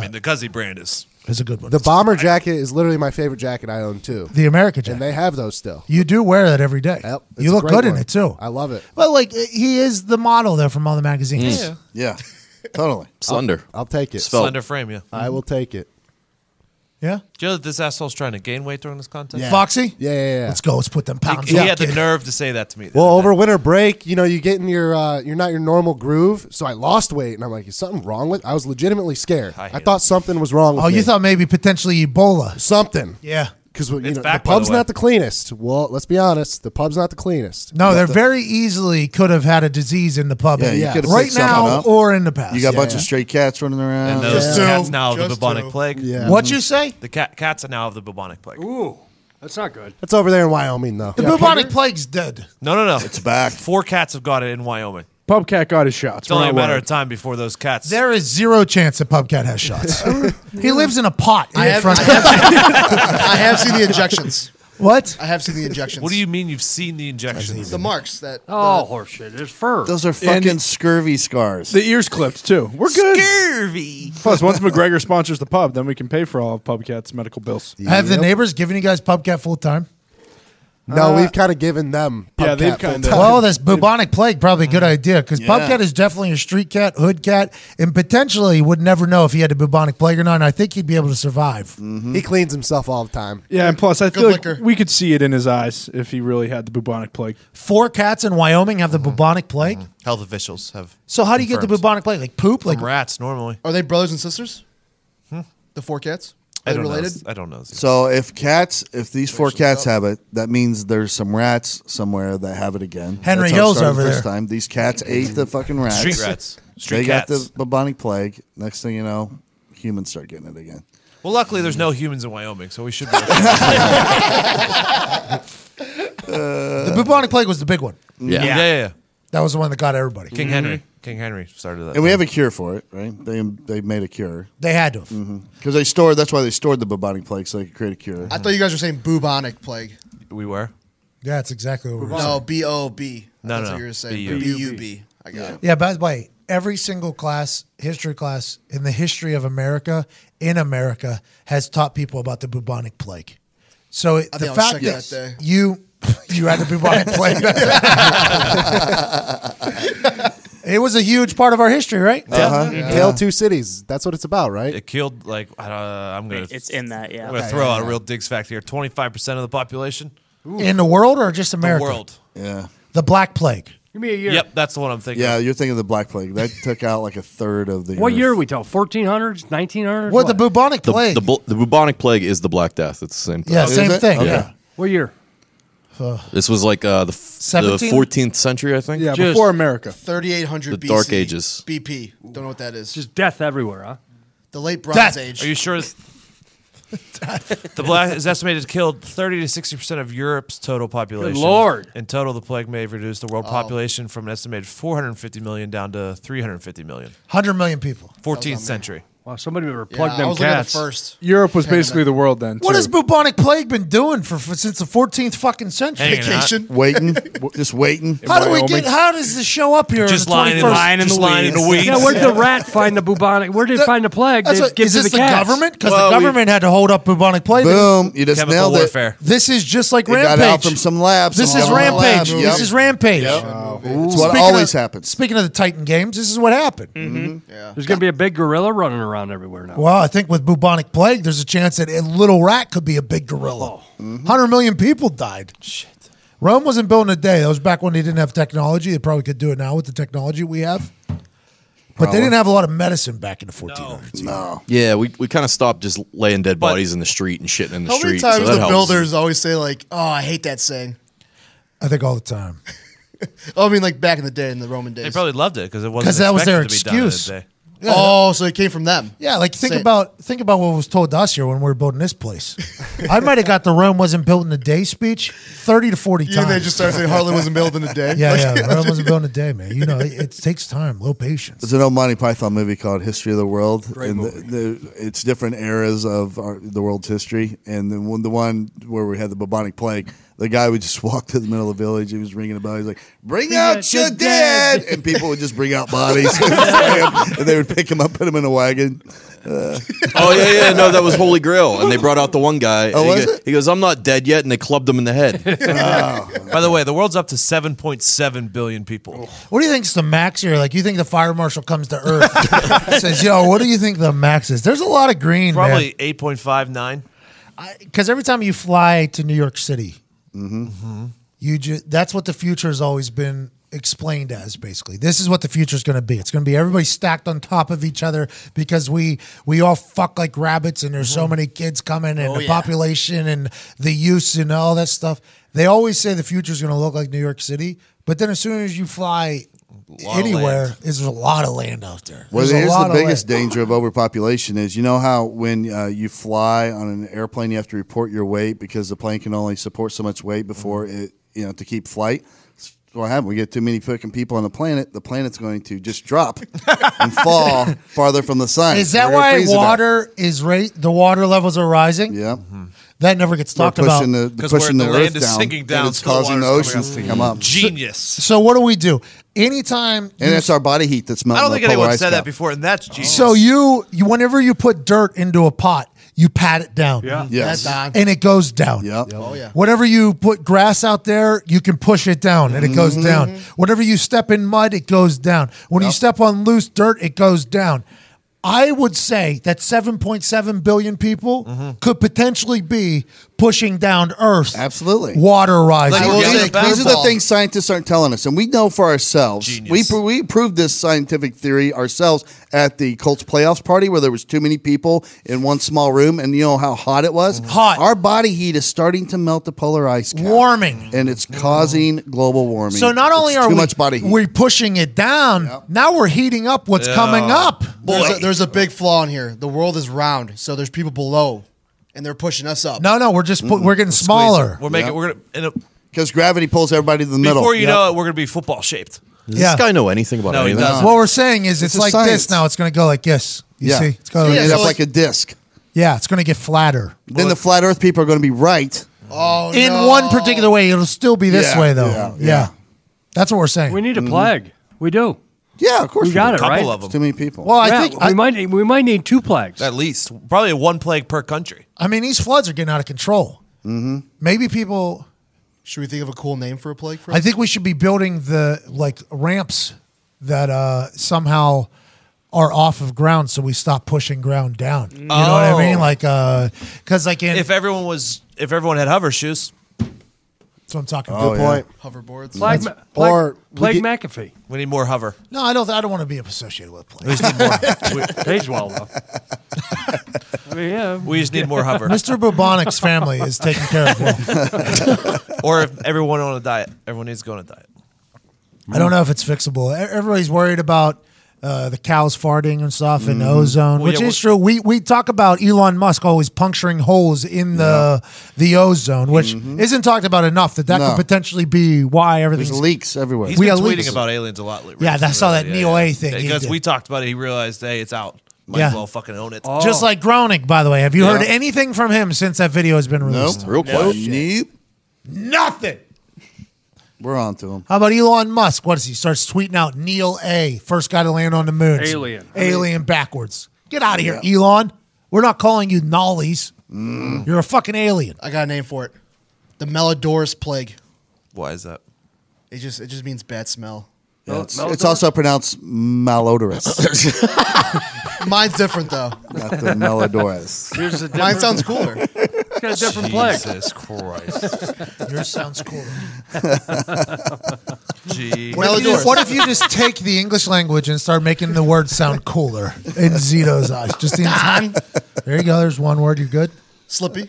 Speaker 4: mean, the Cuzzy brand is
Speaker 1: It's a good one.
Speaker 11: the bomber jacket is literally my favorite jacket I own too.
Speaker 1: The American jacket.
Speaker 11: and they have those still.
Speaker 1: You do wear that every day.
Speaker 11: It's
Speaker 1: you
Speaker 11: a
Speaker 1: look
Speaker 11: great
Speaker 1: good in
Speaker 11: one.
Speaker 1: it too.
Speaker 11: I love it.
Speaker 1: But like he is the model there from all the magazines.
Speaker 4: Yeah.
Speaker 3: Yeah. Totally.
Speaker 10: Slender.
Speaker 11: I'll, I'll take it.
Speaker 10: Svelte.
Speaker 4: slender frame. Yeah,
Speaker 11: I will take it.
Speaker 4: Do you know that this asshole's trying to gain weight during this contest?
Speaker 1: Foxy?
Speaker 11: Yeah, yeah, yeah.
Speaker 1: Let's go. Let's put them pounds
Speaker 4: He, he had
Speaker 1: up.
Speaker 4: the nerve to say that to me.
Speaker 11: Well, over winter break, you know, you get in your, uh, you're not your normal groove. So I lost weight, and I'm like, is something wrong with? I was legitimately scared. I, thought something was wrong. with
Speaker 1: Oh, you
Speaker 11: me.
Speaker 1: thought maybe potentially Ebola.
Speaker 11: Something.
Speaker 1: Yeah.
Speaker 11: Because you know,
Speaker 1: back,
Speaker 11: the
Speaker 1: by the
Speaker 11: pub's
Speaker 1: way.
Speaker 11: not the cleanest. Well, let's be honest, the pub's not the cleanest.
Speaker 1: No,
Speaker 11: But
Speaker 1: they
Speaker 11: the-
Speaker 1: very easily could have had a disease in the pub.
Speaker 11: Yeah, you Yeah. could've
Speaker 1: Right
Speaker 11: picked
Speaker 1: now
Speaker 11: something up.
Speaker 1: or in the past.
Speaker 3: You got a bunch of straight cats running around.
Speaker 4: And those
Speaker 1: Yeah.
Speaker 4: cats
Speaker 1: Two.
Speaker 4: now have the
Speaker 1: Just
Speaker 4: bubonic
Speaker 1: two.
Speaker 4: plague.
Speaker 1: Yeah. What'd you say?
Speaker 4: The cat cats are now of the bubonic plague.
Speaker 2: Ooh, that's not good.
Speaker 11: That's over there in Wyoming, though.
Speaker 1: The bubonic plague's dead.
Speaker 4: No, no, no. It's back. Four cats have got it in Wyoming.
Speaker 8: Pubcat got his shots.
Speaker 4: It's only
Speaker 8: We're
Speaker 4: a
Speaker 8: not
Speaker 4: matter
Speaker 8: worried.
Speaker 4: of time before those cats.
Speaker 1: There is zero chance that Pubcat has shots. he lives in a pot in
Speaker 5: I have,
Speaker 1: front
Speaker 5: I
Speaker 1: of
Speaker 5: have, I have seen the injections.
Speaker 1: What?
Speaker 5: I have seen the injections.
Speaker 4: What do you mean you've seen the injections?
Speaker 5: The marks that.
Speaker 2: Oh, horseshit. There's fur.
Speaker 3: Those are fucking scurvy scars.
Speaker 8: The ears clipped too. We're good.
Speaker 4: Scurvy.
Speaker 8: Plus, once McGregor sponsors the pub, then we can pay for all of Pubcat's medical bills.
Speaker 1: Have the neighbors given you guys Pubcat full time?
Speaker 11: No, we've kind of given them.
Speaker 8: Yeah, they've
Speaker 11: Pubcat full
Speaker 8: kinda-
Speaker 11: time.
Speaker 1: Well, this bubonic plague probably a good idea because
Speaker 11: Yeah.
Speaker 1: Pubcat is definitely a street cat, hood cat, and potentially would never know if he had a bubonic plague or not. And I think he'd be able to survive.
Speaker 11: He cleans himself all the time.
Speaker 8: Yeah, and plus, I
Speaker 1: Good
Speaker 8: feel like
Speaker 1: liquor.
Speaker 8: we could see it in his eyes if he really had the bubonic plague.
Speaker 1: Four cats in Wyoming have the bubonic plague.
Speaker 4: Health officials have.
Speaker 1: So how do you get the bubonic plague? Like poop? Like
Speaker 4: rats normally? Hmm?
Speaker 5: Are they brothers and sisters? The four cats?
Speaker 4: I
Speaker 5: Are they
Speaker 4: don't know
Speaker 5: related?
Speaker 4: this- I don't know.
Speaker 3: So if cats, if these four cats have it, that means there's some rats somewhere that have it again.
Speaker 1: Henry
Speaker 3: That's how it
Speaker 1: Hill's
Speaker 3: started
Speaker 1: over
Speaker 3: the first
Speaker 1: there.
Speaker 3: Time these cats ate the fucking rats.
Speaker 1: Street rats.
Speaker 3: they
Speaker 4: Street
Speaker 3: got
Speaker 4: cats.
Speaker 3: the bubonic plague. Next thing you know, humans start getting it again.
Speaker 4: Well, luckily there's no humans in Wyoming, so we should. be
Speaker 1: the bubonic plague was the big one.
Speaker 4: Yeah. Yeah, yeah, yeah.
Speaker 1: That was the one that got everybody.
Speaker 2: Mm-hmm.
Speaker 4: King Henry. King Henry started that.
Speaker 3: And we have a cure for it, right? They they made a cure. Mm-hmm.
Speaker 1: They had to. Because
Speaker 3: they stored. That's why they stored the bubonic plague so they could create a cure.
Speaker 5: I thought you guys were saying bubonic plague.
Speaker 4: we were.
Speaker 1: Yeah, that's exactly what we were saying.
Speaker 5: No, B O B.
Speaker 4: No,
Speaker 5: That's
Speaker 4: no,
Speaker 5: what you were
Speaker 4: B-U.
Speaker 5: saying. B U B. I got it.
Speaker 1: Yeah, by the way, every single class, history class in the history of America, in America, has taught people about the bubonic plague. So it,
Speaker 5: I
Speaker 1: the
Speaker 5: think I was
Speaker 1: fact
Speaker 5: sick
Speaker 1: that,
Speaker 5: that day.
Speaker 1: you you had the bubonic plague, it was a huge part of our history, right?
Speaker 11: Uh-huh. Tale Two Cities. That's what it's about, right?
Speaker 4: It killed like uh, I'm gonna.
Speaker 12: It's in that, yeah.
Speaker 4: I'm gonna
Speaker 12: Okay,
Speaker 4: throw
Speaker 12: yeah,
Speaker 4: out a
Speaker 12: yeah.
Speaker 4: real digs fact here. 25 percent of the population
Speaker 1: In the world or just America?
Speaker 4: The world.
Speaker 3: Yeah.
Speaker 1: The Black Plague.
Speaker 2: Give me a year.
Speaker 4: Yep, that's the one I'm thinking.
Speaker 3: Yeah, you're thinking of the black plague. That took out like a third of the.
Speaker 2: What
Speaker 3: Earth.
Speaker 2: year are we talking? 1400s, 1900s?
Speaker 1: What, the bubonic
Speaker 10: The,
Speaker 1: plague?
Speaker 10: The, bu- the bubonic plague is the Black Death. It's the same thing.
Speaker 1: yeah, same thing.
Speaker 10: Okay.
Speaker 1: Yeah.
Speaker 2: What year?
Speaker 10: This was like uh, the, f- the
Speaker 5: 17?
Speaker 10: 14th century, I think.
Speaker 5: Yeah, Just- before
Speaker 8: America.
Speaker 5: 3800
Speaker 10: The
Speaker 5: BC.
Speaker 10: Dark Ages.
Speaker 5: BP. Don't know what that is. Just
Speaker 2: death everywhere, huh?
Speaker 5: The late Bronze
Speaker 4: Death.
Speaker 5: Age.
Speaker 4: Are you sure? it's- the black is estimated to kill 30 to 60 percent of Europe's total population.
Speaker 2: lord.
Speaker 4: In total, the plague may have reduced the world
Speaker 1: Oh.
Speaker 4: population from an estimated 450 million down to 350 million.
Speaker 1: 100 million people.
Speaker 4: 14th century.
Speaker 2: Wow, somebody better
Speaker 1: plug Yeah, them I was looking at cats. first
Speaker 8: Europe was
Speaker 1: pandemic.
Speaker 8: basically the world then.
Speaker 1: What
Speaker 8: too.
Speaker 1: has bubonic plague been doing for, for since the 14th fucking century?
Speaker 3: Waiting. W- Just waiting.
Speaker 1: How do we get? How does this show up here?
Speaker 3: Just
Speaker 1: on
Speaker 3: lying in
Speaker 1: the 21st?
Speaker 3: the- lying in the Just lying in the weeds. weeds.
Speaker 2: Yeah, where'd the rat find the bubonic? Where did it
Speaker 1: That-
Speaker 2: find the plague?
Speaker 1: That's
Speaker 2: They
Speaker 1: what-
Speaker 2: give
Speaker 1: is
Speaker 2: to
Speaker 1: this
Speaker 2: the,
Speaker 1: the,
Speaker 2: cats.
Speaker 1: government? Because
Speaker 2: Well,
Speaker 1: the
Speaker 2: we-
Speaker 1: government had to hold up bubonic plague.
Speaker 3: Boom! You just nailed it.
Speaker 1: This is just like
Speaker 3: It got
Speaker 1: rampage.
Speaker 3: out from some labs,
Speaker 1: This
Speaker 3: some
Speaker 1: is
Speaker 3: government
Speaker 1: rampage.
Speaker 3: labs, yep.
Speaker 1: This is rampage.
Speaker 3: Yep. It's what
Speaker 1: Speaking
Speaker 3: always
Speaker 1: of,
Speaker 3: happens. Mm-hmm.
Speaker 1: Speaking of the Titan games, this is what happened.
Speaker 2: There's going to be a big gorilla running around everywhere now.
Speaker 1: Well, I think with bubonic plague, there's a chance that a little rat could be a big
Speaker 3: Oh.
Speaker 1: gorilla.
Speaker 3: Mm-hmm.
Speaker 1: 100 million people died. Shit. Rome wasn't built in a day. That was back when they didn't have technology. They probably could do it now with the technology we have. But they
Speaker 10: Probably.
Speaker 1: didn't have a lot of medicine back in the 1400s.
Speaker 3: No.
Speaker 10: Yeah, we, we kind of stopped just laying dead bodies in the street and shitting in the
Speaker 5: How many
Speaker 10: street.
Speaker 5: times
Speaker 10: so that
Speaker 5: the
Speaker 10: helps.
Speaker 5: builders always say like, "Oh, I hate that saying."
Speaker 1: I think all the time.
Speaker 5: Oh, I mean, like back in the day in the Roman days.
Speaker 4: They probably loved it because it wasn't
Speaker 1: 'Cause that was their
Speaker 4: expected to be done in a
Speaker 1: excuse.
Speaker 4: day.
Speaker 1: Yeah.
Speaker 5: oh, so it came from them.
Speaker 1: Yeah, like think
Speaker 5: Say-
Speaker 1: about think about what was told to us here when we were building this place. I might have got the Rome wasn't built in a day speech thirty to forty
Speaker 5: Yeah,
Speaker 1: times.
Speaker 5: they just started saying Harlem wasn't built in a day.
Speaker 1: Yeah,
Speaker 5: Like-
Speaker 1: yeah, Rome wasn't built in a day, man. You know, it, it takes time, low patience.
Speaker 3: There's an old Monty Python movie called History of the World, and the, the, it's different eras of our, the world's history. And then one, the one where we had the bubonic plague, the guy would just walk to the middle of the village. He was ringing a bell. He's like, "Bring out your dead!" and people would just bring out bodies, and they would pick him up, put him in a wagon. Uh,
Speaker 10: Oh yeah, yeah. No, that was Holy Grail, and they brought out the one guy.
Speaker 3: Oh,
Speaker 10: and he,
Speaker 3: was
Speaker 10: go- he goes, "I'm not dead yet," and they clubbed him in the head.
Speaker 4: By
Speaker 1: Oh.
Speaker 4: the way, the world's up to 7.7 billion people.
Speaker 1: What do you think's the max here? Like, you think the fire marshal comes to Earth, says, "Yo, what do you think the max is?" There's a lot of green,
Speaker 4: Probably 8.59.
Speaker 1: Because every time you fly to New York City, mm-hmm. you ju- that's what the future has always been explained as. Basically, this is what the future is going to be. It's going to be everybody stacked on top of each other because we we all fuck like rabbits, and there's so many kids coming, and
Speaker 5: Oh,
Speaker 1: the
Speaker 5: yeah.
Speaker 1: population, and the use, and all that stuff. They always say the future is going to look like New York City, but then as soon as you fly
Speaker 4: lot of
Speaker 1: anywhere, is a lot of land out there.
Speaker 3: Well,
Speaker 1: There's a
Speaker 3: here's
Speaker 1: lot
Speaker 3: the
Speaker 1: of
Speaker 3: biggest
Speaker 1: land.
Speaker 3: danger of overpopulation is you know how when uh, you fly on an airplane, you have to report your weight because the plane can only support so much weight before
Speaker 1: Mm-hmm.
Speaker 3: it, you know, to keep flight. That's what happened? We get too many fucking people on the planet. The planet's going to just drop and fall farther from the sun.
Speaker 1: Is that
Speaker 3: We're gonna
Speaker 1: why
Speaker 3: freeze to death.
Speaker 1: water is rate the water levels are rising? Mm-hmm.
Speaker 3: Yeah.
Speaker 1: That never gets
Speaker 3: We're
Speaker 1: talked about.
Speaker 3: pushing the, the pushing the, earth down, and it's causing the oceans to come up.
Speaker 4: Genius.
Speaker 1: So what do we do? Anytime
Speaker 3: And
Speaker 1: you-
Speaker 3: it's our body heat that's
Speaker 4: I
Speaker 3: melting.
Speaker 4: don't think
Speaker 3: the polar
Speaker 4: anyone
Speaker 3: ice
Speaker 4: said
Speaker 3: cap.
Speaker 4: that before, and that's genius.
Speaker 1: so you, you whenever you put dirt into a pot, you pat it down.
Speaker 4: Yeah.
Speaker 3: Yes. That's
Speaker 1: And it goes down.
Speaker 3: Yep.
Speaker 5: Oh yeah.
Speaker 1: Whenever you put grass out there, you can push it down and it goes
Speaker 3: Mm-hmm.
Speaker 1: down. Whenever you step in mud, it goes down. When you step on loose dirt, it goes down. I would say that 7.7 billion people could potentially be pushing down Earth.
Speaker 3: Absolutely.
Speaker 1: Water rising.
Speaker 3: Like, well, these, these are the things scientists aren't telling us, and we know for ourselves. We, pro- we proved this scientific theory ourselves at the Colts playoffs party, where there was too many people in one small room, and you know how hot it was.
Speaker 1: Mm-hmm.
Speaker 3: Hot. Our body heat is starting to melt the polar ice cap,
Speaker 1: warming, Mm-hmm.
Speaker 3: and it's causing global warming.
Speaker 1: So not only
Speaker 3: It's
Speaker 1: are
Speaker 3: too
Speaker 1: we
Speaker 3: much body heat.
Speaker 1: we pushing it down, now we're heating up what's
Speaker 3: Yeah.
Speaker 1: coming up.
Speaker 5: There's a, there's a big flaw in here. The world is round, so there's people below, and they're pushing us up.
Speaker 1: No, no, we're just
Speaker 3: Mm-hmm.
Speaker 1: pu- we're getting smaller.
Speaker 4: We're making. We're gonna. end up-
Speaker 3: because gravity pulls everybody to the middle.
Speaker 4: Before you know it, we're gonna be football shaped.
Speaker 10: Does this guy know anything about
Speaker 4: No, he
Speaker 10: any of that?
Speaker 3: Uh,
Speaker 4: doesn't.
Speaker 1: What we're saying is
Speaker 4: It's
Speaker 1: it's,
Speaker 4: a
Speaker 1: like
Speaker 4: science.
Speaker 1: this now. It's going to go like this. You
Speaker 3: Yeah.
Speaker 1: see, it's going
Speaker 3: It's gonna end up
Speaker 1: this.
Speaker 3: like a disc.
Speaker 1: Yeah, it's going to get flatter.
Speaker 3: Then the flat Earth people are going to be right.
Speaker 5: Oh,
Speaker 1: in one particular way, it'll still be this
Speaker 3: Yeah,
Speaker 1: way though.
Speaker 3: yeah,
Speaker 1: Yeah,
Speaker 3: yeah.
Speaker 1: that's what we're saying.
Speaker 2: We need a
Speaker 1: Mhm.
Speaker 2: plague. We do.
Speaker 3: Yeah, of
Speaker 2: course. We got it right.
Speaker 3: Too many people.
Speaker 1: Well, I think
Speaker 2: we might need, we might need two plagues
Speaker 4: at least. Probably one plague per country.
Speaker 1: I mean, these floods are getting out of control.
Speaker 3: Mm-hmm.
Speaker 1: Maybe people.
Speaker 5: Should we think of a cool name for a plague? For
Speaker 1: I think we should be building the like ramps that uh, somehow are off of ground, so we stop pushing ground down. You know what I mean?
Speaker 4: Oh.
Speaker 1: Like, uh, because like in
Speaker 4: if everyone was, if everyone had hover shoes,
Speaker 1: that's what I'm talking.
Speaker 4: Oh,
Speaker 1: about.
Speaker 4: yeah.
Speaker 5: Hoverboards.
Speaker 4: Plague
Speaker 1: That's-
Speaker 4: Ma- Plague-
Speaker 1: or we
Speaker 4: Plague
Speaker 1: get-
Speaker 2: McAfee.
Speaker 4: We need more hover.
Speaker 1: No, I don't. I don't want to be associated with plague.
Speaker 4: We just need more.
Speaker 2: Pays well though. yeah.
Speaker 4: We just need more hover.
Speaker 1: Mr. Bobonic's family is taken care of. Well.
Speaker 4: or if everyone on a diet, everyone needs to go on a diet.
Speaker 1: I don't know if it's fixable. E- Everybody's worried about uh, the cows farting and stuff and
Speaker 4: Mhm.
Speaker 1: ozone,
Speaker 4: Well,
Speaker 1: which
Speaker 4: yeah,
Speaker 1: is true. We we talk about Elon Musk always puncturing holes in the the ozone, which
Speaker 4: Mm-hmm.
Speaker 1: isn't talked about enough. That that
Speaker 3: No.
Speaker 1: could potentially be why everything's
Speaker 3: There's leaks everywhere.
Speaker 4: He's
Speaker 1: we
Speaker 4: been
Speaker 1: are
Speaker 4: tweeting
Speaker 1: leaks.
Speaker 4: about aliens a lot lately.
Speaker 1: Yeah, I saw that Neo A thing he
Speaker 4: Because
Speaker 1: did.
Speaker 4: we talked about it, he realized, hey, it's out. Might as
Speaker 1: Yeah.
Speaker 4: well fucking own it.
Speaker 5: Oh.
Speaker 1: Just like Groening, by the way. Have you
Speaker 4: Yeah.
Speaker 1: heard anything from him since that video has been released?
Speaker 3: Real
Speaker 1: close.
Speaker 3: Nope.
Speaker 1: Nothing.
Speaker 3: We're on to them.
Speaker 1: How about Elon Musk? What is he? Starts tweeting out Neil A, first guy to land on the moon.
Speaker 2: Alien.
Speaker 1: Alien backwards. Get out of here, Elon. We're not calling you nollies. You're a fucking alien.
Speaker 5: Mm. I got a name for it. The Melodorus plague.
Speaker 4: Why is that?
Speaker 5: It just it just means bad smell.
Speaker 3: Yeah, it's, it's also pronounced malodorous.
Speaker 5: Mine's different though.
Speaker 3: Not the Melodorus.
Speaker 2: Here's the
Speaker 5: Mine
Speaker 2: different-
Speaker 5: sounds cooler.
Speaker 2: It's got a different plague.
Speaker 4: Jesus Christ.
Speaker 1: Yours sounds cooler.
Speaker 4: Gee.
Speaker 1: What if, you, what if you just take the English language and start making the word sound cooler in Zito's eyes? Just the entire. There you go. There's one word. You're good.
Speaker 5: Slippy.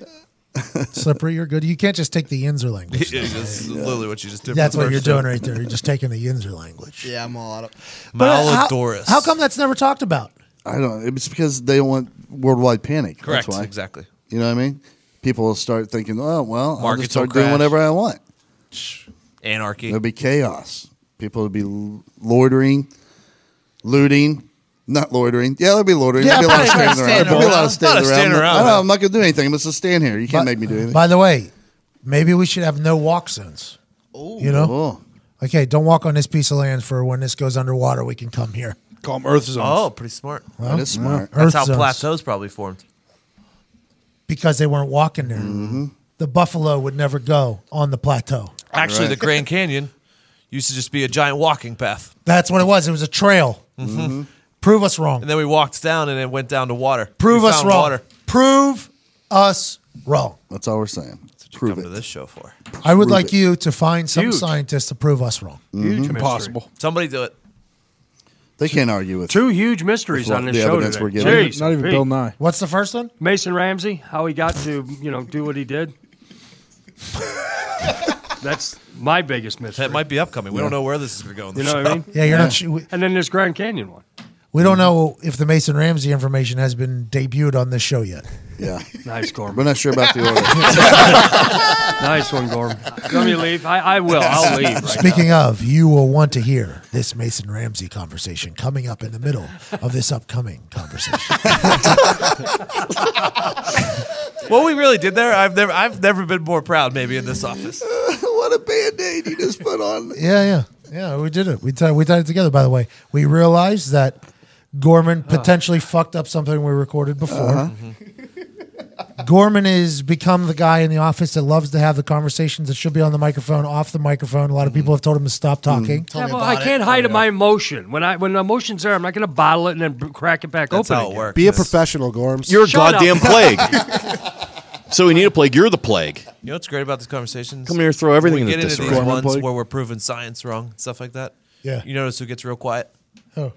Speaker 1: Slippery. You're good. You can't just take the Yinzer language.
Speaker 4: That's literally what you just did.
Speaker 1: That's
Speaker 4: for the
Speaker 1: what you're
Speaker 4: first
Speaker 1: doing
Speaker 4: time.
Speaker 1: right there. You're just taking the Yinzer language.
Speaker 5: Yeah, I'm all out of.
Speaker 1: But how-
Speaker 4: Malodorous.
Speaker 1: How, come that's never talked about?
Speaker 3: I don't. It's because they don't want worldwide panic.
Speaker 4: Correct,
Speaker 3: That's why.
Speaker 4: exactly.
Speaker 3: You know what I mean? People will start thinking, "Oh well, I'll
Speaker 4: Markets
Speaker 3: just start
Speaker 4: will
Speaker 3: doing
Speaker 4: crash.
Speaker 3: whatever I want."
Speaker 4: Anarchy.
Speaker 3: There'll be chaos. People will be l- loitering, looting. Not loitering. Yeah, there'll be loitering.
Speaker 1: Yeah,
Speaker 3: there'll be a lot of
Speaker 1: probably
Speaker 3: standing
Speaker 1: standing
Speaker 3: around. There'll be a lot
Speaker 1: around.
Speaker 3: of standing
Speaker 1: Not a
Speaker 3: around.
Speaker 1: standing around,
Speaker 3: I
Speaker 1: though.
Speaker 3: am not going to do anything. I'm just going to stand here. You can't make me do anything.
Speaker 1: By the way, maybe we should have no walk zones. you know? Okay, don't walk on this piece of land for when this goes underwater. We can come here.
Speaker 8: Call them Earth zones.
Speaker 4: Oh, pretty smart.
Speaker 1: Well, That is yeah. smart.
Speaker 4: That's
Speaker 1: Earth
Speaker 4: how
Speaker 1: zones.
Speaker 4: plateaus probably formed.
Speaker 1: because they weren't walking there. The buffalo would never go on the plateau.
Speaker 4: Actually, the Grand Canyon used to just be a giant walking path.
Speaker 1: That's what it was. It was a trail.
Speaker 4: Mhm.
Speaker 1: Prove us wrong.
Speaker 4: And then we walked down and it went down to water.
Speaker 1: Prove
Speaker 4: We
Speaker 1: us
Speaker 4: found
Speaker 1: wrong.
Speaker 4: Water.
Speaker 1: Prove us wrong.
Speaker 3: That's all we're saying. Prove it.
Speaker 4: This show for.
Speaker 1: I would
Speaker 3: Prove
Speaker 1: like
Speaker 3: it. Mm-hmm.
Speaker 1: you to find some
Speaker 3: Huge.
Speaker 1: scientist to prove us wrong.
Speaker 4: Somebody do it.
Speaker 3: They can't argue with
Speaker 2: Two huge mysteries
Speaker 3: With
Speaker 2: on
Speaker 3: what
Speaker 2: this
Speaker 3: the
Speaker 2: show
Speaker 3: evidence
Speaker 2: today.
Speaker 3: we're given.
Speaker 2: Jeez,
Speaker 3: Not even
Speaker 2: Pete.
Speaker 3: Bill Nye.
Speaker 1: What's the first one?
Speaker 2: Mason Ramsey, how he got to you know do what he did. That's my biggest mystery.
Speaker 4: That might be upcoming. We don't know where this is going to go. In the
Speaker 2: You know
Speaker 4: show.
Speaker 2: what I mean?
Speaker 1: Yeah, you're not su-
Speaker 2: And then there's Grand Canyon one.
Speaker 1: We don't know if the Mason Ramsey information has been debuted on this show yet.
Speaker 3: Yeah.
Speaker 2: Nice, Gorman.
Speaker 3: We're not sure about the order.
Speaker 2: nice one, Gorman. Let me leave. I, I will. I'll leave. Right
Speaker 1: Speaking
Speaker 2: now.
Speaker 1: of, you will want to hear this Mason Ramsey conversation coming up in the middle of this upcoming conversation.
Speaker 4: What we really did there, I've never, I've never been more proud. Maybe in this office.
Speaker 3: what a band aid you just put on.
Speaker 1: yeah, yeah, yeah. We did it. We tied. We tied it together. By the way, we realized that Gorman potentially fucked up something we recorded before.
Speaker 3: Uh-huh.
Speaker 1: Gorman has become the guy in the office that loves to have the conversations that should be on the microphone, off the microphone. A lot of
Speaker 4: Mm-hmm.
Speaker 1: people have told him to stop talking.
Speaker 2: Yeah, well, I can't hide my emotion. When I when emotion's there, I'm not going to bottle it and then b- crack it back open. again.
Speaker 11: Be a professional, Gorms.
Speaker 10: You're a
Speaker 2: Shut up.
Speaker 10: goddamn plague. so we need a plague. You're the plague.
Speaker 4: You know what's great about these conversations?
Speaker 10: Come here, throw everything
Speaker 4: we
Speaker 10: in
Speaker 4: get
Speaker 10: the
Speaker 4: into
Speaker 10: disorder.
Speaker 4: these
Speaker 10: Gorman
Speaker 4: ones
Speaker 10: plague.
Speaker 4: where we're proving science wrong, stuff like that.
Speaker 1: Yeah.
Speaker 4: You notice who gets real quiet?
Speaker 1: Oh.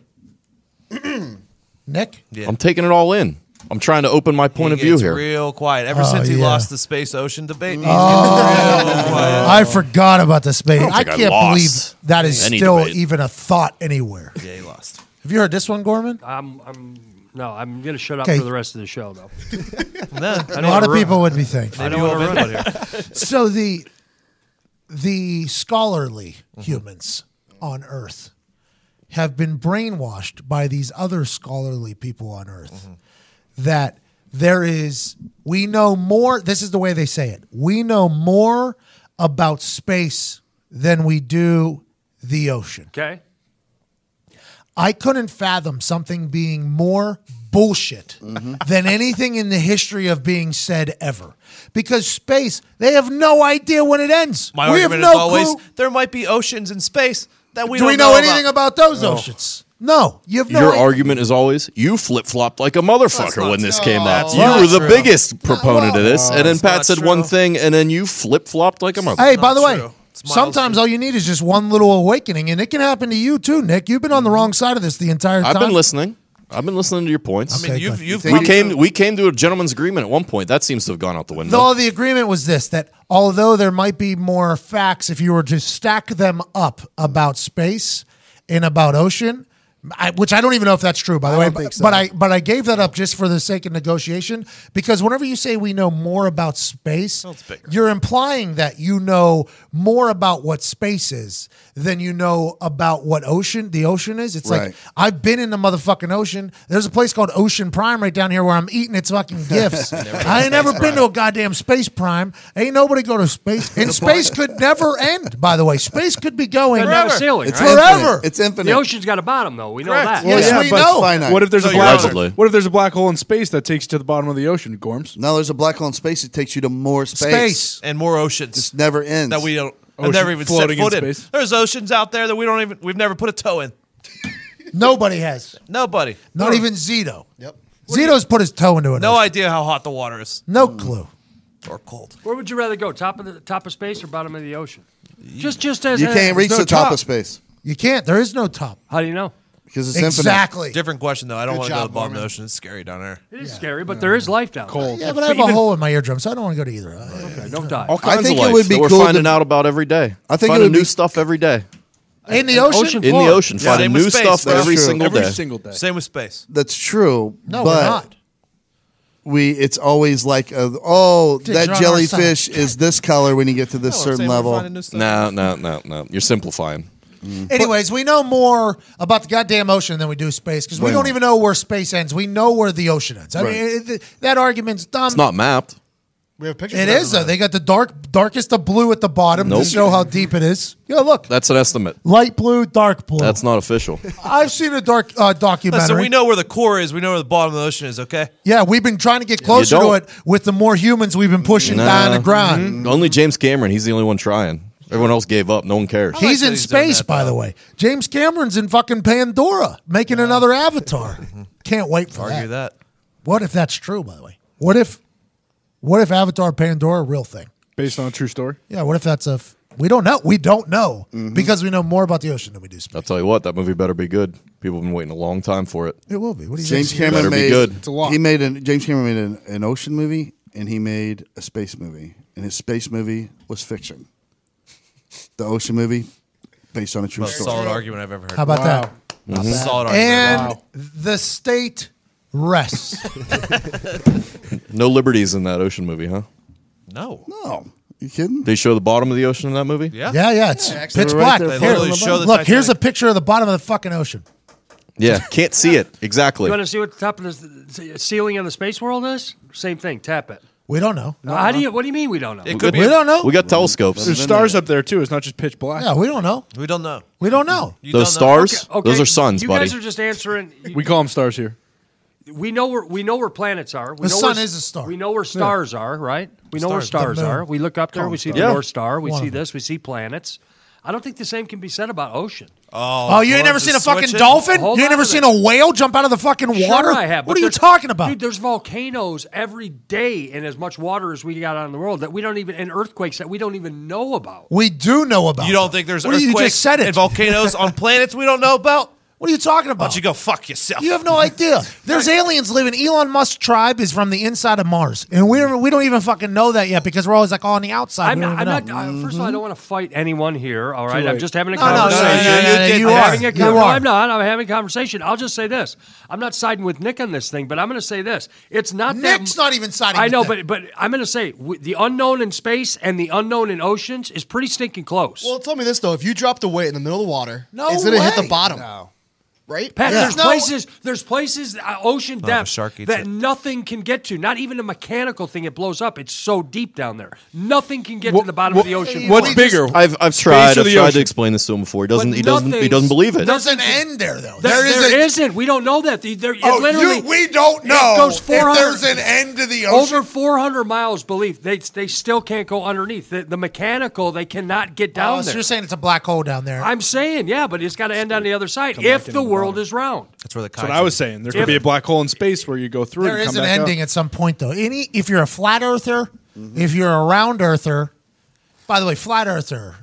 Speaker 1: Nick?
Speaker 4: Yeah.
Speaker 10: I'm taking it all in. I'm trying to open my point
Speaker 4: He
Speaker 10: of view
Speaker 4: gets
Speaker 10: here.
Speaker 4: Real quiet. Ever
Speaker 1: Oh,
Speaker 4: since he
Speaker 1: yeah. Oh.
Speaker 4: lost the space ocean debate, he's getting real quiet.
Speaker 1: I forgot about the space.
Speaker 4: I don't
Speaker 1: I,
Speaker 4: think I
Speaker 1: can't
Speaker 4: lost
Speaker 1: believe that is
Speaker 4: any
Speaker 1: still
Speaker 4: debate.
Speaker 1: even a thought anywhere.
Speaker 4: Yeah, he lost.
Speaker 1: Have you heard this one, Gorman?
Speaker 2: I'm, I'm no, I'm going to shut up
Speaker 1: Okay.
Speaker 2: for the rest of the show though.
Speaker 1: A lot of people would be thankful.
Speaker 2: I don't want to ruin it here.
Speaker 1: so the the scholarly
Speaker 2: Mm-hmm.
Speaker 1: Mm-hmm. humans on Earth have been brainwashed by these other scholarly people on Earth
Speaker 4: Mm-hmm.
Speaker 1: that there is we know more. This is the way they say it. We know more about space than we do the ocean.
Speaker 2: Okay.
Speaker 1: I couldn't fathom something being more bullshit than anything in the history of being said ever. Because space, they have no idea when it ends.
Speaker 4: My
Speaker 1: we have
Speaker 4: argument
Speaker 1: no
Speaker 4: is always
Speaker 1: clue.
Speaker 4: there might be oceans in space that we
Speaker 1: Do
Speaker 4: don't
Speaker 1: we know,
Speaker 4: know
Speaker 1: anything about, those
Speaker 4: Oh.
Speaker 1: oceans? No, you have no.
Speaker 10: Your
Speaker 1: idea.
Speaker 10: argument is always you flip flopped like a motherfucker when this came out.
Speaker 1: That's
Speaker 10: You
Speaker 1: not
Speaker 10: were the
Speaker 1: true.
Speaker 10: biggest proponent of this,
Speaker 1: No,
Speaker 10: and then
Speaker 1: it's
Speaker 10: Pat
Speaker 1: not
Speaker 10: said
Speaker 1: true.
Speaker 10: one thing, and then you flip flopped like a motherfucker.
Speaker 1: hey, by the way, sometimes all you need is just one little awakening, and it can happen to you too, Nick. You've been on the wrong side of this the entire time.
Speaker 10: I've been listening. I've been listening to your points.
Speaker 1: I mean, Okay, you've- good. you've
Speaker 10: we
Speaker 1: come
Speaker 10: came we came to a gentleman's agreement at one point. That seems to have gone out the window.
Speaker 1: Though the agreement was this that although there might be more facts if you were to stack them up about space and about ocean, I, which I don't even know if that's true, by the way. but-
Speaker 11: think so.
Speaker 1: But I but I gave that up just for the sake of negotiation because whenever you say we know more about space, you're implying that you know more about what space is than you know about what ocean the ocean is. It's
Speaker 11: Right.
Speaker 1: like I've been in the motherfucking ocean. There's a place called Ocean Prime right down here where I'm eating its fucking gifts.
Speaker 11: Never
Speaker 1: I ain't
Speaker 11: been
Speaker 1: never
Speaker 11: to space
Speaker 1: been to a goddamn space prime. Ain't nobody go to space. And space could never end, by the way. Space could be going
Speaker 2: Doesn't have a ceiling,
Speaker 1: It's
Speaker 2: right?
Speaker 1: forever.
Speaker 2: The ocean's got a bottom though. We know
Speaker 1: Correct.
Speaker 2: that.
Speaker 1: Well, Yes, yeah, we but know. it's finite.
Speaker 8: What if there's
Speaker 1: So
Speaker 8: a
Speaker 1: you're
Speaker 8: black?
Speaker 1: Allegedly.
Speaker 8: What if there's a black hole in space that takes you to the bottom of the ocean, Gorms?
Speaker 3: Now there's a black hole in space. It takes you to more space.
Speaker 4: Space. and more oceans.
Speaker 3: This never ends.
Speaker 4: that we don't have never even set foot in. There's oceans out there that we don't even we've never put a toe in.
Speaker 1: Nobody has.
Speaker 4: Nobody.
Speaker 1: Not even Zito. Yep. Zito's put his toe into it.
Speaker 4: No idea how hot the water is.
Speaker 1: No clue.
Speaker 4: Or cold.
Speaker 2: Where would you rather go? Top of the top of space or bottom of the ocean? Just just as
Speaker 3: You
Speaker 2: as-
Speaker 3: can't reach
Speaker 2: no
Speaker 3: the top, of space
Speaker 1: You can't. There is no top.
Speaker 2: How do you know?
Speaker 3: because it's
Speaker 4: Different question though. I don't
Speaker 2: Good
Speaker 4: want to go
Speaker 2: job,
Speaker 4: to the bottom of
Speaker 2: Norman.
Speaker 4: the ocean. It's scary down there.
Speaker 2: It is scary, but there is life down
Speaker 8: Cold.
Speaker 2: there.
Speaker 1: Yeah, but I have a hole in my eardrum, so I don't want to go to either.
Speaker 2: Okay, don't die.
Speaker 10: All kinds
Speaker 3: I think
Speaker 10: of
Speaker 3: it
Speaker 10: life
Speaker 3: would be
Speaker 10: that we're
Speaker 3: cool
Speaker 10: finding
Speaker 3: to-
Speaker 10: out about every day.
Speaker 3: I think it
Speaker 10: finding
Speaker 3: would be-
Speaker 10: new stuff every day.
Speaker 1: In the ocean?
Speaker 10: In the ocean,
Speaker 3: Yeah,
Speaker 10: finding
Speaker 3: same
Speaker 10: new
Speaker 3: with space,
Speaker 10: stuff
Speaker 3: that's
Speaker 10: every
Speaker 3: true.
Speaker 10: single
Speaker 3: Every
Speaker 10: day.
Speaker 3: single day.
Speaker 4: Same with space.
Speaker 3: That's true.
Speaker 1: No, we're
Speaker 3: but
Speaker 1: not.
Speaker 3: We it's always like a, oh
Speaker 1: Dude, you're
Speaker 3: that
Speaker 1: on our
Speaker 3: jellyfish is this color when you get to this certain level.
Speaker 10: No, no, no, no. You're simplifying.
Speaker 1: Anyways, we know more about the goddamn ocean than we do space because we
Speaker 10: Way
Speaker 1: don't
Speaker 10: more.
Speaker 1: even know where space ends. We know where the ocean ends. I
Speaker 10: Right.
Speaker 1: mean, it- th- that argument's dumb.
Speaker 10: It's not mapped.
Speaker 5: We have pictures.
Speaker 1: It is though. They got the dark, darkest of blue at the bottom
Speaker 10: Nope.
Speaker 1: to show how deep it is. Yeah, look,
Speaker 10: That's an estimate.
Speaker 1: light blue, dark blue.
Speaker 10: That's not official.
Speaker 1: I've seen a dark uh, documentary.
Speaker 4: Listen, we know where the core is. We know where the bottom of the ocean is. Okay.
Speaker 1: yeah, we've been trying to get closer to
Speaker 10: don't.
Speaker 1: it with the more humans we've been pushing down the ground.
Speaker 10: Mhm. Only James Cameron. He's the only one trying. Everyone else gave up. No one cares.
Speaker 1: He's in space, by the way. James Cameron's in fucking Pandora making another Avatar. Can't wait for
Speaker 4: Argue that.
Speaker 1: What if that's true? By the way, what if, what if Avatar Pandora a real thing?
Speaker 8: Based on a true story.
Speaker 1: Yeah, what if that's a? F- we don't know. We don't know because we know more about the ocean than we do. Space.
Speaker 10: I'll tell you what, that movie better be good. People have been waiting a long time for it.
Speaker 1: It will be. What do you
Speaker 3: James
Speaker 1: think?
Speaker 10: Better
Speaker 3: Cameron
Speaker 10: be
Speaker 3: made
Speaker 10: good.
Speaker 3: he made an James Cameron made an, an ocean movie and he made a space movie and his space movie was fiction. The ocean movie based on a true
Speaker 4: Most
Speaker 3: story.
Speaker 4: solid argument I've ever heard.
Speaker 1: How about that?
Speaker 4: Not bad. Mm-hmm. Solid argument.
Speaker 1: and
Speaker 4: Wow.
Speaker 1: the state rests.
Speaker 10: No liberties in that ocean movie, huh?
Speaker 4: No.
Speaker 3: No. You kidding?
Speaker 10: They show the bottom of the ocean in that movie?
Speaker 4: Yeah.
Speaker 1: yeah, yeah, it's
Speaker 10: Yeah,
Speaker 1: pitch
Speaker 10: actually,
Speaker 1: black.
Speaker 10: right there
Speaker 1: Here,
Speaker 10: floating on
Speaker 1: look,
Speaker 10: the bottom.
Speaker 1: here's a picture of the bottom of the fucking ocean.
Speaker 10: Yeah, can't see it.
Speaker 2: You
Speaker 10: Exactly.
Speaker 2: want to see what the top of the ceiling in the space world is? Same thing. Tap it.
Speaker 1: We don't know.
Speaker 2: How do you? What do you mean we don't know?
Speaker 10: We got- We got telescopes.
Speaker 8: There's stars up there too. It's not just pitch black.
Speaker 1: Yeah, we don't know.
Speaker 4: We don't know.
Speaker 1: We don't know.
Speaker 10: Those stars? Those are suns,
Speaker 2: you
Speaker 10: buddy.
Speaker 2: guys are just answering.
Speaker 8: we call them stars here.
Speaker 2: we know where we know where planets are. We
Speaker 1: The
Speaker 2: know
Speaker 1: sun
Speaker 2: where-
Speaker 1: is a star.
Speaker 2: We know where stars are, right? We know
Speaker 1: Stars.
Speaker 2: where stars
Speaker 1: The moon.
Speaker 2: are. We look up there.
Speaker 1: Call
Speaker 2: We
Speaker 1: them
Speaker 2: see
Speaker 1: stars.
Speaker 2: the
Speaker 1: Yeah.
Speaker 2: North Star. We
Speaker 1: One
Speaker 2: see
Speaker 1: of them.
Speaker 2: this. We see planets. I don't think the same can be said about ocean.
Speaker 1: Oh, you ain't never seen a fucking dolphin? you ain't never seen a whale jump out of the fucking water?
Speaker 2: Sure I have.
Speaker 1: what
Speaker 2: but
Speaker 1: are you
Speaker 2: there's-
Speaker 1: talking about?
Speaker 2: Dude, there's volcanoes every day and as much water as we got out in the world that we don't even, and earthquakes that we don't even know about.
Speaker 1: we do know about.
Speaker 4: You don't think there's
Speaker 1: What do you
Speaker 4: earthquakes
Speaker 1: just said it?
Speaker 4: and volcanoes on planets we don't know about?
Speaker 1: What are you talking about?
Speaker 4: Why don't you go fuck yourself?
Speaker 1: You have no idea. There's aliens living. Elon Musk's tribe is from the inside of Mars, and we don't, we don't even fucking know that yet because we're always like, oh, on the outside.
Speaker 2: I'm
Speaker 1: we don't
Speaker 2: not, I'm not,
Speaker 1: even know.
Speaker 2: I, first of all, I don't want to fight anyone here. All
Speaker 1: Too
Speaker 2: right, I'm
Speaker 1: late.
Speaker 2: just having a
Speaker 1: No, no, no, no, no,
Speaker 2: conversation.
Speaker 1: no, no, you
Speaker 2: I'm
Speaker 1: are.
Speaker 2: having a
Speaker 1: You
Speaker 2: con- no,
Speaker 1: are.
Speaker 2: I'm not. I'm having a conversation. I'll just say this. I'm not siding with Nick on this thing, but I'm going to say this. It's not that
Speaker 1: Nick's not even siding.
Speaker 2: I
Speaker 1: with
Speaker 2: know,
Speaker 1: that.
Speaker 2: but but I'm going to say w- the unknown in space and the unknown in oceans is pretty stinking close.
Speaker 5: Well, tell me this though: if you drop the weight in the middle of the water,
Speaker 2: No
Speaker 5: it's gonna hit
Speaker 2: way.
Speaker 5: the bottom, right?
Speaker 2: Pat,
Speaker 5: Yeah.
Speaker 2: there's places, there's places, uh, ocean
Speaker 4: Oh, if a
Speaker 2: depth
Speaker 4: shark eats
Speaker 2: that
Speaker 4: it.
Speaker 2: nothing can get to. Not even a mechanical thing. It blows up. It's so deep down there. Nothing can get to the bottom of the ocean. floor.
Speaker 10: I've I've
Speaker 2: Space
Speaker 10: tried.
Speaker 2: or
Speaker 10: I've
Speaker 2: the
Speaker 10: tried
Speaker 2: ocean?
Speaker 10: to explain this to him before. He doesn't.
Speaker 2: But
Speaker 10: He doesn't. He
Speaker 2: nothing's-
Speaker 10: doesn't believe it.
Speaker 2: nothing's-
Speaker 1: Doesn't end there though.
Speaker 2: There,
Speaker 1: There
Speaker 2: there
Speaker 1: isn't-
Speaker 2: isn't. We don't know that. The- There, it
Speaker 1: Oh, you-
Speaker 2: literally,
Speaker 1: we don't
Speaker 2: it
Speaker 1: know
Speaker 2: goes
Speaker 1: if there's
Speaker 2: 400
Speaker 1: an end to the ocean.
Speaker 2: Over 400 miles, believe they they still can't go underneath. The, the mechanical, they cannot get down
Speaker 1: Oh, so
Speaker 2: there.
Speaker 1: you're saying it's a black hole down there?
Speaker 2: I'm saying, yeah, but it's got to end on the other side
Speaker 1: Come
Speaker 2: if
Speaker 1: back in
Speaker 2: the
Speaker 1: on the
Speaker 2: world is round.
Speaker 4: That's where the
Speaker 8: That's what I was saying. There could be a black hole in space where you go through
Speaker 1: There
Speaker 8: it and
Speaker 1: is
Speaker 8: come
Speaker 1: an
Speaker 8: back
Speaker 1: ending
Speaker 8: Up.
Speaker 1: at some point though. Any if you're a flat earther,
Speaker 2: Mm-hmm.
Speaker 1: if you're a round earther. By the way, flat earther,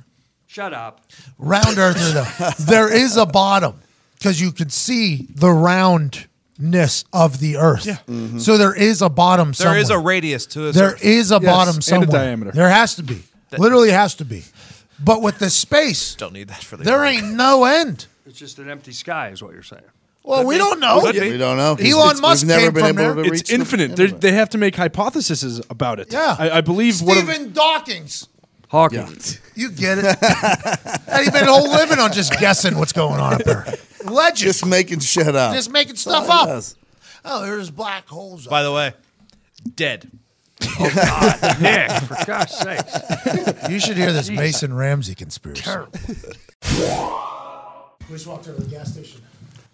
Speaker 2: Shut up.
Speaker 1: round earther though, there is a bottom because you can see the roundness of the Earth. Yeah.
Speaker 4: Mhm.
Speaker 1: So there is a bottom.
Speaker 4: There is
Speaker 1: somewhere.
Speaker 4: a radius to this.
Speaker 1: There
Speaker 4: Earth.
Speaker 1: is a
Speaker 4: Yes,
Speaker 1: bottom
Speaker 4: and a
Speaker 1: somewhere.
Speaker 4: diameter.
Speaker 1: There has to be. Literally has to be. But with the space,
Speaker 4: Don't need that for the.
Speaker 1: there ain't no end.
Speaker 2: It's just an empty sky, is what you're saying.
Speaker 1: Well, we don't know.
Speaker 8: Could be.
Speaker 1: We don't know, 'cause Elon it's- we've Musk never came been from able there. to reach
Speaker 8: It's
Speaker 1: the
Speaker 8: infinite. They're- They have to make hypotheses about it.
Speaker 1: Yeah.
Speaker 8: I, I believe one of-
Speaker 1: Stephen Dawkins.
Speaker 2: Hawking.
Speaker 1: You get it. and he's been whole living on just guessing what's going on up there. Legend.
Speaker 3: Just making shit up.
Speaker 1: Just making stuff
Speaker 3: Oh,
Speaker 1: up.
Speaker 3: yes.
Speaker 1: Oh, there's black holes.
Speaker 4: By the way, dead.
Speaker 2: Nick, for God's sake.
Speaker 1: You should hear this
Speaker 2: Jesus.
Speaker 1: Mason Ramsey conspiracy.
Speaker 2: Terrible.
Speaker 1: We just walked over to the gas station.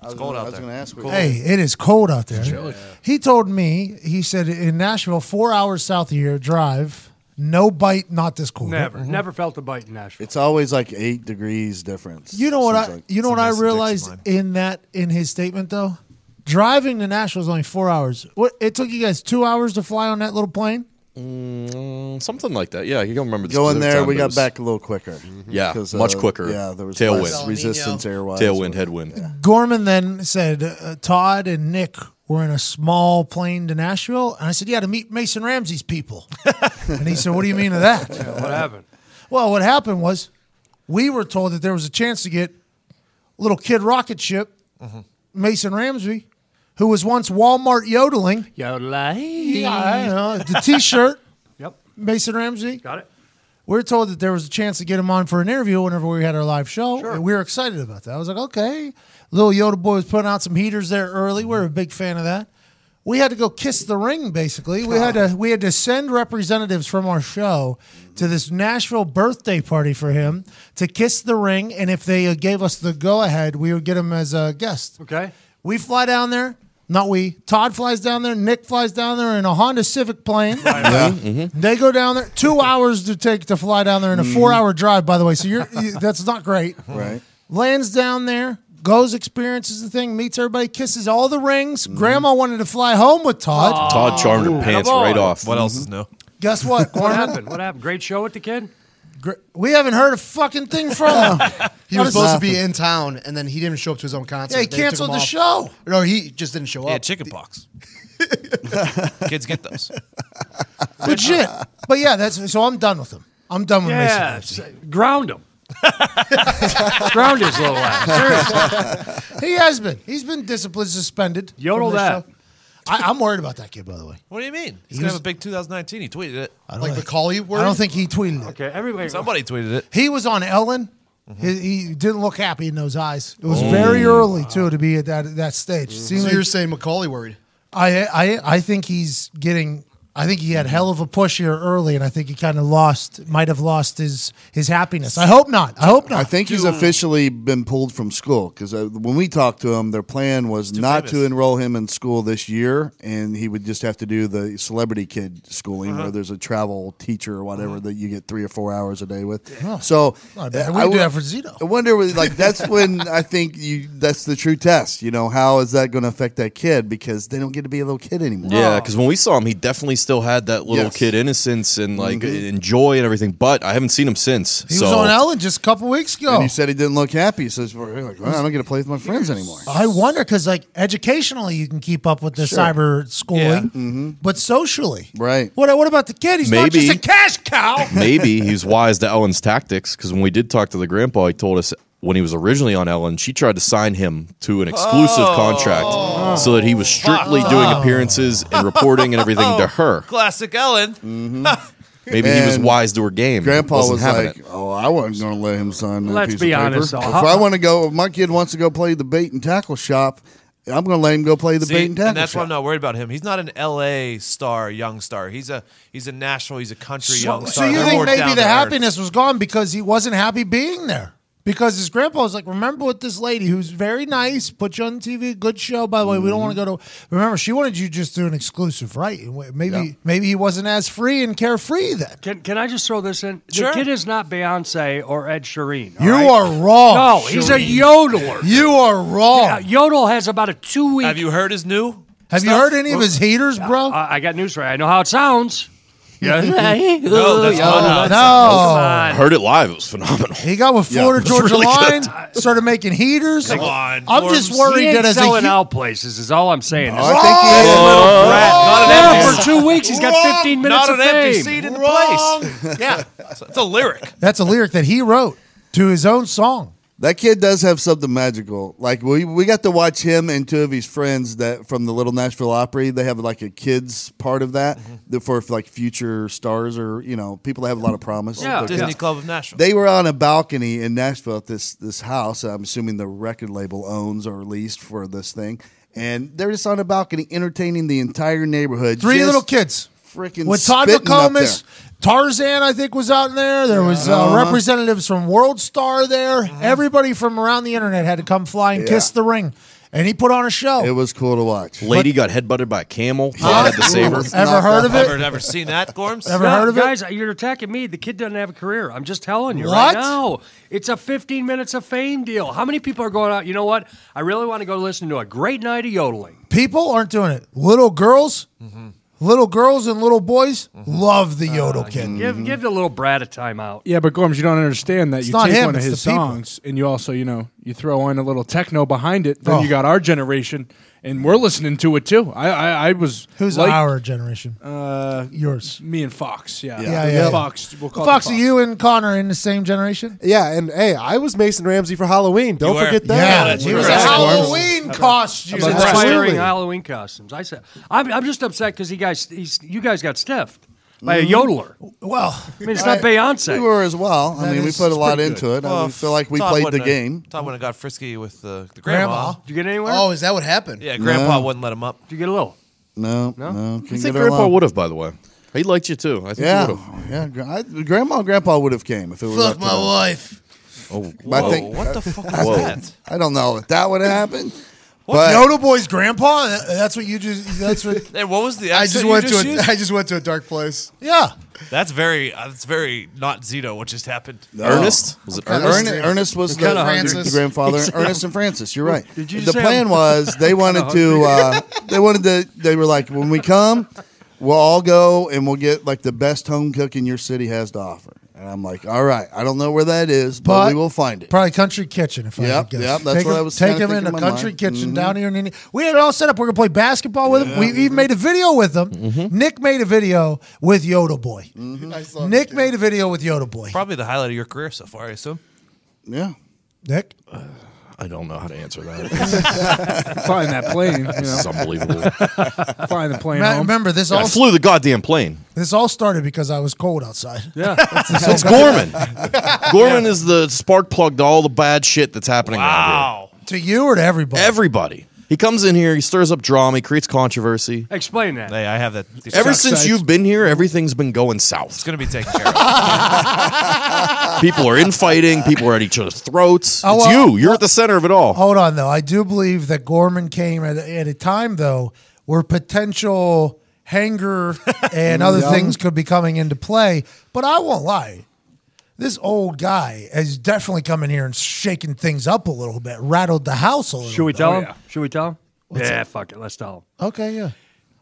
Speaker 3: It's
Speaker 4: cold out there.
Speaker 1: Hey, it is cold out there.
Speaker 4: chilly.
Speaker 1: He told me, he said in Nashville, four hours south of here, drive, no bite, not this cold.
Speaker 2: Never, never felt a bite in Nashville.
Speaker 3: It's always like eight degrees difference.
Speaker 1: You know what
Speaker 3: Seems
Speaker 1: I?
Speaker 3: like.
Speaker 1: you know what I realized in that in his statement though, driving to Nashville is only four hours. What it took you guys two hours to fly on that little plane?
Speaker 10: Mm, something like that. Yeah, you don't remember. The
Speaker 3: Go in
Speaker 10: specific
Speaker 3: there.
Speaker 10: time,
Speaker 3: We
Speaker 10: but it
Speaker 3: got
Speaker 10: was-
Speaker 3: back a little quicker.
Speaker 10: Yeah,
Speaker 3: 'Cause,
Speaker 10: much
Speaker 3: uh,
Speaker 10: quicker.
Speaker 3: Yeah, there was
Speaker 10: tailwind,
Speaker 3: less resistance airwise.
Speaker 10: tailwind, headwind.
Speaker 1: Gorman then said uh, Todd and Nick were in a small plane to Nashville, and I said, "Yeah, to meet Mason Ramsey's people." and he said, "What do you mean to that?"
Speaker 2: what happened?
Speaker 1: Well, what happened was we were told that there was a chance to get little kid rocket ship
Speaker 10: Mm-hmm.
Speaker 1: Mason Ramsey, who was once Walmart yodeling. Yeah, I know. The T-shirt.
Speaker 2: Yep.
Speaker 1: Mason Ramsey.
Speaker 2: Got it.
Speaker 1: We were told that there was a chance to get him on for an interview whenever we had our live show. And we were excited about that. I was like, okay. Little Yoda boy was putting out some heaters there early. We are a big fan of that. We had to go kiss the ring, basically. We had to we had to send representatives from our show to this Nashville birthday party for him to kiss the ring, and if they uh, gave us the go ahead, we would get him as a guest.
Speaker 2: Okay.
Speaker 1: We fly down there. Not we. Todd flies down there. Nick flies down there in a Honda Civic plane.
Speaker 3: Yeah.
Speaker 1: They go down there. Two hours to take to fly down there in a four-hour drive. By the way, so you're you, that's not great.
Speaker 3: Right.
Speaker 1: Lands down there, goes, experiences the thing, meets everybody, kisses all the rings. Grandma wanted to fly home with Todd.
Speaker 10: Todd charmed her pants
Speaker 2: come on.
Speaker 10: right off.
Speaker 2: What else
Speaker 10: is
Speaker 4: new?
Speaker 1: Guess
Speaker 2: What
Speaker 1: what? Gorman?
Speaker 2: happened? What happened? Great show with the kid?
Speaker 1: Gr- We haven't heard a fucking thing from him.
Speaker 5: He
Speaker 1: What is-
Speaker 5: was supposed to be in town, and then he didn't show up to his own concert.
Speaker 1: Yeah, he
Speaker 5: They took
Speaker 1: canceled
Speaker 5: him
Speaker 1: the
Speaker 5: off.
Speaker 1: show.
Speaker 5: No, he just didn't show up.
Speaker 4: Yeah, chicken pox. Kids get those.
Speaker 1: legit. But yeah, that's so. I'm done with him. I'm done with Mason.
Speaker 2: Yeah. s- Ground him. Ground his little ass. Seriously.
Speaker 1: he has been. He's been disciplined, suspended.
Speaker 2: Yodel
Speaker 1: from this
Speaker 2: that.
Speaker 1: show. I, I'm worried about that kid, by the way.
Speaker 4: What do you mean? He's
Speaker 1: He
Speaker 4: gonna
Speaker 1: was-
Speaker 4: have a big 2019. He tweeted it.
Speaker 1: I don't I don't think he tweeted it.
Speaker 2: Okay, everybody.
Speaker 4: Somebody tweeted it.
Speaker 1: He was on Ellen. He, he didn't look happy in those eyes. It
Speaker 4: Mm-hmm.
Speaker 1: was very
Speaker 4: Oh.
Speaker 1: early too to be at that that stage. Seemed
Speaker 5: Oh. So
Speaker 1: like-
Speaker 5: you're saying Macaulay worried?
Speaker 1: I I I think he's getting. I think he had hell of a push here early, and I think he kind of lost, might have lost his his happiness. I hope not. I hope not.
Speaker 3: I think he's officially been pulled from school because uh, when we talked to him, their plan was not to enroll him in school this year, and he would just have to do the celebrity kid schooling
Speaker 1: Uh-huh.
Speaker 3: where there's a travel teacher or whatever that you get three or four hours a day with.
Speaker 1: Huh.
Speaker 3: So
Speaker 1: Not bad.
Speaker 3: uh,
Speaker 1: We do
Speaker 3: wo-
Speaker 1: that for Zito.
Speaker 3: I wonder, with- like, that's when I think you that's the true test. You know, how is that going to affect that kid because they don't get to be a little kid anymore?
Speaker 10: Yeah, because when we saw him, he definitely still had that little
Speaker 3: Yes. Mm-hmm.
Speaker 10: kid innocence and like and joy and everything. But I haven't seen him since.
Speaker 1: He
Speaker 10: so.
Speaker 1: was on Ellen just a couple weeks ago.
Speaker 3: And he said he didn't look happy. So it's like, well, I don't get to play with my friends anymore.
Speaker 1: I wonder because, like, educationally, you can keep up with the
Speaker 3: Sure.
Speaker 1: cyber schooling,
Speaker 3: Yeah. Mhm.
Speaker 1: but socially,
Speaker 3: right?
Speaker 1: What What about the kid? He's not just a
Speaker 10: Maybe.
Speaker 1: cash cow.
Speaker 10: Maybe he's wise to Ellen's tactics because when we did talk to the grandpa, he told us when he was originally on Ellen, she tried to sign him to an exclusive
Speaker 1: Oh.
Speaker 10: contract so that he was strictly doing appearances and reporting and everything
Speaker 1: Oh.
Speaker 10: to her.
Speaker 4: Classic Ellen.
Speaker 2: Mm-hmm.
Speaker 10: Maybe he was
Speaker 3: And
Speaker 10: wise to her game.
Speaker 3: Grandpa
Speaker 10: Wasn't
Speaker 3: was
Speaker 10: having
Speaker 3: like, "Oh, I wasn't going to let him sign that
Speaker 10: Let's
Speaker 3: piece
Speaker 10: be
Speaker 3: of
Speaker 10: honest,
Speaker 3: paper.
Speaker 10: though.
Speaker 3: If I want to go, if my kid wants to go play the bait and tackle shop, I'm going to let him go play the
Speaker 4: See,
Speaker 3: bait and
Speaker 4: and
Speaker 3: tackle
Speaker 4: that's why I'm
Speaker 3: shop."
Speaker 4: not worried about him. He's not an L.A. star, young star. He's a he's a national. He's a country
Speaker 1: So,
Speaker 4: young
Speaker 1: so
Speaker 4: star.
Speaker 1: you
Speaker 4: They're
Speaker 1: think
Speaker 4: more
Speaker 1: maybe
Speaker 4: down
Speaker 1: the
Speaker 4: to earth.
Speaker 1: happiness was gone because he wasn't happy being there? Because his grandpa was like, remember what this lady who's very nice put you on TV, good show. By the way, we don't want to
Speaker 2: Mm-hmm.
Speaker 1: go to. Remember, she wanted you just to do an exclusive, right? And wh- Maybe
Speaker 2: Yeah.
Speaker 1: maybe he wasn't as free and carefree then.
Speaker 2: Can, can I just throw this in?
Speaker 1: Sure.
Speaker 2: The kid is not Beyonce or Ed Sheeran. all
Speaker 1: You
Speaker 2: right?
Speaker 1: are wrong.
Speaker 2: No, he's a
Speaker 1: Shereen.
Speaker 2: yodeler.
Speaker 1: You are wrong.
Speaker 2: Yeah, yodel has about a two week.
Speaker 4: Have you heard his new?
Speaker 1: Have you heard any of his haters, bro?
Speaker 2: I, I got news for you. I know how it sounds. Yeah.
Speaker 1: No,
Speaker 2: Oh,
Speaker 10: that's not how it
Speaker 1: No.
Speaker 10: it. Heard it live. It was phenomenal.
Speaker 1: He got with
Speaker 10: Yeah,
Speaker 1: Florida
Speaker 10: it was
Speaker 1: Georgia
Speaker 10: really
Speaker 1: Line,
Speaker 10: good.
Speaker 1: started making heaters.
Speaker 2: Come on,
Speaker 1: I'm just worried
Speaker 2: he ain't
Speaker 1: that as
Speaker 2: selling
Speaker 1: a
Speaker 2: out places is all I'm saying.
Speaker 1: I think he is.
Speaker 2: Wrong!
Speaker 1: Little brat,
Speaker 4: not an
Speaker 2: There
Speaker 4: empty
Speaker 2: for
Speaker 4: seat.
Speaker 2: two weeks. He's got
Speaker 4: Wrong!
Speaker 2: 15 minutes
Speaker 4: Not
Speaker 2: of
Speaker 4: an empty
Speaker 2: fame.
Speaker 4: seat in the place. yeah, it's it's a lyric.
Speaker 1: that's a lyric that he wrote to his own song.
Speaker 3: That kid does have something magical. Like we we got to watch him and two of his friends that from the Little Nashville Opry. They have like a kids part of that
Speaker 4: Mm-hmm.
Speaker 3: that for like future stars or you know people that have a lot of promise.
Speaker 4: Yeah,
Speaker 3: They're
Speaker 4: Disney
Speaker 3: kids.
Speaker 4: Club of Nashville.
Speaker 3: They were on a balcony in Nashville at this this house. I'm assuming the record label owns or leased for this thing, and they're just on a balcony entertaining the entire neighborhood.
Speaker 1: Three
Speaker 3: just
Speaker 1: little kids.
Speaker 3: freaking
Speaker 1: with Todd
Speaker 3: spitting up
Speaker 1: McComas, Tarzan, I think was out there. There was uh,
Speaker 3: Uh-huh.
Speaker 1: representatives from World Star there.
Speaker 11: Mm-hmm.
Speaker 1: Everybody from around the internet had to come fly and
Speaker 10: Yeah.
Speaker 1: kiss the ring, and he put on a show.
Speaker 3: It was cool to watch.
Speaker 10: Lady got headbutted by a camel.
Speaker 1: Huh?
Speaker 10: Thought I had to save her.
Speaker 1: Ever heard of it?
Speaker 4: Ever, ever seen that, Gorms?
Speaker 1: Ever
Speaker 2: No,
Speaker 1: heard of it?
Speaker 2: guys, you're attacking me. The kid doesn't have a career. I'm just telling you right
Speaker 1: What?
Speaker 2: now. It's a 15 minutes of fame deal. How many people are going out? You know what? I really want to go listen to a great night of yodeling.
Speaker 1: People aren't doing it. Little girls,
Speaker 11: Mm-hmm.
Speaker 1: little girls and little boys love the
Speaker 11: Uh,
Speaker 1: yodel kid.
Speaker 2: Give give the little brat a timeout.
Speaker 8: Yeah, but Gorms, you don't understand that
Speaker 1: It's
Speaker 8: you
Speaker 1: not
Speaker 8: take
Speaker 1: him,
Speaker 8: one of
Speaker 1: it's
Speaker 8: his
Speaker 1: the people.
Speaker 8: songs and you also, you know, you throw in a little techno behind it. Then
Speaker 1: Oh.
Speaker 8: you got our generation, and we're listening to it too. I, I, I was
Speaker 1: Who's
Speaker 8: like,
Speaker 1: our generation?
Speaker 8: Uh,
Speaker 1: Yours,
Speaker 8: me and Fox. Yeah,
Speaker 1: Yeah,
Speaker 8: Me
Speaker 1: yeah.
Speaker 8: and Fox. We'll call it
Speaker 1: Fox,
Speaker 8: the
Speaker 1: are you and Connor in the same generation?
Speaker 11: Yeah, and hey, I was Mason Ramsey for Halloween. Don't
Speaker 1: were.
Speaker 11: forget
Speaker 1: Yeah,
Speaker 11: that.
Speaker 1: that's He was a correct. Halloween
Speaker 11: Gorms.
Speaker 1: costume.
Speaker 2: He's
Speaker 11: Absolutely.
Speaker 2: just wearing Halloween costumes. I said, I'm, I'm just upset because you guys, he's, you guys got stiffed by a
Speaker 3: Mhm.
Speaker 2: yodeler.
Speaker 1: Mm-hmm. Well,
Speaker 2: I mean, it's not Beyonce.
Speaker 3: We were as well. I
Speaker 4: That
Speaker 3: mean, we
Speaker 4: is-
Speaker 3: put a
Speaker 4: it's
Speaker 3: lot
Speaker 4: pretty
Speaker 3: into
Speaker 4: good.
Speaker 3: it. I
Speaker 4: Well,
Speaker 3: we feel like we
Speaker 4: Todd
Speaker 3: played the
Speaker 4: wouldn't have-
Speaker 3: game.
Speaker 4: Todd wouldn't have got frisky with the, the grandma.
Speaker 2: Did you get anywhere?
Speaker 5: Oh, is that what happened?
Speaker 4: Yeah, grandpa
Speaker 3: No.
Speaker 4: wouldn't let him up.
Speaker 2: Did you get a little?
Speaker 3: No,
Speaker 2: No?
Speaker 3: no.
Speaker 10: I
Speaker 3: couldn't
Speaker 10: think
Speaker 3: get her
Speaker 10: Grandpa
Speaker 3: along.
Speaker 10: would have, by the way. He liked you too. I think
Speaker 3: Yeah,
Speaker 10: he would have.
Speaker 3: yeah. gra- I, grandma and grandpa would have came if it was
Speaker 10: Fuck
Speaker 3: up to
Speaker 10: my
Speaker 3: them.
Speaker 10: wife. Oh, whoa. What the fuck was Whoa. that?
Speaker 3: I don't know if that would happen.
Speaker 1: What,
Speaker 3: But
Speaker 1: Yodel Boy's grandpa? That- That's what you just. That's what.
Speaker 4: And what was the?
Speaker 5: I
Speaker 4: accent
Speaker 5: just
Speaker 4: you
Speaker 5: went to
Speaker 4: used?
Speaker 5: a, I just went to a dark place.
Speaker 1: Yeah.
Speaker 4: That's very. Uh, that's very not Zito. What just happened?
Speaker 10: Ernest? Was it
Speaker 3: Ern-
Speaker 10: Ernest?
Speaker 3: Ernest, was the,
Speaker 10: We're kinda hungry.
Speaker 3: the grandfather.
Speaker 10: He's-
Speaker 3: Ernest and Francis. You're right.
Speaker 10: Did you
Speaker 3: the
Speaker 10: just say
Speaker 3: plan
Speaker 10: I'm-
Speaker 3: was they wanted to. Uh, they wanted to. They were like, when we come, we'll all go and we'll get like the best home cooking your city has to offer. And I'm like, all right, I don't know where that is, but,
Speaker 1: But-
Speaker 3: we will find it.
Speaker 1: Probably country kitchen, if I
Speaker 3: Yep,
Speaker 1: had to guess.
Speaker 3: yep, that's
Speaker 1: take
Speaker 3: what
Speaker 1: him,
Speaker 3: I was
Speaker 1: Take
Speaker 3: kinda
Speaker 1: him in a
Speaker 3: thinking in my
Speaker 1: country
Speaker 3: mind.
Speaker 1: kitchen
Speaker 3: Mhm.
Speaker 1: down here in India. We had it all set up. We're gonna play basketball with him. We even made a video with him.
Speaker 3: Mm-hmm.
Speaker 1: Nick made a video with Yodel Boy. Nick made a video with Yodel Boy.
Speaker 4: Probably the highlight of your career so far, I assume.
Speaker 3: Yeah.
Speaker 1: Nick,
Speaker 10: I don't know how to answer
Speaker 8: Fox.
Speaker 10: that.
Speaker 8: Flying that plane. You know.
Speaker 10: This is unbelievable.
Speaker 8: Flying the plane.
Speaker 1: Ma-
Speaker 8: home.
Speaker 1: remember this
Speaker 10: I
Speaker 1: all
Speaker 10: flew the goddamn plane.
Speaker 1: this all started because I was cold outside. Yeah,
Speaker 10: It's Gorman. Gorman is the spark plug to all the bad shit that's happening. Wow.
Speaker 1: To you or to everybody?
Speaker 10: Everybody. He comes in here, he stirs up drama, he creates controversy.
Speaker 2: Explain that.
Speaker 4: Hey, I have that.
Speaker 10: Ever since you've been here, everything's been going south.
Speaker 4: It's going to be taken care of.
Speaker 10: People are infighting, people are at each other's throats.
Speaker 1: Oh,
Speaker 10: it's
Speaker 1: well,
Speaker 10: you. You're at the center of it all.
Speaker 1: Hold on, though. I do believe that Gorman came at, at a time, though, where potential hanger and other
Speaker 11: Yeah.
Speaker 1: things could be coming into play. But I won't lie. This old guy has definitely come in here and shaken things up a little bit, rattled the house a little
Speaker 2: Should we
Speaker 1: bit.
Speaker 2: tell him? Should we tell him?
Speaker 1: Oh, What's
Speaker 2: yeah, fuck it. Let's tell him.
Speaker 1: Okay, yeah.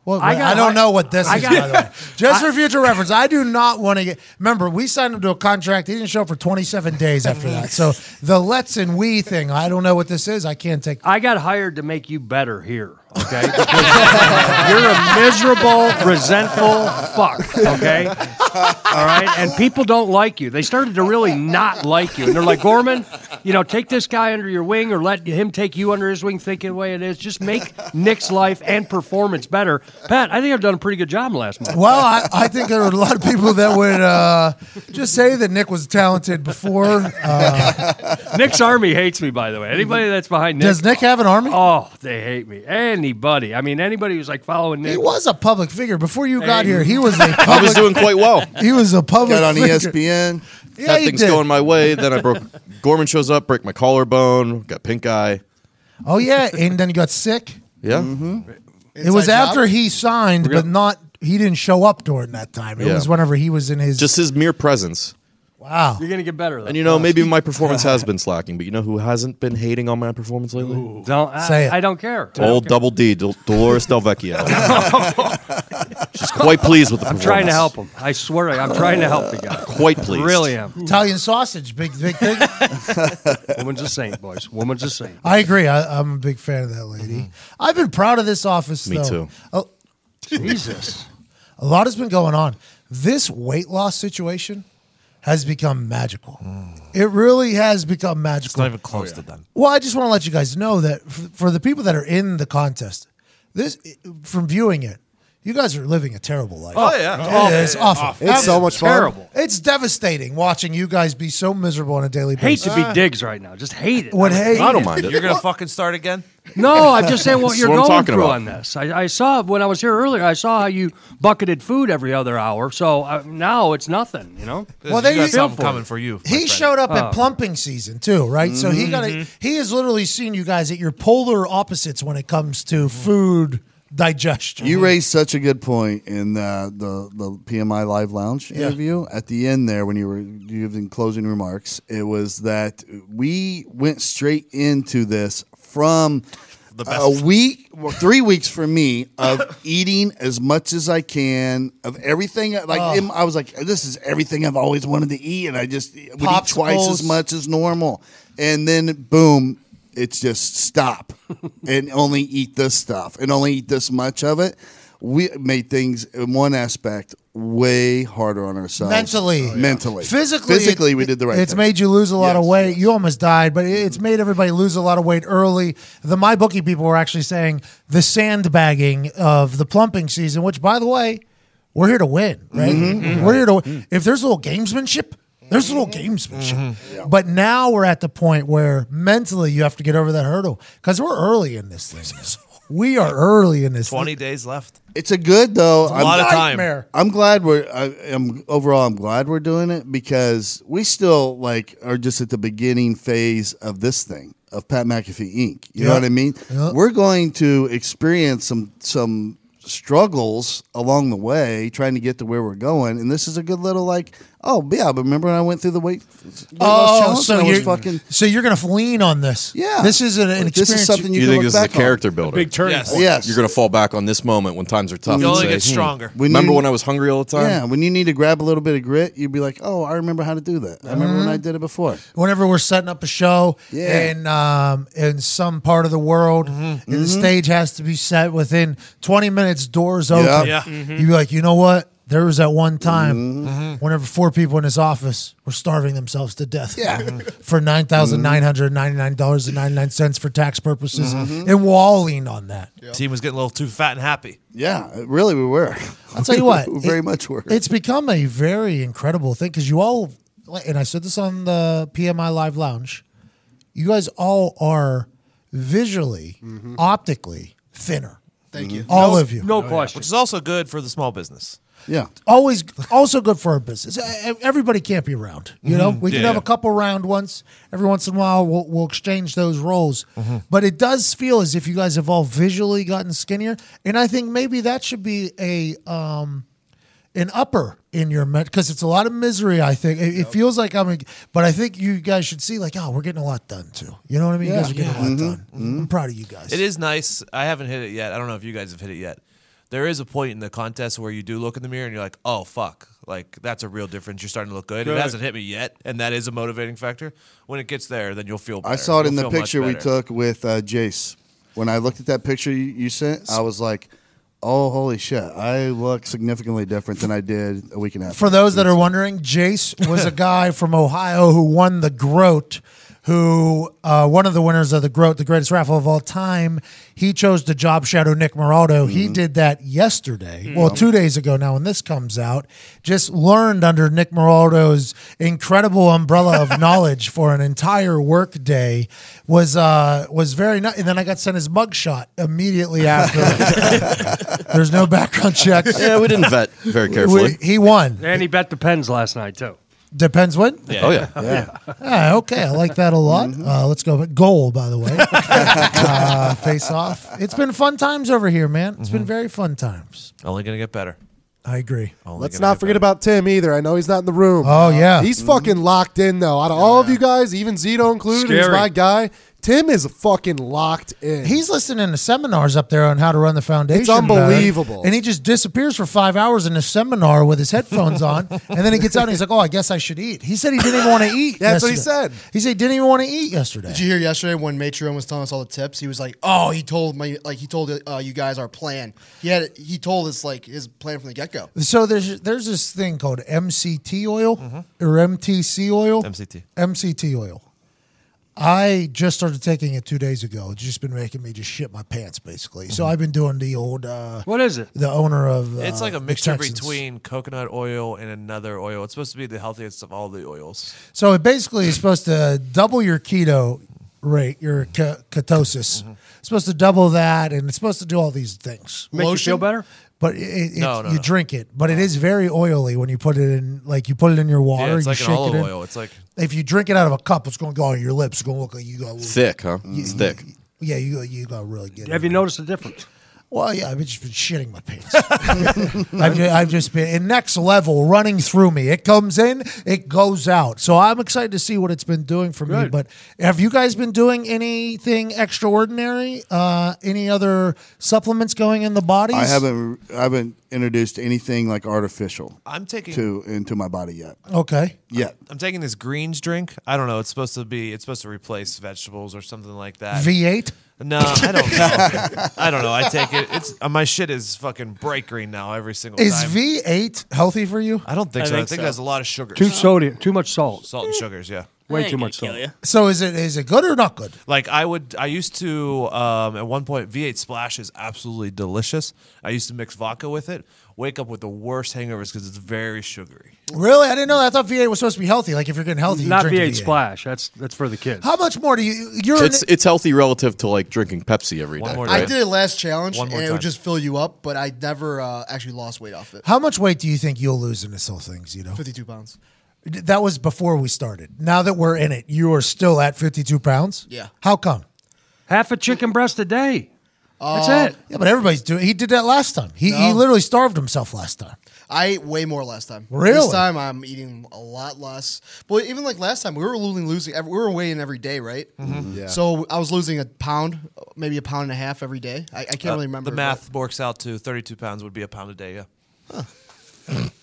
Speaker 1: Well,
Speaker 2: I
Speaker 1: I,
Speaker 2: got-
Speaker 1: don't know what this
Speaker 2: I
Speaker 1: is,
Speaker 2: got-
Speaker 1: by the way. Just for future reference, I do not want to get. Remember, we signed him to a contract. He didn't show up for 27 days after that. So the let's and we thing, I don't know what this is. I can't take.
Speaker 2: I got hired to make you better here, okay? Because you're a miserable, resentful fuck, okay? All right? And people don't like you. They started to really not like you. And they're like, Gorman, you know, take this guy under your wing or let him take you under his wing, thinking the way it is. Just make Nick's life and performance better. Pat, I think I've done a pretty good job last month.
Speaker 1: Well, I, I think there were a lot of people that would uh, just say that Nick was talented before. Uh,
Speaker 2: Nick's army hates me, by the way. Anybody that's behind Nick.
Speaker 1: Does Nick have an army?
Speaker 2: Oh, they hate me. Anybody. I mean, anybody who's like following Nick.
Speaker 1: he was a public figure before you got
Speaker 2: Hey.
Speaker 1: here. He was a. Public,
Speaker 10: I was doing quite well.
Speaker 1: He was a public.
Speaker 10: Got on E
Speaker 1: figure.
Speaker 10: ESPN.
Speaker 1: Yeah,
Speaker 10: that
Speaker 1: he
Speaker 10: thing's
Speaker 1: did.
Speaker 10: going my way. Then I broke. Gorman shows up, break my collarbone, got pink eye.
Speaker 1: Oh yeah, and then he got sick.
Speaker 10: Yeah.
Speaker 1: Mm-hmm. it was
Speaker 10: Inside job?
Speaker 1: after he signed,
Speaker 10: We're gonna-
Speaker 1: but not. He didn't show up during that time. It
Speaker 10: Yeah.
Speaker 1: was whenever he was in his.
Speaker 10: Just his mere presence.
Speaker 1: Wow.
Speaker 2: You're going to get better. Though.
Speaker 10: And you know, maybe my performance has been slacking, but you know who hasn't been hating on my performance lately?
Speaker 2: Don't I,
Speaker 10: Say it.
Speaker 2: I don't care. I
Speaker 10: Old Double D, Dol- Dolores Del Vecchio. She's quite pleased with the
Speaker 2: I'm
Speaker 10: performance.
Speaker 2: trying to help him. I swear, I- I'm trying to help the guy.
Speaker 10: Quite pleased.
Speaker 2: Really am.
Speaker 1: Italian sausage, big big thing.
Speaker 2: Woman's a saint, boys. Woman's a saint.
Speaker 1: I agree. I, I'm a big fan of that lady. I've been proud of this office.
Speaker 2: Mm-hmm. Me
Speaker 1: though.
Speaker 2: too.
Speaker 1: Oh,
Speaker 2: Jesus.
Speaker 1: A lot has been going on. This weight loss situation has become magical.
Speaker 2: Mm.
Speaker 1: It really has become magical.
Speaker 4: It's not even close to done.
Speaker 1: Well, I just want to let you guys know that for, for the people that are in the contest, this from viewing it, you guys are living a terrible life.
Speaker 11: Oh, yeah.
Speaker 1: It
Speaker 11: Oh,
Speaker 1: is
Speaker 11: yeah.
Speaker 1: awful.
Speaker 11: Awful. It's so much fun.
Speaker 1: Terrible. It's devastating watching you guys be so miserable on a daily
Speaker 2: Hate
Speaker 1: basis.
Speaker 2: to be digs right now. Just hate it.
Speaker 1: What
Speaker 2: I
Speaker 1: hate?
Speaker 2: hate
Speaker 1: I don't mind it.
Speaker 4: You're gonna fucking start again.
Speaker 2: No, I'm just saying what
Speaker 4: That's
Speaker 2: you're
Speaker 4: what I'm
Speaker 2: going
Speaker 4: talking
Speaker 2: through
Speaker 4: about.
Speaker 2: on this. I, I saw when I was here earlier. I saw how you bucketed food every other hour. So uh, now it's nothing. You know.
Speaker 1: Well, there You got you- something
Speaker 2: Feel it.
Speaker 1: coming for you, my He friend. Mm-hmm. showed up
Speaker 2: Oh.
Speaker 1: at plumping season too, right? So he got
Speaker 2: Mhm.
Speaker 1: a, he has literally seen you guys at your polar opposites when it comes to food digestion.
Speaker 3: You raised such a good point in the the, the PMI Live Lounge
Speaker 1: Yeah.
Speaker 3: interview at the end there when you were giving closing remarks. It was that we went straight into this from a week, well, three weeks for me of eating as much as I can of everything. Like
Speaker 11: Oh.
Speaker 3: in- I was like, this is everything I've always wanted to eat, and I just would eat twice as
Speaker 11: Popsicles.
Speaker 3: much as normal, and then boom, it's just stop and only eat this stuff and only eat this much of it. We made things in one aspect way harder on ourselves
Speaker 1: Mentally. Oh, yeah.
Speaker 3: mentally,
Speaker 1: Physically, it-
Speaker 3: physically, we did the right.
Speaker 1: it's
Speaker 3: thing.
Speaker 1: made you lose a lot of weight. You almost died, but it- it's made everybody lose a lot of weight early. The my bookie people were actually saying the sandbagging of the plumping season, which by the way, we're here to win, right?
Speaker 3: Mm-hmm.
Speaker 1: Mm-hmm.
Speaker 11: Mhm. Mhm.
Speaker 1: We're here to win. If there's a little gamesmanship, there's a little
Speaker 3: Mm-hmm.
Speaker 1: gamesmanship. But now we're at the point where mentally you have to get over that hurdle because we're early in this thing. We are early in this.
Speaker 4: Twenty days left.
Speaker 3: It's a good though.
Speaker 1: It's a lot of time. Nightmare.
Speaker 3: I'm glad we're. I, I'm overall. I'm glad we're doing it because we still like are just at the beginning phase of this thing of Pat McAfee Inc. You know
Speaker 11: Yeah.
Speaker 3: what I mean?
Speaker 11: Yeah.
Speaker 3: We're going to experience some some struggles along the way trying to get to where we're going, and this is a good little like. Oh yeah, but remember when I went through the weight? weight loss
Speaker 1: Oh,
Speaker 3: challenge
Speaker 1: so
Speaker 3: and I was
Speaker 1: you're
Speaker 3: fucking.
Speaker 1: so you're gonna lean on this? Yeah, this is an, an
Speaker 3: This is
Speaker 1: experience.
Speaker 3: something
Speaker 10: You, think this is a character builder?
Speaker 1: big turning Yes. point.
Speaker 3: Yes.
Speaker 10: You're going to fall back on this moment when times are tough.
Speaker 3: You
Speaker 10: and
Speaker 3: only
Speaker 10: say,
Speaker 3: get
Speaker 10: "Hmm,
Speaker 3: stronger." When
Speaker 10: remember
Speaker 3: you-
Speaker 10: when I was hungry all the time?
Speaker 3: Yeah, when you need to grab a little bit of grit, you'd be like, "Oh, I remember how to do that. I remember
Speaker 1: Uh-huh.
Speaker 3: when I did it before."
Speaker 1: whenever we're setting up a show
Speaker 3: Yeah. Mm-hmm.
Speaker 1: in um, in some part of the world, and the stage has to be set within 20 minutes. Doors
Speaker 11: Yeah.
Speaker 1: open.
Speaker 11: Yeah.
Speaker 3: Mm-hmm.
Speaker 11: Mhm.
Speaker 1: You'd be like, you know what? There was that one time
Speaker 11: Mhm.
Speaker 1: whenever four people in his office were starving themselves to death.
Speaker 11: Yeah.
Speaker 1: for nine thousand
Speaker 3: Mm-hmm.
Speaker 1: nine hundred ninety nine dollars and ninety nine cents for tax purposes,
Speaker 3: Mm-hmm.
Speaker 4: Mhm.
Speaker 1: and we'll all lean on that.
Speaker 4: Team was getting a little too fat and happy.
Speaker 3: Yeah, really, we were.
Speaker 1: I'll tell you what,
Speaker 4: We
Speaker 1: it- It's become a very incredible thing because you all, and I said this on the PMI Live Lounge, you guys all are visually, optically thinner.
Speaker 5: Thank you.
Speaker 1: All
Speaker 4: No-
Speaker 1: of you.
Speaker 3: Oh,
Speaker 4: no question. Which is also good for the small business.
Speaker 3: Yeah.
Speaker 1: Always, also good for our business. E- e- Everybody can't be round. You know,
Speaker 4: Mhm.
Speaker 1: we can
Speaker 4: Yeah,
Speaker 1: have
Speaker 4: yeah.
Speaker 1: a couple round ones. Every once in a while, we'll, we'll exchange those roles.
Speaker 4: Mm-hmm.
Speaker 1: But it does feel as if you guys have all visually gotten skinnier. And I think maybe that should be a. Um, an upper in your med because it's a lot of misery. I think it, it feels like I'm, a, but I think you guys should see like, oh, we're getting a lot done too. You know what I mean? You guys are getting a
Speaker 3: Mm-hmm.
Speaker 1: lot done. I'm proud of you guys.
Speaker 4: It is nice. I haven't hit it yet. I don't know if you guys have hit it yet. There is a point in the contest where you do look in the mirror and you're like, "Oh fuck!" Like that's a real difference. You're starting to look good.
Speaker 3: Good.
Speaker 4: It hasn't hit me yet, and that is a motivating factor. When it gets there, then you'll feel. Better.
Speaker 3: I saw it in the
Speaker 4: You'll feel much
Speaker 3: picture we
Speaker 4: better.
Speaker 3: took with uh, Jace. When I looked at that picture you, you sent, I was like, "Oh, holy shit! I look significantly different than I did a week and a half."
Speaker 1: For those that are wondering, Jace was a guy from Ohio who won the Groat, who uh, one of the winners of the Groat, the greatest raffle of all time. He chose to job shadow Nick Moraldo.
Speaker 10: Mm-hmm.
Speaker 1: He did that yesterday, well,
Speaker 6: Mhm.
Speaker 1: two days ago now when this comes out. Just learned under Nick Moraldo's incredible umbrella of knowledge for an entire work day was uh, was very nice. And then I got sent his mugshot immediately after. There's no background checks.
Speaker 10: Yeah, we didn't vet very
Speaker 1: We-
Speaker 10: carefully.
Speaker 1: he won.
Speaker 2: And he bet the Pens last night too.
Speaker 1: Depends what.
Speaker 10: Yeah. Oh, yeah.
Speaker 2: Yeah.
Speaker 1: Ah, okay, I like that a lot. Uh, let's go. Goal, by the way. uh, face off. It's been fun times over here, man. It's been
Speaker 11: Mm-hmm.
Speaker 1: very fun times.
Speaker 4: Only gonna get better.
Speaker 1: I agree.
Speaker 4: Only
Speaker 11: Let's
Speaker 4: gonna
Speaker 11: not
Speaker 4: get
Speaker 11: forget about Tim either. I know he's not in the room.
Speaker 1: Oh, yeah.
Speaker 11: he's fucking locked in though. Out of all of you guys, even Zito included, he's
Speaker 1: Scary.
Speaker 11: my guy. Tim is fucking locked in.
Speaker 1: He's listening to seminars up there on how to run the foundation.
Speaker 11: It's unbelievable.
Speaker 1: man. And he just disappears for five hours in a seminar with his headphones on. And then he gets out and he's like, oh, I guess I should eat. He said he didn't even want to eat.
Speaker 11: That's what he
Speaker 1: yesterday. He said he didn't even want to eat yesterday.
Speaker 5: Did you hear yesterday when Matron was telling us all the tips? He was like, "Oh, he told my like he told uh, you guys our plan. He had he told us like his plan from the get go."
Speaker 1: So there's there's this thing called MCT oil
Speaker 4: Mm-hmm.
Speaker 1: or MTC oil.
Speaker 4: MCT.
Speaker 1: MCT oil. I just started taking it two days ago. It's just been making me just shit my pants, basically. So
Speaker 4: Mhm.
Speaker 1: I've been doing the old. Uh,
Speaker 2: what is it?
Speaker 1: The owner of. Uh,
Speaker 4: It's like a
Speaker 1: the
Speaker 4: mixture
Speaker 1: Texans.
Speaker 4: between coconut oil and another oil. It's supposed to be the healthiest of all the oils.
Speaker 1: So it basically is supposed to double your keto rate, your ke- ketosis.
Speaker 4: Mm-hmm.
Speaker 1: It's supposed to double that, and it's supposed to do all these things.
Speaker 2: Make you feel better?
Speaker 1: But it, it,
Speaker 2: No, no,
Speaker 1: you
Speaker 2: no.
Speaker 1: drink it, but it is very oily when you put it in, like you put it in your water.
Speaker 4: Yeah, it's
Speaker 1: you
Speaker 4: like an
Speaker 1: shake it
Speaker 4: olive
Speaker 1: in.
Speaker 4: oil. It's like
Speaker 1: if you drink it out of a cup, it's going to go on your lips. It's going to look like you got a little,
Speaker 10: Thick, huh? It's thick.
Speaker 1: yeah, you you got to really get.
Speaker 2: Have you noticed the difference?
Speaker 1: Well, yeah, I've just been shitting my pants. I've, just, I've just been in next level running through me. It comes in, it goes out. So I'm excited to see what it's been doing for me.
Speaker 2: Good.
Speaker 1: But have you guys been doing anything extraordinary? Uh, any other supplements going in the bodies?
Speaker 3: I haven't I haven't introduced anything like artificial.
Speaker 4: I'm taking-
Speaker 3: to into my body yet.
Speaker 1: Okay.
Speaker 3: Yet.
Speaker 4: I'm taking this greens drink. I don't know. It's supposed to be. It's supposed to replace vegetables or something like that.
Speaker 1: V8?
Speaker 4: No, I don't. know. I don't know. I take it. It's uh, my shit is fucking bright green now every single
Speaker 1: Is
Speaker 4: time.
Speaker 1: V8 healthy for you?
Speaker 4: I don't think so. I think that's a lot of sugar.
Speaker 2: Too sodium, too much salt.
Speaker 4: Salt and sugars, yeah.
Speaker 2: Way too much salt.
Speaker 1: So is it is it good or not good?
Speaker 4: Like I would, I used to um, at one point V8 Splash is absolutely delicious. I used to mix vodka with it. Wake up with the worst hangovers because it's very sugary.
Speaker 1: Really, I didn't know. That. I thought V8 was supposed to be healthy. Like if you're getting healthy,
Speaker 2: Not
Speaker 1: you drink
Speaker 2: V8
Speaker 1: V8.
Speaker 2: splash. That's that's for the kids.
Speaker 1: How much more do you? You're
Speaker 10: it's it's healthy relative to like drinking Pepsi every day.
Speaker 5: I
Speaker 10: right?
Speaker 5: did it last challenge,
Speaker 10: One
Speaker 5: and
Speaker 10: more
Speaker 5: it would
Speaker 10: time.
Speaker 5: just fill you up. But I never uh, actually lost weight off it.
Speaker 1: How much weight do you think you'll lose in this whole thing, Zito?
Speaker 5: Fifty-two pounds.
Speaker 1: That was before we started. Now that we're in it, you are still at 52 pounds?
Speaker 5: Yeah.
Speaker 1: How come?
Speaker 2: Half a chicken breast a day. That's
Speaker 5: Um,
Speaker 2: it.
Speaker 1: Yeah, but everybody's doing He did that last time. He, he
Speaker 5: No.
Speaker 1: literally starved himself last time.
Speaker 5: I ate way more last time.
Speaker 1: Really?
Speaker 5: This time I'm eating a lot less. But even like last time, we were losing, losing. ev- We were weighing every day, right?
Speaker 10: Mm-hmm.
Speaker 4: Mhm. Yeah.
Speaker 5: So I was losing a pound, maybe a pound and a half every day. I, I can't
Speaker 4: Uh,
Speaker 5: really remember.
Speaker 4: The math works out to 32 pounds would be a pound a day. Yeah.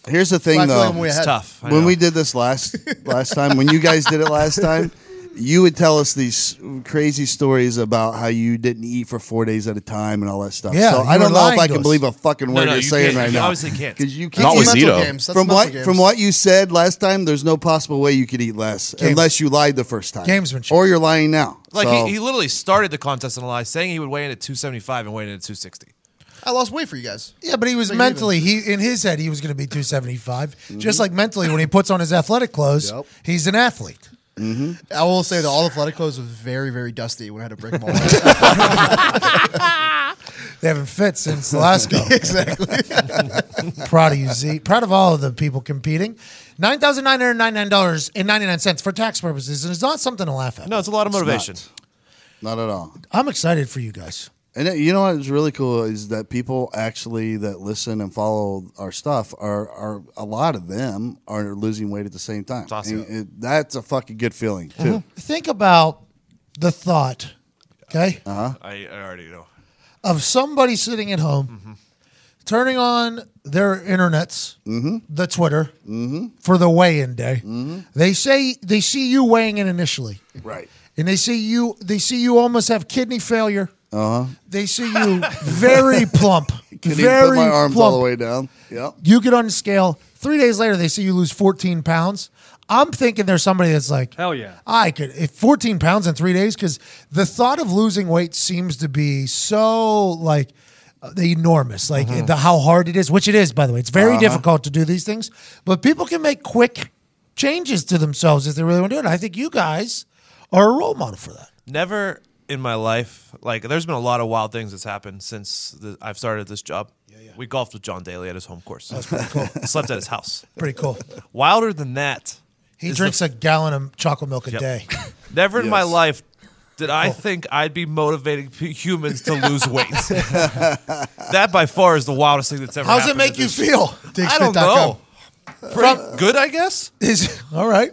Speaker 3: Here's the
Speaker 4: Well, I
Speaker 3: thing,
Speaker 4: feel
Speaker 3: though.
Speaker 4: like I'm way It's ahead. tough, I
Speaker 3: When
Speaker 4: know.
Speaker 3: we did this last last time, when you guys did it last time, you would tell us these crazy stories about how you didn't eat for four days at a time and all that stuff.
Speaker 11: Yeah,
Speaker 3: so
Speaker 11: you
Speaker 3: I
Speaker 11: were
Speaker 3: don't know
Speaker 11: lying
Speaker 3: if I
Speaker 11: to
Speaker 3: can
Speaker 11: us.
Speaker 3: believe a fucking
Speaker 11: No,
Speaker 3: word
Speaker 11: no,
Speaker 3: you're
Speaker 11: you
Speaker 3: saying
Speaker 11: can't.
Speaker 3: right
Speaker 11: You
Speaker 3: now.
Speaker 11: obviously can't.
Speaker 3: because you
Speaker 11: That's
Speaker 3: can't.
Speaker 11: mental games. That's
Speaker 3: From
Speaker 11: mental
Speaker 3: what
Speaker 11: games.
Speaker 3: from what you said last time, there's no possible way you could eat less
Speaker 4: Game-
Speaker 3: unless you lied the first time.
Speaker 4: Gamesmanship.
Speaker 3: or you're lying now.
Speaker 4: Like
Speaker 3: So-
Speaker 4: he, he literally started the contest on a lie, saying he would weigh in at 275 and weighed in at 260.
Speaker 5: I lost weight for you guys.
Speaker 1: Yeah, but he was
Speaker 5: Like,
Speaker 1: mentally, he in his head, he was going to be 275. Just like mentally, when he puts on his athletic clothes, he's an athlete.
Speaker 3: Mm-hmm.
Speaker 5: I will say that all athletic clothes was very, very dusty when I had to break them all out.
Speaker 1: They haven't fit since the last go.
Speaker 5: Exactly.
Speaker 1: Proud of you, Z. Proud of all of the people competing. Nine thousand nine hundred ninety-nine dollars and ninety-nine cents for tax purposes, and it's not something to laugh at.
Speaker 4: No, it's a lot
Speaker 1: of
Speaker 4: motivation.
Speaker 3: Not at all.
Speaker 1: I'm excited for you guys.
Speaker 3: And it- you know what's really cool is that people actually that listen and follow our stuff are are a lot of them are losing weight at the same time.
Speaker 1: awesome.
Speaker 3: And it- that's a fucking good feeling too.
Speaker 1: Mm-hmm. Think about the thought, okay,
Speaker 3: Uh-huh.
Speaker 4: I, I already know.
Speaker 1: of somebody sitting at home,
Speaker 4: Mm-hmm.
Speaker 1: turning on their internets,
Speaker 4: Mm-hmm.
Speaker 1: the Twitter, for the weigh-in day. They say they see you weighing in initially,
Speaker 3: Right.
Speaker 1: and they see you. They see you almost have kidney failure.
Speaker 3: Uh huh.
Speaker 1: They see you very plump.
Speaker 3: Can
Speaker 1: very
Speaker 3: even put my arms
Speaker 1: plump.
Speaker 3: all the way down. Yep.
Speaker 1: You get on the scale. Three days later, they see you lose 14 pounds. I'm thinking there's somebody that's like,
Speaker 2: Hell yeah.
Speaker 1: I could, if 14 pounds in three days, because the thought of losing weight seems to be so like uh, enormous, like
Speaker 3: Mm-hmm.
Speaker 14: Mhm.
Speaker 1: the how hard it is, which it is, by the way. It's very
Speaker 14: Uh-huh.
Speaker 1: difficult to do these things, but people can make quick changes to themselves if they really want to do it. I think you guys are a role model for that.
Speaker 4: Never in my life, like, there's been a lot of wild things that's happened since the, I've started this job. We golfed with John Daly at his home course.
Speaker 1: That's pretty cool.
Speaker 4: Slept at his house.
Speaker 1: Pretty cool.
Speaker 4: Wilder than that.
Speaker 1: He
Speaker 4: is the
Speaker 1: drinks a gallon of chocolate milk a
Speaker 4: Yep.
Speaker 1: day.
Speaker 4: Never in my
Speaker 1: Yes.
Speaker 4: life did I think I'd be motivating p- humans to lose weight. that by far is the wildest thing that's ever.
Speaker 1: How's it
Speaker 4: happened
Speaker 1: make
Speaker 4: to
Speaker 1: you
Speaker 4: this-
Speaker 1: feel?
Speaker 4: I don't know. Pretty good, I guess.
Speaker 1: Is all right.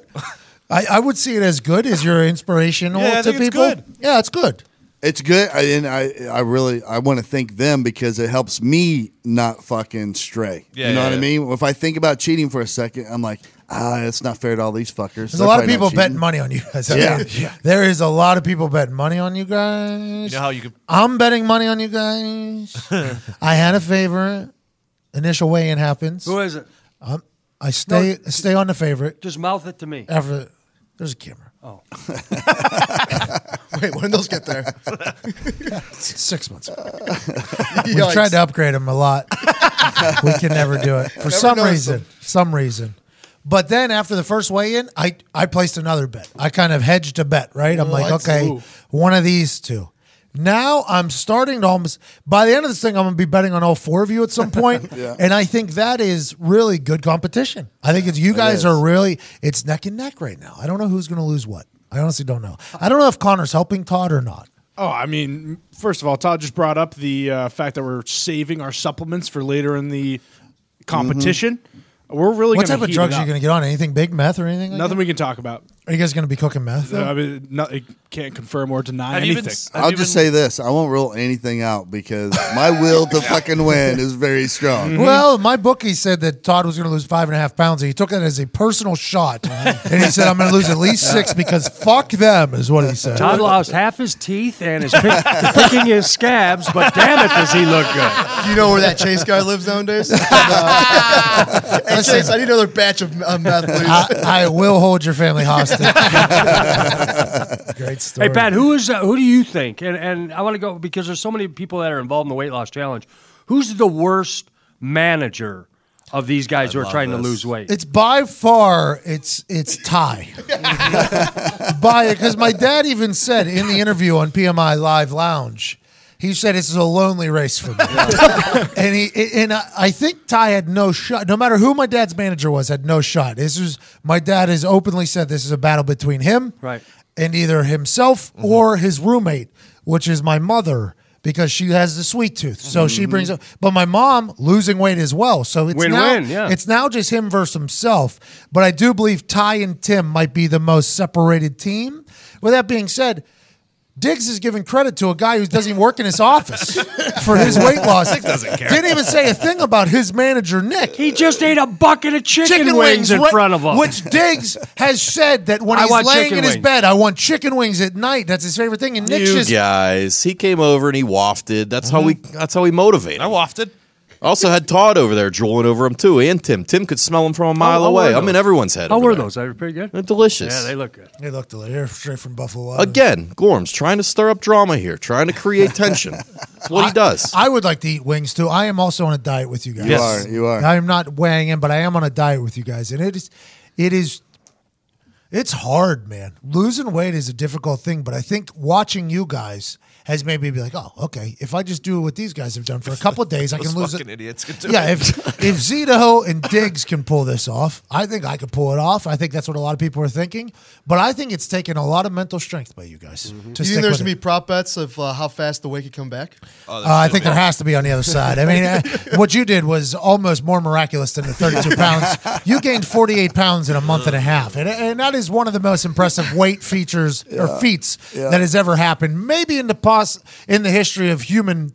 Speaker 1: I, I would see it as good as you're inspirational
Speaker 4: Yeah, I
Speaker 1: to
Speaker 4: think it's
Speaker 1: people.
Speaker 4: good.
Speaker 1: Yeah, it's good.
Speaker 3: It's good, I- and I I really I want to thank them because it helps me not fucking stray.
Speaker 1: Yeah,
Speaker 3: you know
Speaker 1: yeah,
Speaker 3: what
Speaker 1: yeah.
Speaker 3: I mean. If I think about cheating for a second, I'm like, ah, it's not fair to all these fuckers.
Speaker 1: There's
Speaker 3: They're
Speaker 1: a lot of
Speaker 3: probably not
Speaker 1: people
Speaker 3: cheating.
Speaker 1: betting money on you guys.
Speaker 3: Yeah.
Speaker 1: yeah. There is a lot of people betting money on you guys.
Speaker 4: You know how you could-
Speaker 1: I'm betting money on you guys. I had a favorite. Initial weigh in happens.
Speaker 2: Who is it?
Speaker 1: Um, I stay stay on the favorite.
Speaker 2: Just mouth it to me.
Speaker 1: After there's a camera.
Speaker 2: Oh.
Speaker 1: Wait, when did those get there? Six months. we
Speaker 5: Yikes.
Speaker 1: tried to upgrade them a lot. we can never do it for
Speaker 5: Never
Speaker 1: some
Speaker 5: noticed
Speaker 1: reason.
Speaker 5: them.
Speaker 1: Some reason. But then after the first weigh-in, I I placed another bet. I kind of hedged a bet, right? I'm like,
Speaker 5: What?
Speaker 1: okay,
Speaker 5: Ooh.
Speaker 1: one of these two. Now I'm starting to almost. By the end of this thing, I'm going to be betting on all four of you at some point,
Speaker 14: Yeah.
Speaker 1: and I think that is really good competition. I think it's you
Speaker 14: It
Speaker 1: guys
Speaker 14: is.
Speaker 1: are really it's neck and neck right now. I don't know who's going to lose what. I honestly don't know. I don't know if Connor's helping Todd or not.
Speaker 8: Oh, I mean, first of all, Todd just brought up the uh, fact that we're saving our supplements for later in the competition. We're
Speaker 1: Mm-hmm. what
Speaker 8: really gonna
Speaker 1: type of
Speaker 8: heat
Speaker 1: drugs
Speaker 8: it
Speaker 1: are you
Speaker 8: up.
Speaker 1: going to get on? Anything big meth or anything? Like
Speaker 8: Nothing
Speaker 1: That?
Speaker 8: we can talk about.
Speaker 1: Are you guys going to be cooking meth? though?
Speaker 8: I mean, no, I can't confirm or deny
Speaker 3: Have you
Speaker 8: anything.
Speaker 3: been s- I'll just say this: I won't rule anything out because my will to fucking win is very
Speaker 2: Oh.
Speaker 3: strong.
Speaker 8: mm-hmm.
Speaker 1: Well, my bookie said that Todd was going to lose five and a half pounds, and he took that as a personal shot.
Speaker 2: Mm-hmm.
Speaker 1: and he said, "I'm going to lose at least six because fuck them," is what he said.
Speaker 2: Todd lost half his teeth and is pick, picking his scabs, but damn it, does he look good?
Speaker 5: You know where that Chase guy lives nowadays? hey, Chase, I need another batch of of meth, please.
Speaker 1: I, I will hold your family hostage. Great story.
Speaker 2: Hey, Pat, who is uh, who do you think? And and I want to go because there's so many people that are involved in the weight loss challenge. Who's the worst manager of these guys who are
Speaker 1: love
Speaker 2: trying to
Speaker 1: this.
Speaker 2: lose weight?
Speaker 1: It's by far it's it's Ty. by because my dad even said in the interview on PMI Live Lounge, he said this is a lonely race for me. and he and I I think Ty had no shot. No matter who my dad's manager was, had no shot. This is my dad has openly said this is a battle between him
Speaker 2: Right. Mm-hmm.
Speaker 1: and either himself or his roommate, which is my mother. Because she has the sweet tooth, so she
Speaker 2: Mm-hmm.
Speaker 14: Mhm.
Speaker 1: brings up. But my mom losing weight as well, so it's now
Speaker 14: Win-win, yeah.
Speaker 1: it's now just him versus himself. But I do believe Ty and Tim might be the most separated team. With that being said, Diggs is giving credit to a guy who doesn't even work in his office for his weight loss.
Speaker 2: Dick doesn't care.
Speaker 1: Didn't even say a thing about his manager Nick.
Speaker 2: He just ate a bucket of chicken, wings in
Speaker 1: what-
Speaker 2: front of him.
Speaker 1: which Diggs has said that when
Speaker 2: I
Speaker 1: he's
Speaker 2: want
Speaker 1: laying in
Speaker 2: chicken
Speaker 1: his
Speaker 2: wings.
Speaker 1: bed, I want chicken wings at night. That's his favorite thing. And Nick's
Speaker 10: you
Speaker 1: just
Speaker 10: guys, he came over and he wafted. That's how we. That's how we motivated. I
Speaker 4: wafted.
Speaker 10: Also had Todd over there drooling over him too, and Tim. Tim could smell him from a mile
Speaker 2: how
Speaker 10: away.
Speaker 2: were
Speaker 10: I'm in
Speaker 2: those?
Speaker 10: everyone's head.
Speaker 2: How
Speaker 10: over
Speaker 2: were
Speaker 10: there.
Speaker 2: those? They were pretty good.
Speaker 10: They're delicious.
Speaker 2: Yeah, they look good.
Speaker 1: They look delicious. They're straight from Buffalo. Wild Wings.
Speaker 10: Again, Gorm's trying to stir up drama here, trying to create tension. That's what he does.
Speaker 1: I would like to eat wings too. I am also on a diet with you guys.
Speaker 10: You Yes. are, you are.
Speaker 1: I am not weighing in, but I am on a diet with you guys, and it is, it is. It's hard, man. Losing weight is a difficult thing, but I think watching you guys has made me be like, oh, okay. If I just do what these guys have done for a couple of days, I can
Speaker 4: Those
Speaker 1: lose it.
Speaker 4: fucking idiots can do
Speaker 1: yeah,
Speaker 4: it.
Speaker 1: if if Zito and Diggs can pull this off, I think I could pull it off. I think that's what a lot of people are thinking, but I think it's taken a lot of mental strength by you guys.
Speaker 3: Mm-hmm.
Speaker 1: To
Speaker 5: Do you
Speaker 1: stick
Speaker 5: think there's
Speaker 1: with
Speaker 5: gonna
Speaker 1: it.
Speaker 5: be prop bets of uh, how fast the way could come back?
Speaker 3: Oh,
Speaker 1: Uh, I think there has to be on the other side. I mean, uh, what you did was almost more miraculous than the 32 pounds. You gained 48 pounds in a month and a half, and, and that is one of the most impressive weight features
Speaker 11: Yeah.
Speaker 1: or feats
Speaker 11: Yeah.
Speaker 1: that has ever happened, maybe in the pos- in the history of humans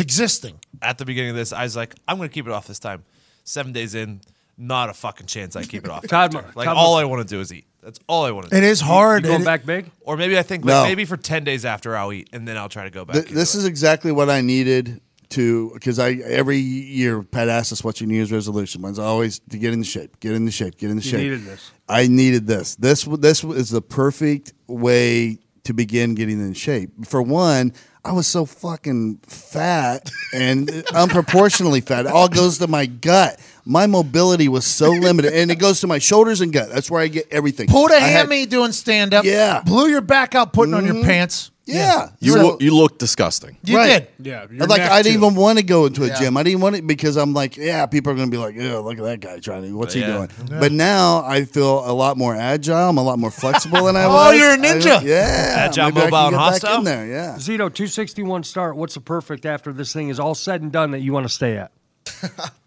Speaker 1: existing.
Speaker 4: At the beginning of this, I was like, I'm going to keep it off this time. Seven days in, not a fucking chance I keep it off.
Speaker 2: Todd
Speaker 4: after.
Speaker 2: Mo-
Speaker 4: like
Speaker 2: Todd Mo-
Speaker 4: all I want to do is eat. That's all I want to do.
Speaker 1: It is
Speaker 4: You-
Speaker 1: hard.
Speaker 4: You going
Speaker 1: It-
Speaker 4: back
Speaker 2: big?
Speaker 4: Or maybe I think like,
Speaker 3: No.
Speaker 4: maybe for 10 days after I'll eat and then I'll try to go back.
Speaker 3: Th- this is exactly what I needed to because I every year Pat asks us what's your New Year's resolution. Mine's always to get in the shape, get in the shape, get in the
Speaker 2: You
Speaker 3: shape.
Speaker 2: needed this.
Speaker 3: I needed this. This w- this w- is the perfect way to begin getting in shape. For one, I was so fucking fat and unproportionately fat. It all goes to my gut. My mobility was so limited, and it goes to my shoulders and gut. That's where I get everything.
Speaker 1: Pulled
Speaker 3: I
Speaker 1: a
Speaker 3: had-
Speaker 1: hammy doing stand up.
Speaker 3: Yeah.
Speaker 1: Blew your back out putting on your
Speaker 3: Mhm.
Speaker 1: pants.
Speaker 3: yeah,
Speaker 10: You
Speaker 3: So-
Speaker 10: look, you look disgusting.
Speaker 1: Mm-hmm. You
Speaker 3: Right.
Speaker 1: did. Yeah,
Speaker 3: And, like I didn't even want to go into a
Speaker 1: Yeah.
Speaker 3: gym. I didn't want it because I'm like, yeah, people are going to be like, yeah, look at that guy trying to. What's he
Speaker 4: Yeah.
Speaker 3: doing?
Speaker 4: Yeah.
Speaker 3: But now I feel a lot more agile. I'm a lot more flexible than I
Speaker 4: Oh,
Speaker 3: was.
Speaker 4: you're a
Speaker 3: I-
Speaker 4: ninja.
Speaker 3: yeah,
Speaker 4: Agile,
Speaker 3: maybe I can
Speaker 4: mobile, and
Speaker 3: get back
Speaker 4: hostile?
Speaker 3: in there. Yeah.
Speaker 2: Zito, 261 start. What's the perfect after this thing is all said and done that you want to stay at?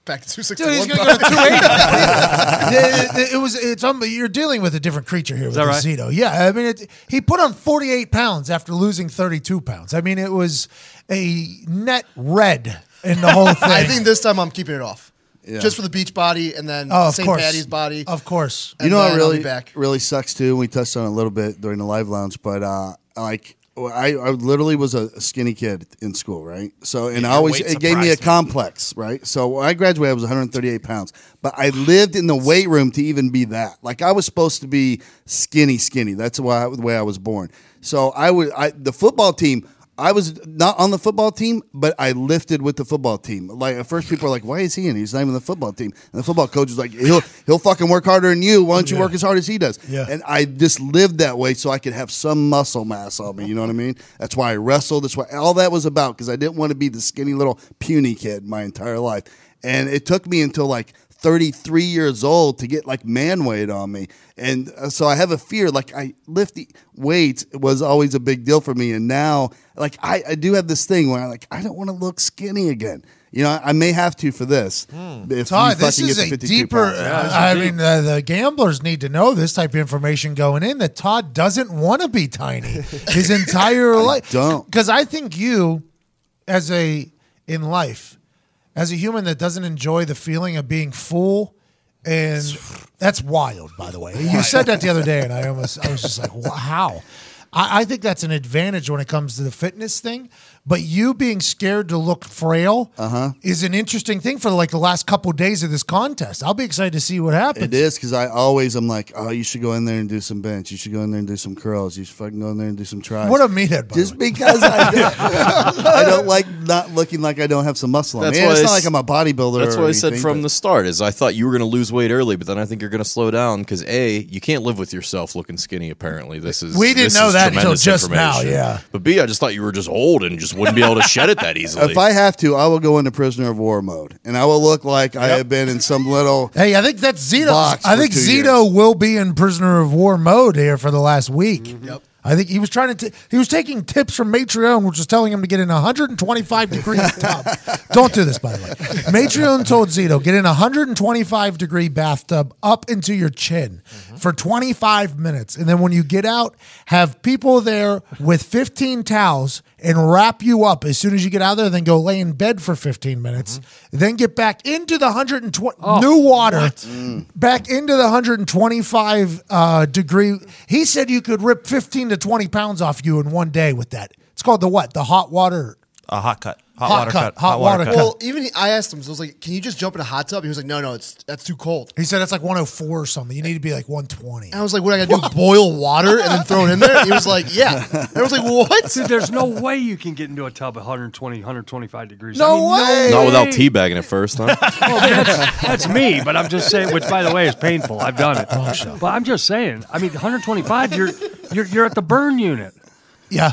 Speaker 5: Back to
Speaker 1: Dude,
Speaker 5: 261.
Speaker 1: he's gonna go to 280. it, it- it was. It's um, you're dealing with a different creature here with
Speaker 2: that right?
Speaker 1: Zito. Yeah, I mean, it, he put on 48 pounds after losing 32 pounds. I mean, it was a net red in the whole thing.
Speaker 5: I think this time I'm keeping it off.
Speaker 3: Yeah.
Speaker 5: Just for the beach body and then
Speaker 1: Oh, of
Speaker 5: St.
Speaker 1: course.
Speaker 5: Patty's body.
Speaker 1: Of course.
Speaker 3: you know
Speaker 5: i
Speaker 3: what really
Speaker 5: back.
Speaker 3: really sucks too. We touched on it a little bit during the live lounge, but uh, like I, I literally was a skinny kid in school, right? So and
Speaker 11: Your
Speaker 3: I always
Speaker 11: weight
Speaker 3: it gave me a
Speaker 11: surprised me.
Speaker 3: complex, right? So when I graduated, I was 138 pounds, but I lived in the weight room to even be that. Like I was supposed to be skinny, skinny. That's why the way I was born. So I would I the football team. I was not on the football team, but I lifted with the football team. Like at first, people are like, "Why is he in? He's not even on the football team." And the football coach was like, "He'll he'll fucking work harder than you. Why don't you
Speaker 11: Yeah.
Speaker 3: work as hard as he does?"
Speaker 11: Yeah.
Speaker 3: And I just lived that way so I could have some muscle mass on me. You know what I mean? That's why I wrestled. That's why all that was about because I didn't want to be the skinny little puny kid my entire life. And it took me until like 33 years old to get like man weight on me. And uh, so I have a fear. Like I lifting weights was always a big deal for me. And now, like I, I do have this thing where I like I don't want to look skinny again. You know, I, I may have to for this. If
Speaker 1: Hmm. Todd,
Speaker 3: you
Speaker 1: this
Speaker 3: fucking
Speaker 1: is
Speaker 3: get to
Speaker 1: a
Speaker 3: 52
Speaker 1: deeper.
Speaker 3: pounds.
Speaker 1: I mean, uh, the gamblers need to know this type of information going in that Todd doesn't want to be tiny his entire life.
Speaker 3: don't.
Speaker 1: because I think you, as a in life, as a human that doesn't enjoy the feeling of being full, and that's wild. By the way, you said that the other day, and I almost I was just like, "Wha- how? I, I think that's an advantage when it comes to the fitness thing. But you being scared to look frail
Speaker 3: Uh-huh.
Speaker 1: is an interesting thing for like the last couple days of this contest. I'll be excited to see what happens.
Speaker 3: It is because I always am like, oh, you should go in there and do some bench. You should go in there and do some curls. You should fucking go in there and do some tries.
Speaker 1: What a meathead! Just
Speaker 3: because I I don't like not looking like I don't have some muscle. on me. And it's not like I'm a bodybuilder.
Speaker 10: That's
Speaker 3: or
Speaker 10: what I said
Speaker 3: anything,
Speaker 10: from
Speaker 3: but-
Speaker 10: the start. Is I thought you were going to lose weight early, but then I think you're going to slow down because a you can't live with yourself looking skinny. Apparently, this is
Speaker 1: We didn't
Speaker 10: this
Speaker 1: know
Speaker 10: is
Speaker 1: that until
Speaker 10: tremendous
Speaker 1: just now,
Speaker 10: information.
Speaker 1: yeah.
Speaker 10: but b I just thought you were just old and just wouldn't be able to shed it that easily.
Speaker 3: If I have to, I will go into prisoner of war mode, and I will look like I have been in some little.
Speaker 1: Hey, I think that's Zito.
Speaker 3: Box
Speaker 1: I
Speaker 3: for
Speaker 1: think
Speaker 3: two
Speaker 1: Zito will be in prisoner of war mode here for the last week.
Speaker 3: Mm-hmm.
Speaker 1: Yep. I think he was trying to. T- he was taking tips from Matreon, which was telling him to get in 125 degree tub. Don't do this, by the way. Matreon told Zito get in 125 degree bathtub up into your chin for 25 minutes, and then when you get out, have people there with 15 towels and wrap you up as soon as you get out of there. Then go lay in bed for 15 minutes, then get back into the 120 new water Mm. back into the 125 uh, degree. He said you could rip 15 to 20 pounds off you in one day with that. It's called the what? The hot water.
Speaker 4: A hot cut, hot,
Speaker 1: Hot
Speaker 4: water
Speaker 1: cut,
Speaker 4: cut,
Speaker 1: hot water cut.
Speaker 5: Well, even he- I asked him. So I was like, "Can you just jump in a hot tub?" He was like, "No, no, it's that's too cold."
Speaker 1: He said it's like 104 or something. You need to be like 120.
Speaker 5: And I was like, "What I gotta do? boil water and then throw it in there?" He was like, "Yeah." And I was like, "What?"
Speaker 2: Dude, there's no way you can get into a tub 120, 125 degrees. I
Speaker 5: No
Speaker 2: mean,
Speaker 5: way!
Speaker 10: Not without
Speaker 2: way.
Speaker 10: teabagging it first, huh?
Speaker 2: Well, that's, that's me, but I'm just saying. Which, by the way, is painful. I've done it. Oh, But I'm just saying. I mean, 125. You're you're, you're at the burn unit.
Speaker 1: Yeah.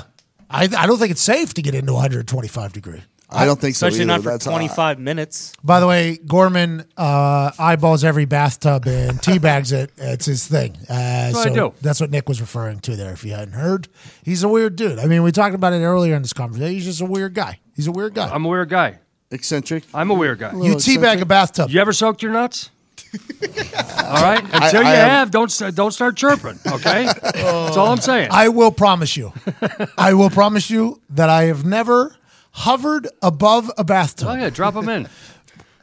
Speaker 1: I, I don't think it's safe to get into 125 degree.
Speaker 3: I don't think so
Speaker 12: Especially not
Speaker 3: either.
Speaker 12: for
Speaker 3: That's- uh,
Speaker 12: 25 minutes.
Speaker 1: By the way, Gorman uh, eyeballs every bathtub and teabags it. It's his thing. Uh,
Speaker 2: That's what I
Speaker 1: so
Speaker 2: do.
Speaker 1: that's what Nick was referring to there. If you hadn't heard, he's a weird dude. I mean, we talked about it earlier in this conversation. He's just a weird guy. He's a weird guy.
Speaker 2: I'm a weird guy.
Speaker 3: Eccentric.
Speaker 2: I'm a weird guy.
Speaker 1: You teabag a bathtub.
Speaker 2: You ever soaked your nuts? all right. Until
Speaker 1: I-
Speaker 2: you
Speaker 1: I
Speaker 2: have,
Speaker 1: have-
Speaker 2: don't s- don't start chirping. Okay. That's all I'm saying.
Speaker 1: I will promise you. I will promise you that I have never hovered above a bathtub.
Speaker 2: Oh yeah, drop them in.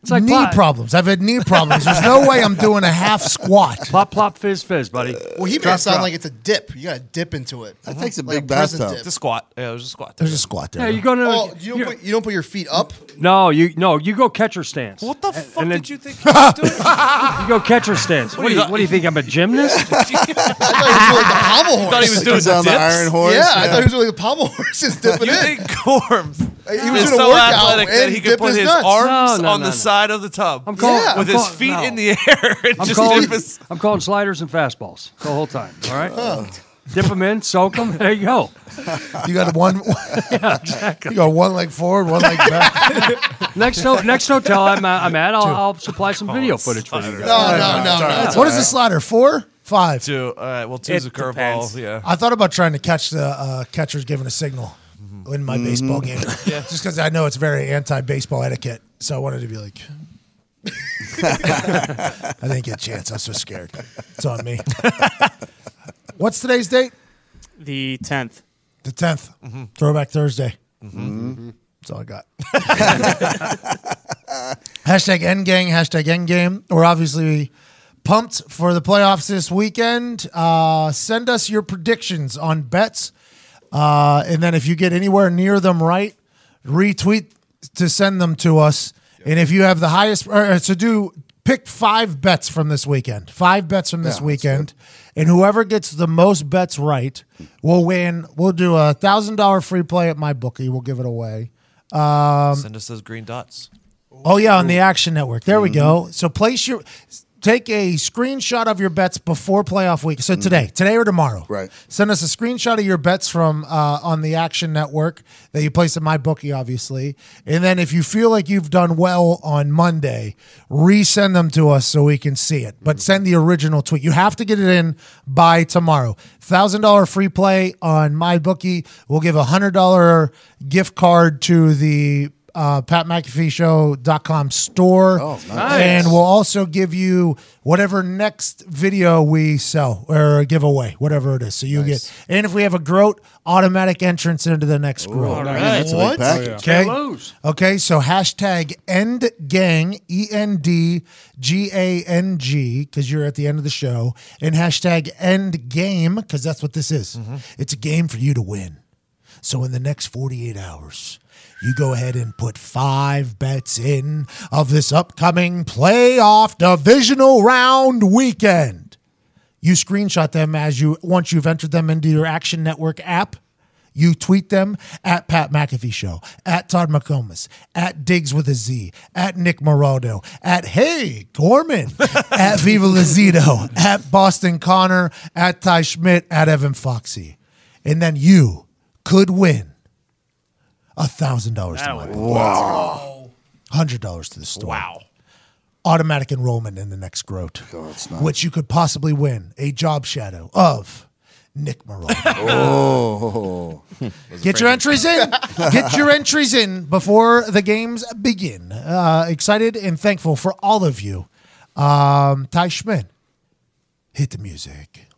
Speaker 2: It's like
Speaker 1: knee
Speaker 2: pot.
Speaker 1: problems. I've had knee problems. There's no way I'm doing a half squat.
Speaker 2: Plop plop fizz fizz, buddy.
Speaker 5: Well, he made
Speaker 2: Drop,
Speaker 5: it sound
Speaker 2: drop.
Speaker 5: like it's a dip. You gotta dip into it. That
Speaker 3: takes a
Speaker 5: like
Speaker 3: big
Speaker 5: prison
Speaker 2: bathtub.
Speaker 5: dip.
Speaker 4: It's a squat. Yeah, it was a squat.
Speaker 1: There's a squat
Speaker 2: there. Yeah, you go to-
Speaker 5: Oh, you don't, put, you don't put your feet up.
Speaker 2: No, you no, you go catcher stance. What the fuck did you think? You go catcher stance. What, do you what do you think? I'm a gymnast.
Speaker 5: I thought he was doing
Speaker 2: thought he was doing He's
Speaker 5: like the pommel horse.
Speaker 2: the on the dips? iron horse,
Speaker 5: Yeah, I
Speaker 2: yeah.
Speaker 5: thought he was doing like the pommel horses dipping
Speaker 4: You
Speaker 5: in.
Speaker 4: think Gorm
Speaker 5: He was
Speaker 4: is
Speaker 5: doing a
Speaker 4: so
Speaker 5: workout
Speaker 4: athletic that
Speaker 5: and
Speaker 4: he could
Speaker 5: dipping
Speaker 4: put his,
Speaker 5: nuts.
Speaker 4: arms
Speaker 2: No, no,
Speaker 4: on
Speaker 2: no,
Speaker 4: the
Speaker 2: no.
Speaker 4: side of the tub
Speaker 2: I'm calling-
Speaker 4: with
Speaker 2: I'm
Speaker 4: his
Speaker 2: calling-
Speaker 4: feet
Speaker 2: no.
Speaker 4: in the air and
Speaker 2: I'm
Speaker 4: just
Speaker 2: calling,
Speaker 4: dip his.
Speaker 2: I'm calling sliders and fastballs the whole time. All right, dip them in, soak them. There you go.
Speaker 1: Oh. You got one.
Speaker 2: yeah, exactly.
Speaker 1: You got one leg forward, one leg back.
Speaker 2: next, ho- next hotel I'm, at- I'm at, I'll, I'll supply some video footage for you. guys.
Speaker 1: What is the slider? Four, five.
Speaker 4: Two. All right. Well, two's
Speaker 2: It
Speaker 4: a curveball.
Speaker 2: depends.
Speaker 4: Yeah.
Speaker 1: I thought about trying to catch the uh, catchers giving a signal in my baseball
Speaker 4: Mhm.
Speaker 1: game,
Speaker 4: Yeah.
Speaker 1: just because I know it's very anti-baseball etiquette. So I wanted to be like, I didn't get a chance. I'm so scared. It's on me. What's today's date?
Speaker 12: The 10th.
Speaker 1: The 10th
Speaker 4: Mm-hmm.
Speaker 1: Throwback Thursday.
Speaker 12: Mm-hmm.
Speaker 3: Mm-hmm.
Speaker 1: That's all I got. hashtag endgang, hashtag endgame. We're obviously pumped for the playoffs this weekend. Uh, send us your predictions on bets. Uh, and then if you get anywhere near them right, retweet to send them to us. And if you have the highest, or, or so do pick five bets from this weekend, five bets from this
Speaker 11: Yeah, that's
Speaker 1: weekend. And whoever gets the most bets right will win. We'll do a thousand dollar free play at my bookie. We'll give it away. Um,
Speaker 4: Send us those green dots.
Speaker 1: Oh yeah, on the Action Network. There we go. So place your take a screenshot of your bets before playoff week. So today, today or tomorrow. Right. Send us a screenshot of your bets from uh, on the Action Network that you place at my bookie, obviously. And then if you feel like you've done well on Monday, resend them to us so we can see it. But send the original tweet. You have to get it in by tomorrow. Thousand dollar free play on my bookie. We'll give a hundred dollar gift card to the uh, PatMcAfeeShow.com store.
Speaker 11: nice.
Speaker 1: And we'll also give you whatever next video we sell or give away, whatever it is. So you get, and if we have a groat, automatic entrance into the next groat.
Speaker 2: all right. That's a big What? package.
Speaker 1: Okay.
Speaker 2: Can't lose.
Speaker 1: Okay. So hashtag end gang, E N D G A N G, because you're at the end of the show, and hashtag end game, because that's what this is.
Speaker 2: Mm-hmm.
Speaker 1: It's a game for you to win. So in the next 48 hours, you go ahead and put five bets in of this upcoming playoff divisional round weekend. You screenshot them as you once you've entered them into your Action Network app. You tweet them at Pat McAfee Show, at Todd McComas, at Diggs with a Z, at Nick Moraldo, at Hey Gorman, at Viva Lazito, at Boston Connor, at Ty Schmidt, at Evan Foxy. And then you could win a thousand dollars to my wow. Hundred dollars to the store. Wow. Automatic enrollment in the next groat. Which you could possibly win a job shadow of Nick Morales.
Speaker 3: Oh.
Speaker 1: Get your entries in. Get your entries in before the games begin. Uh, excited and thankful for all of you. Um, Ty Schmidt, hit the music.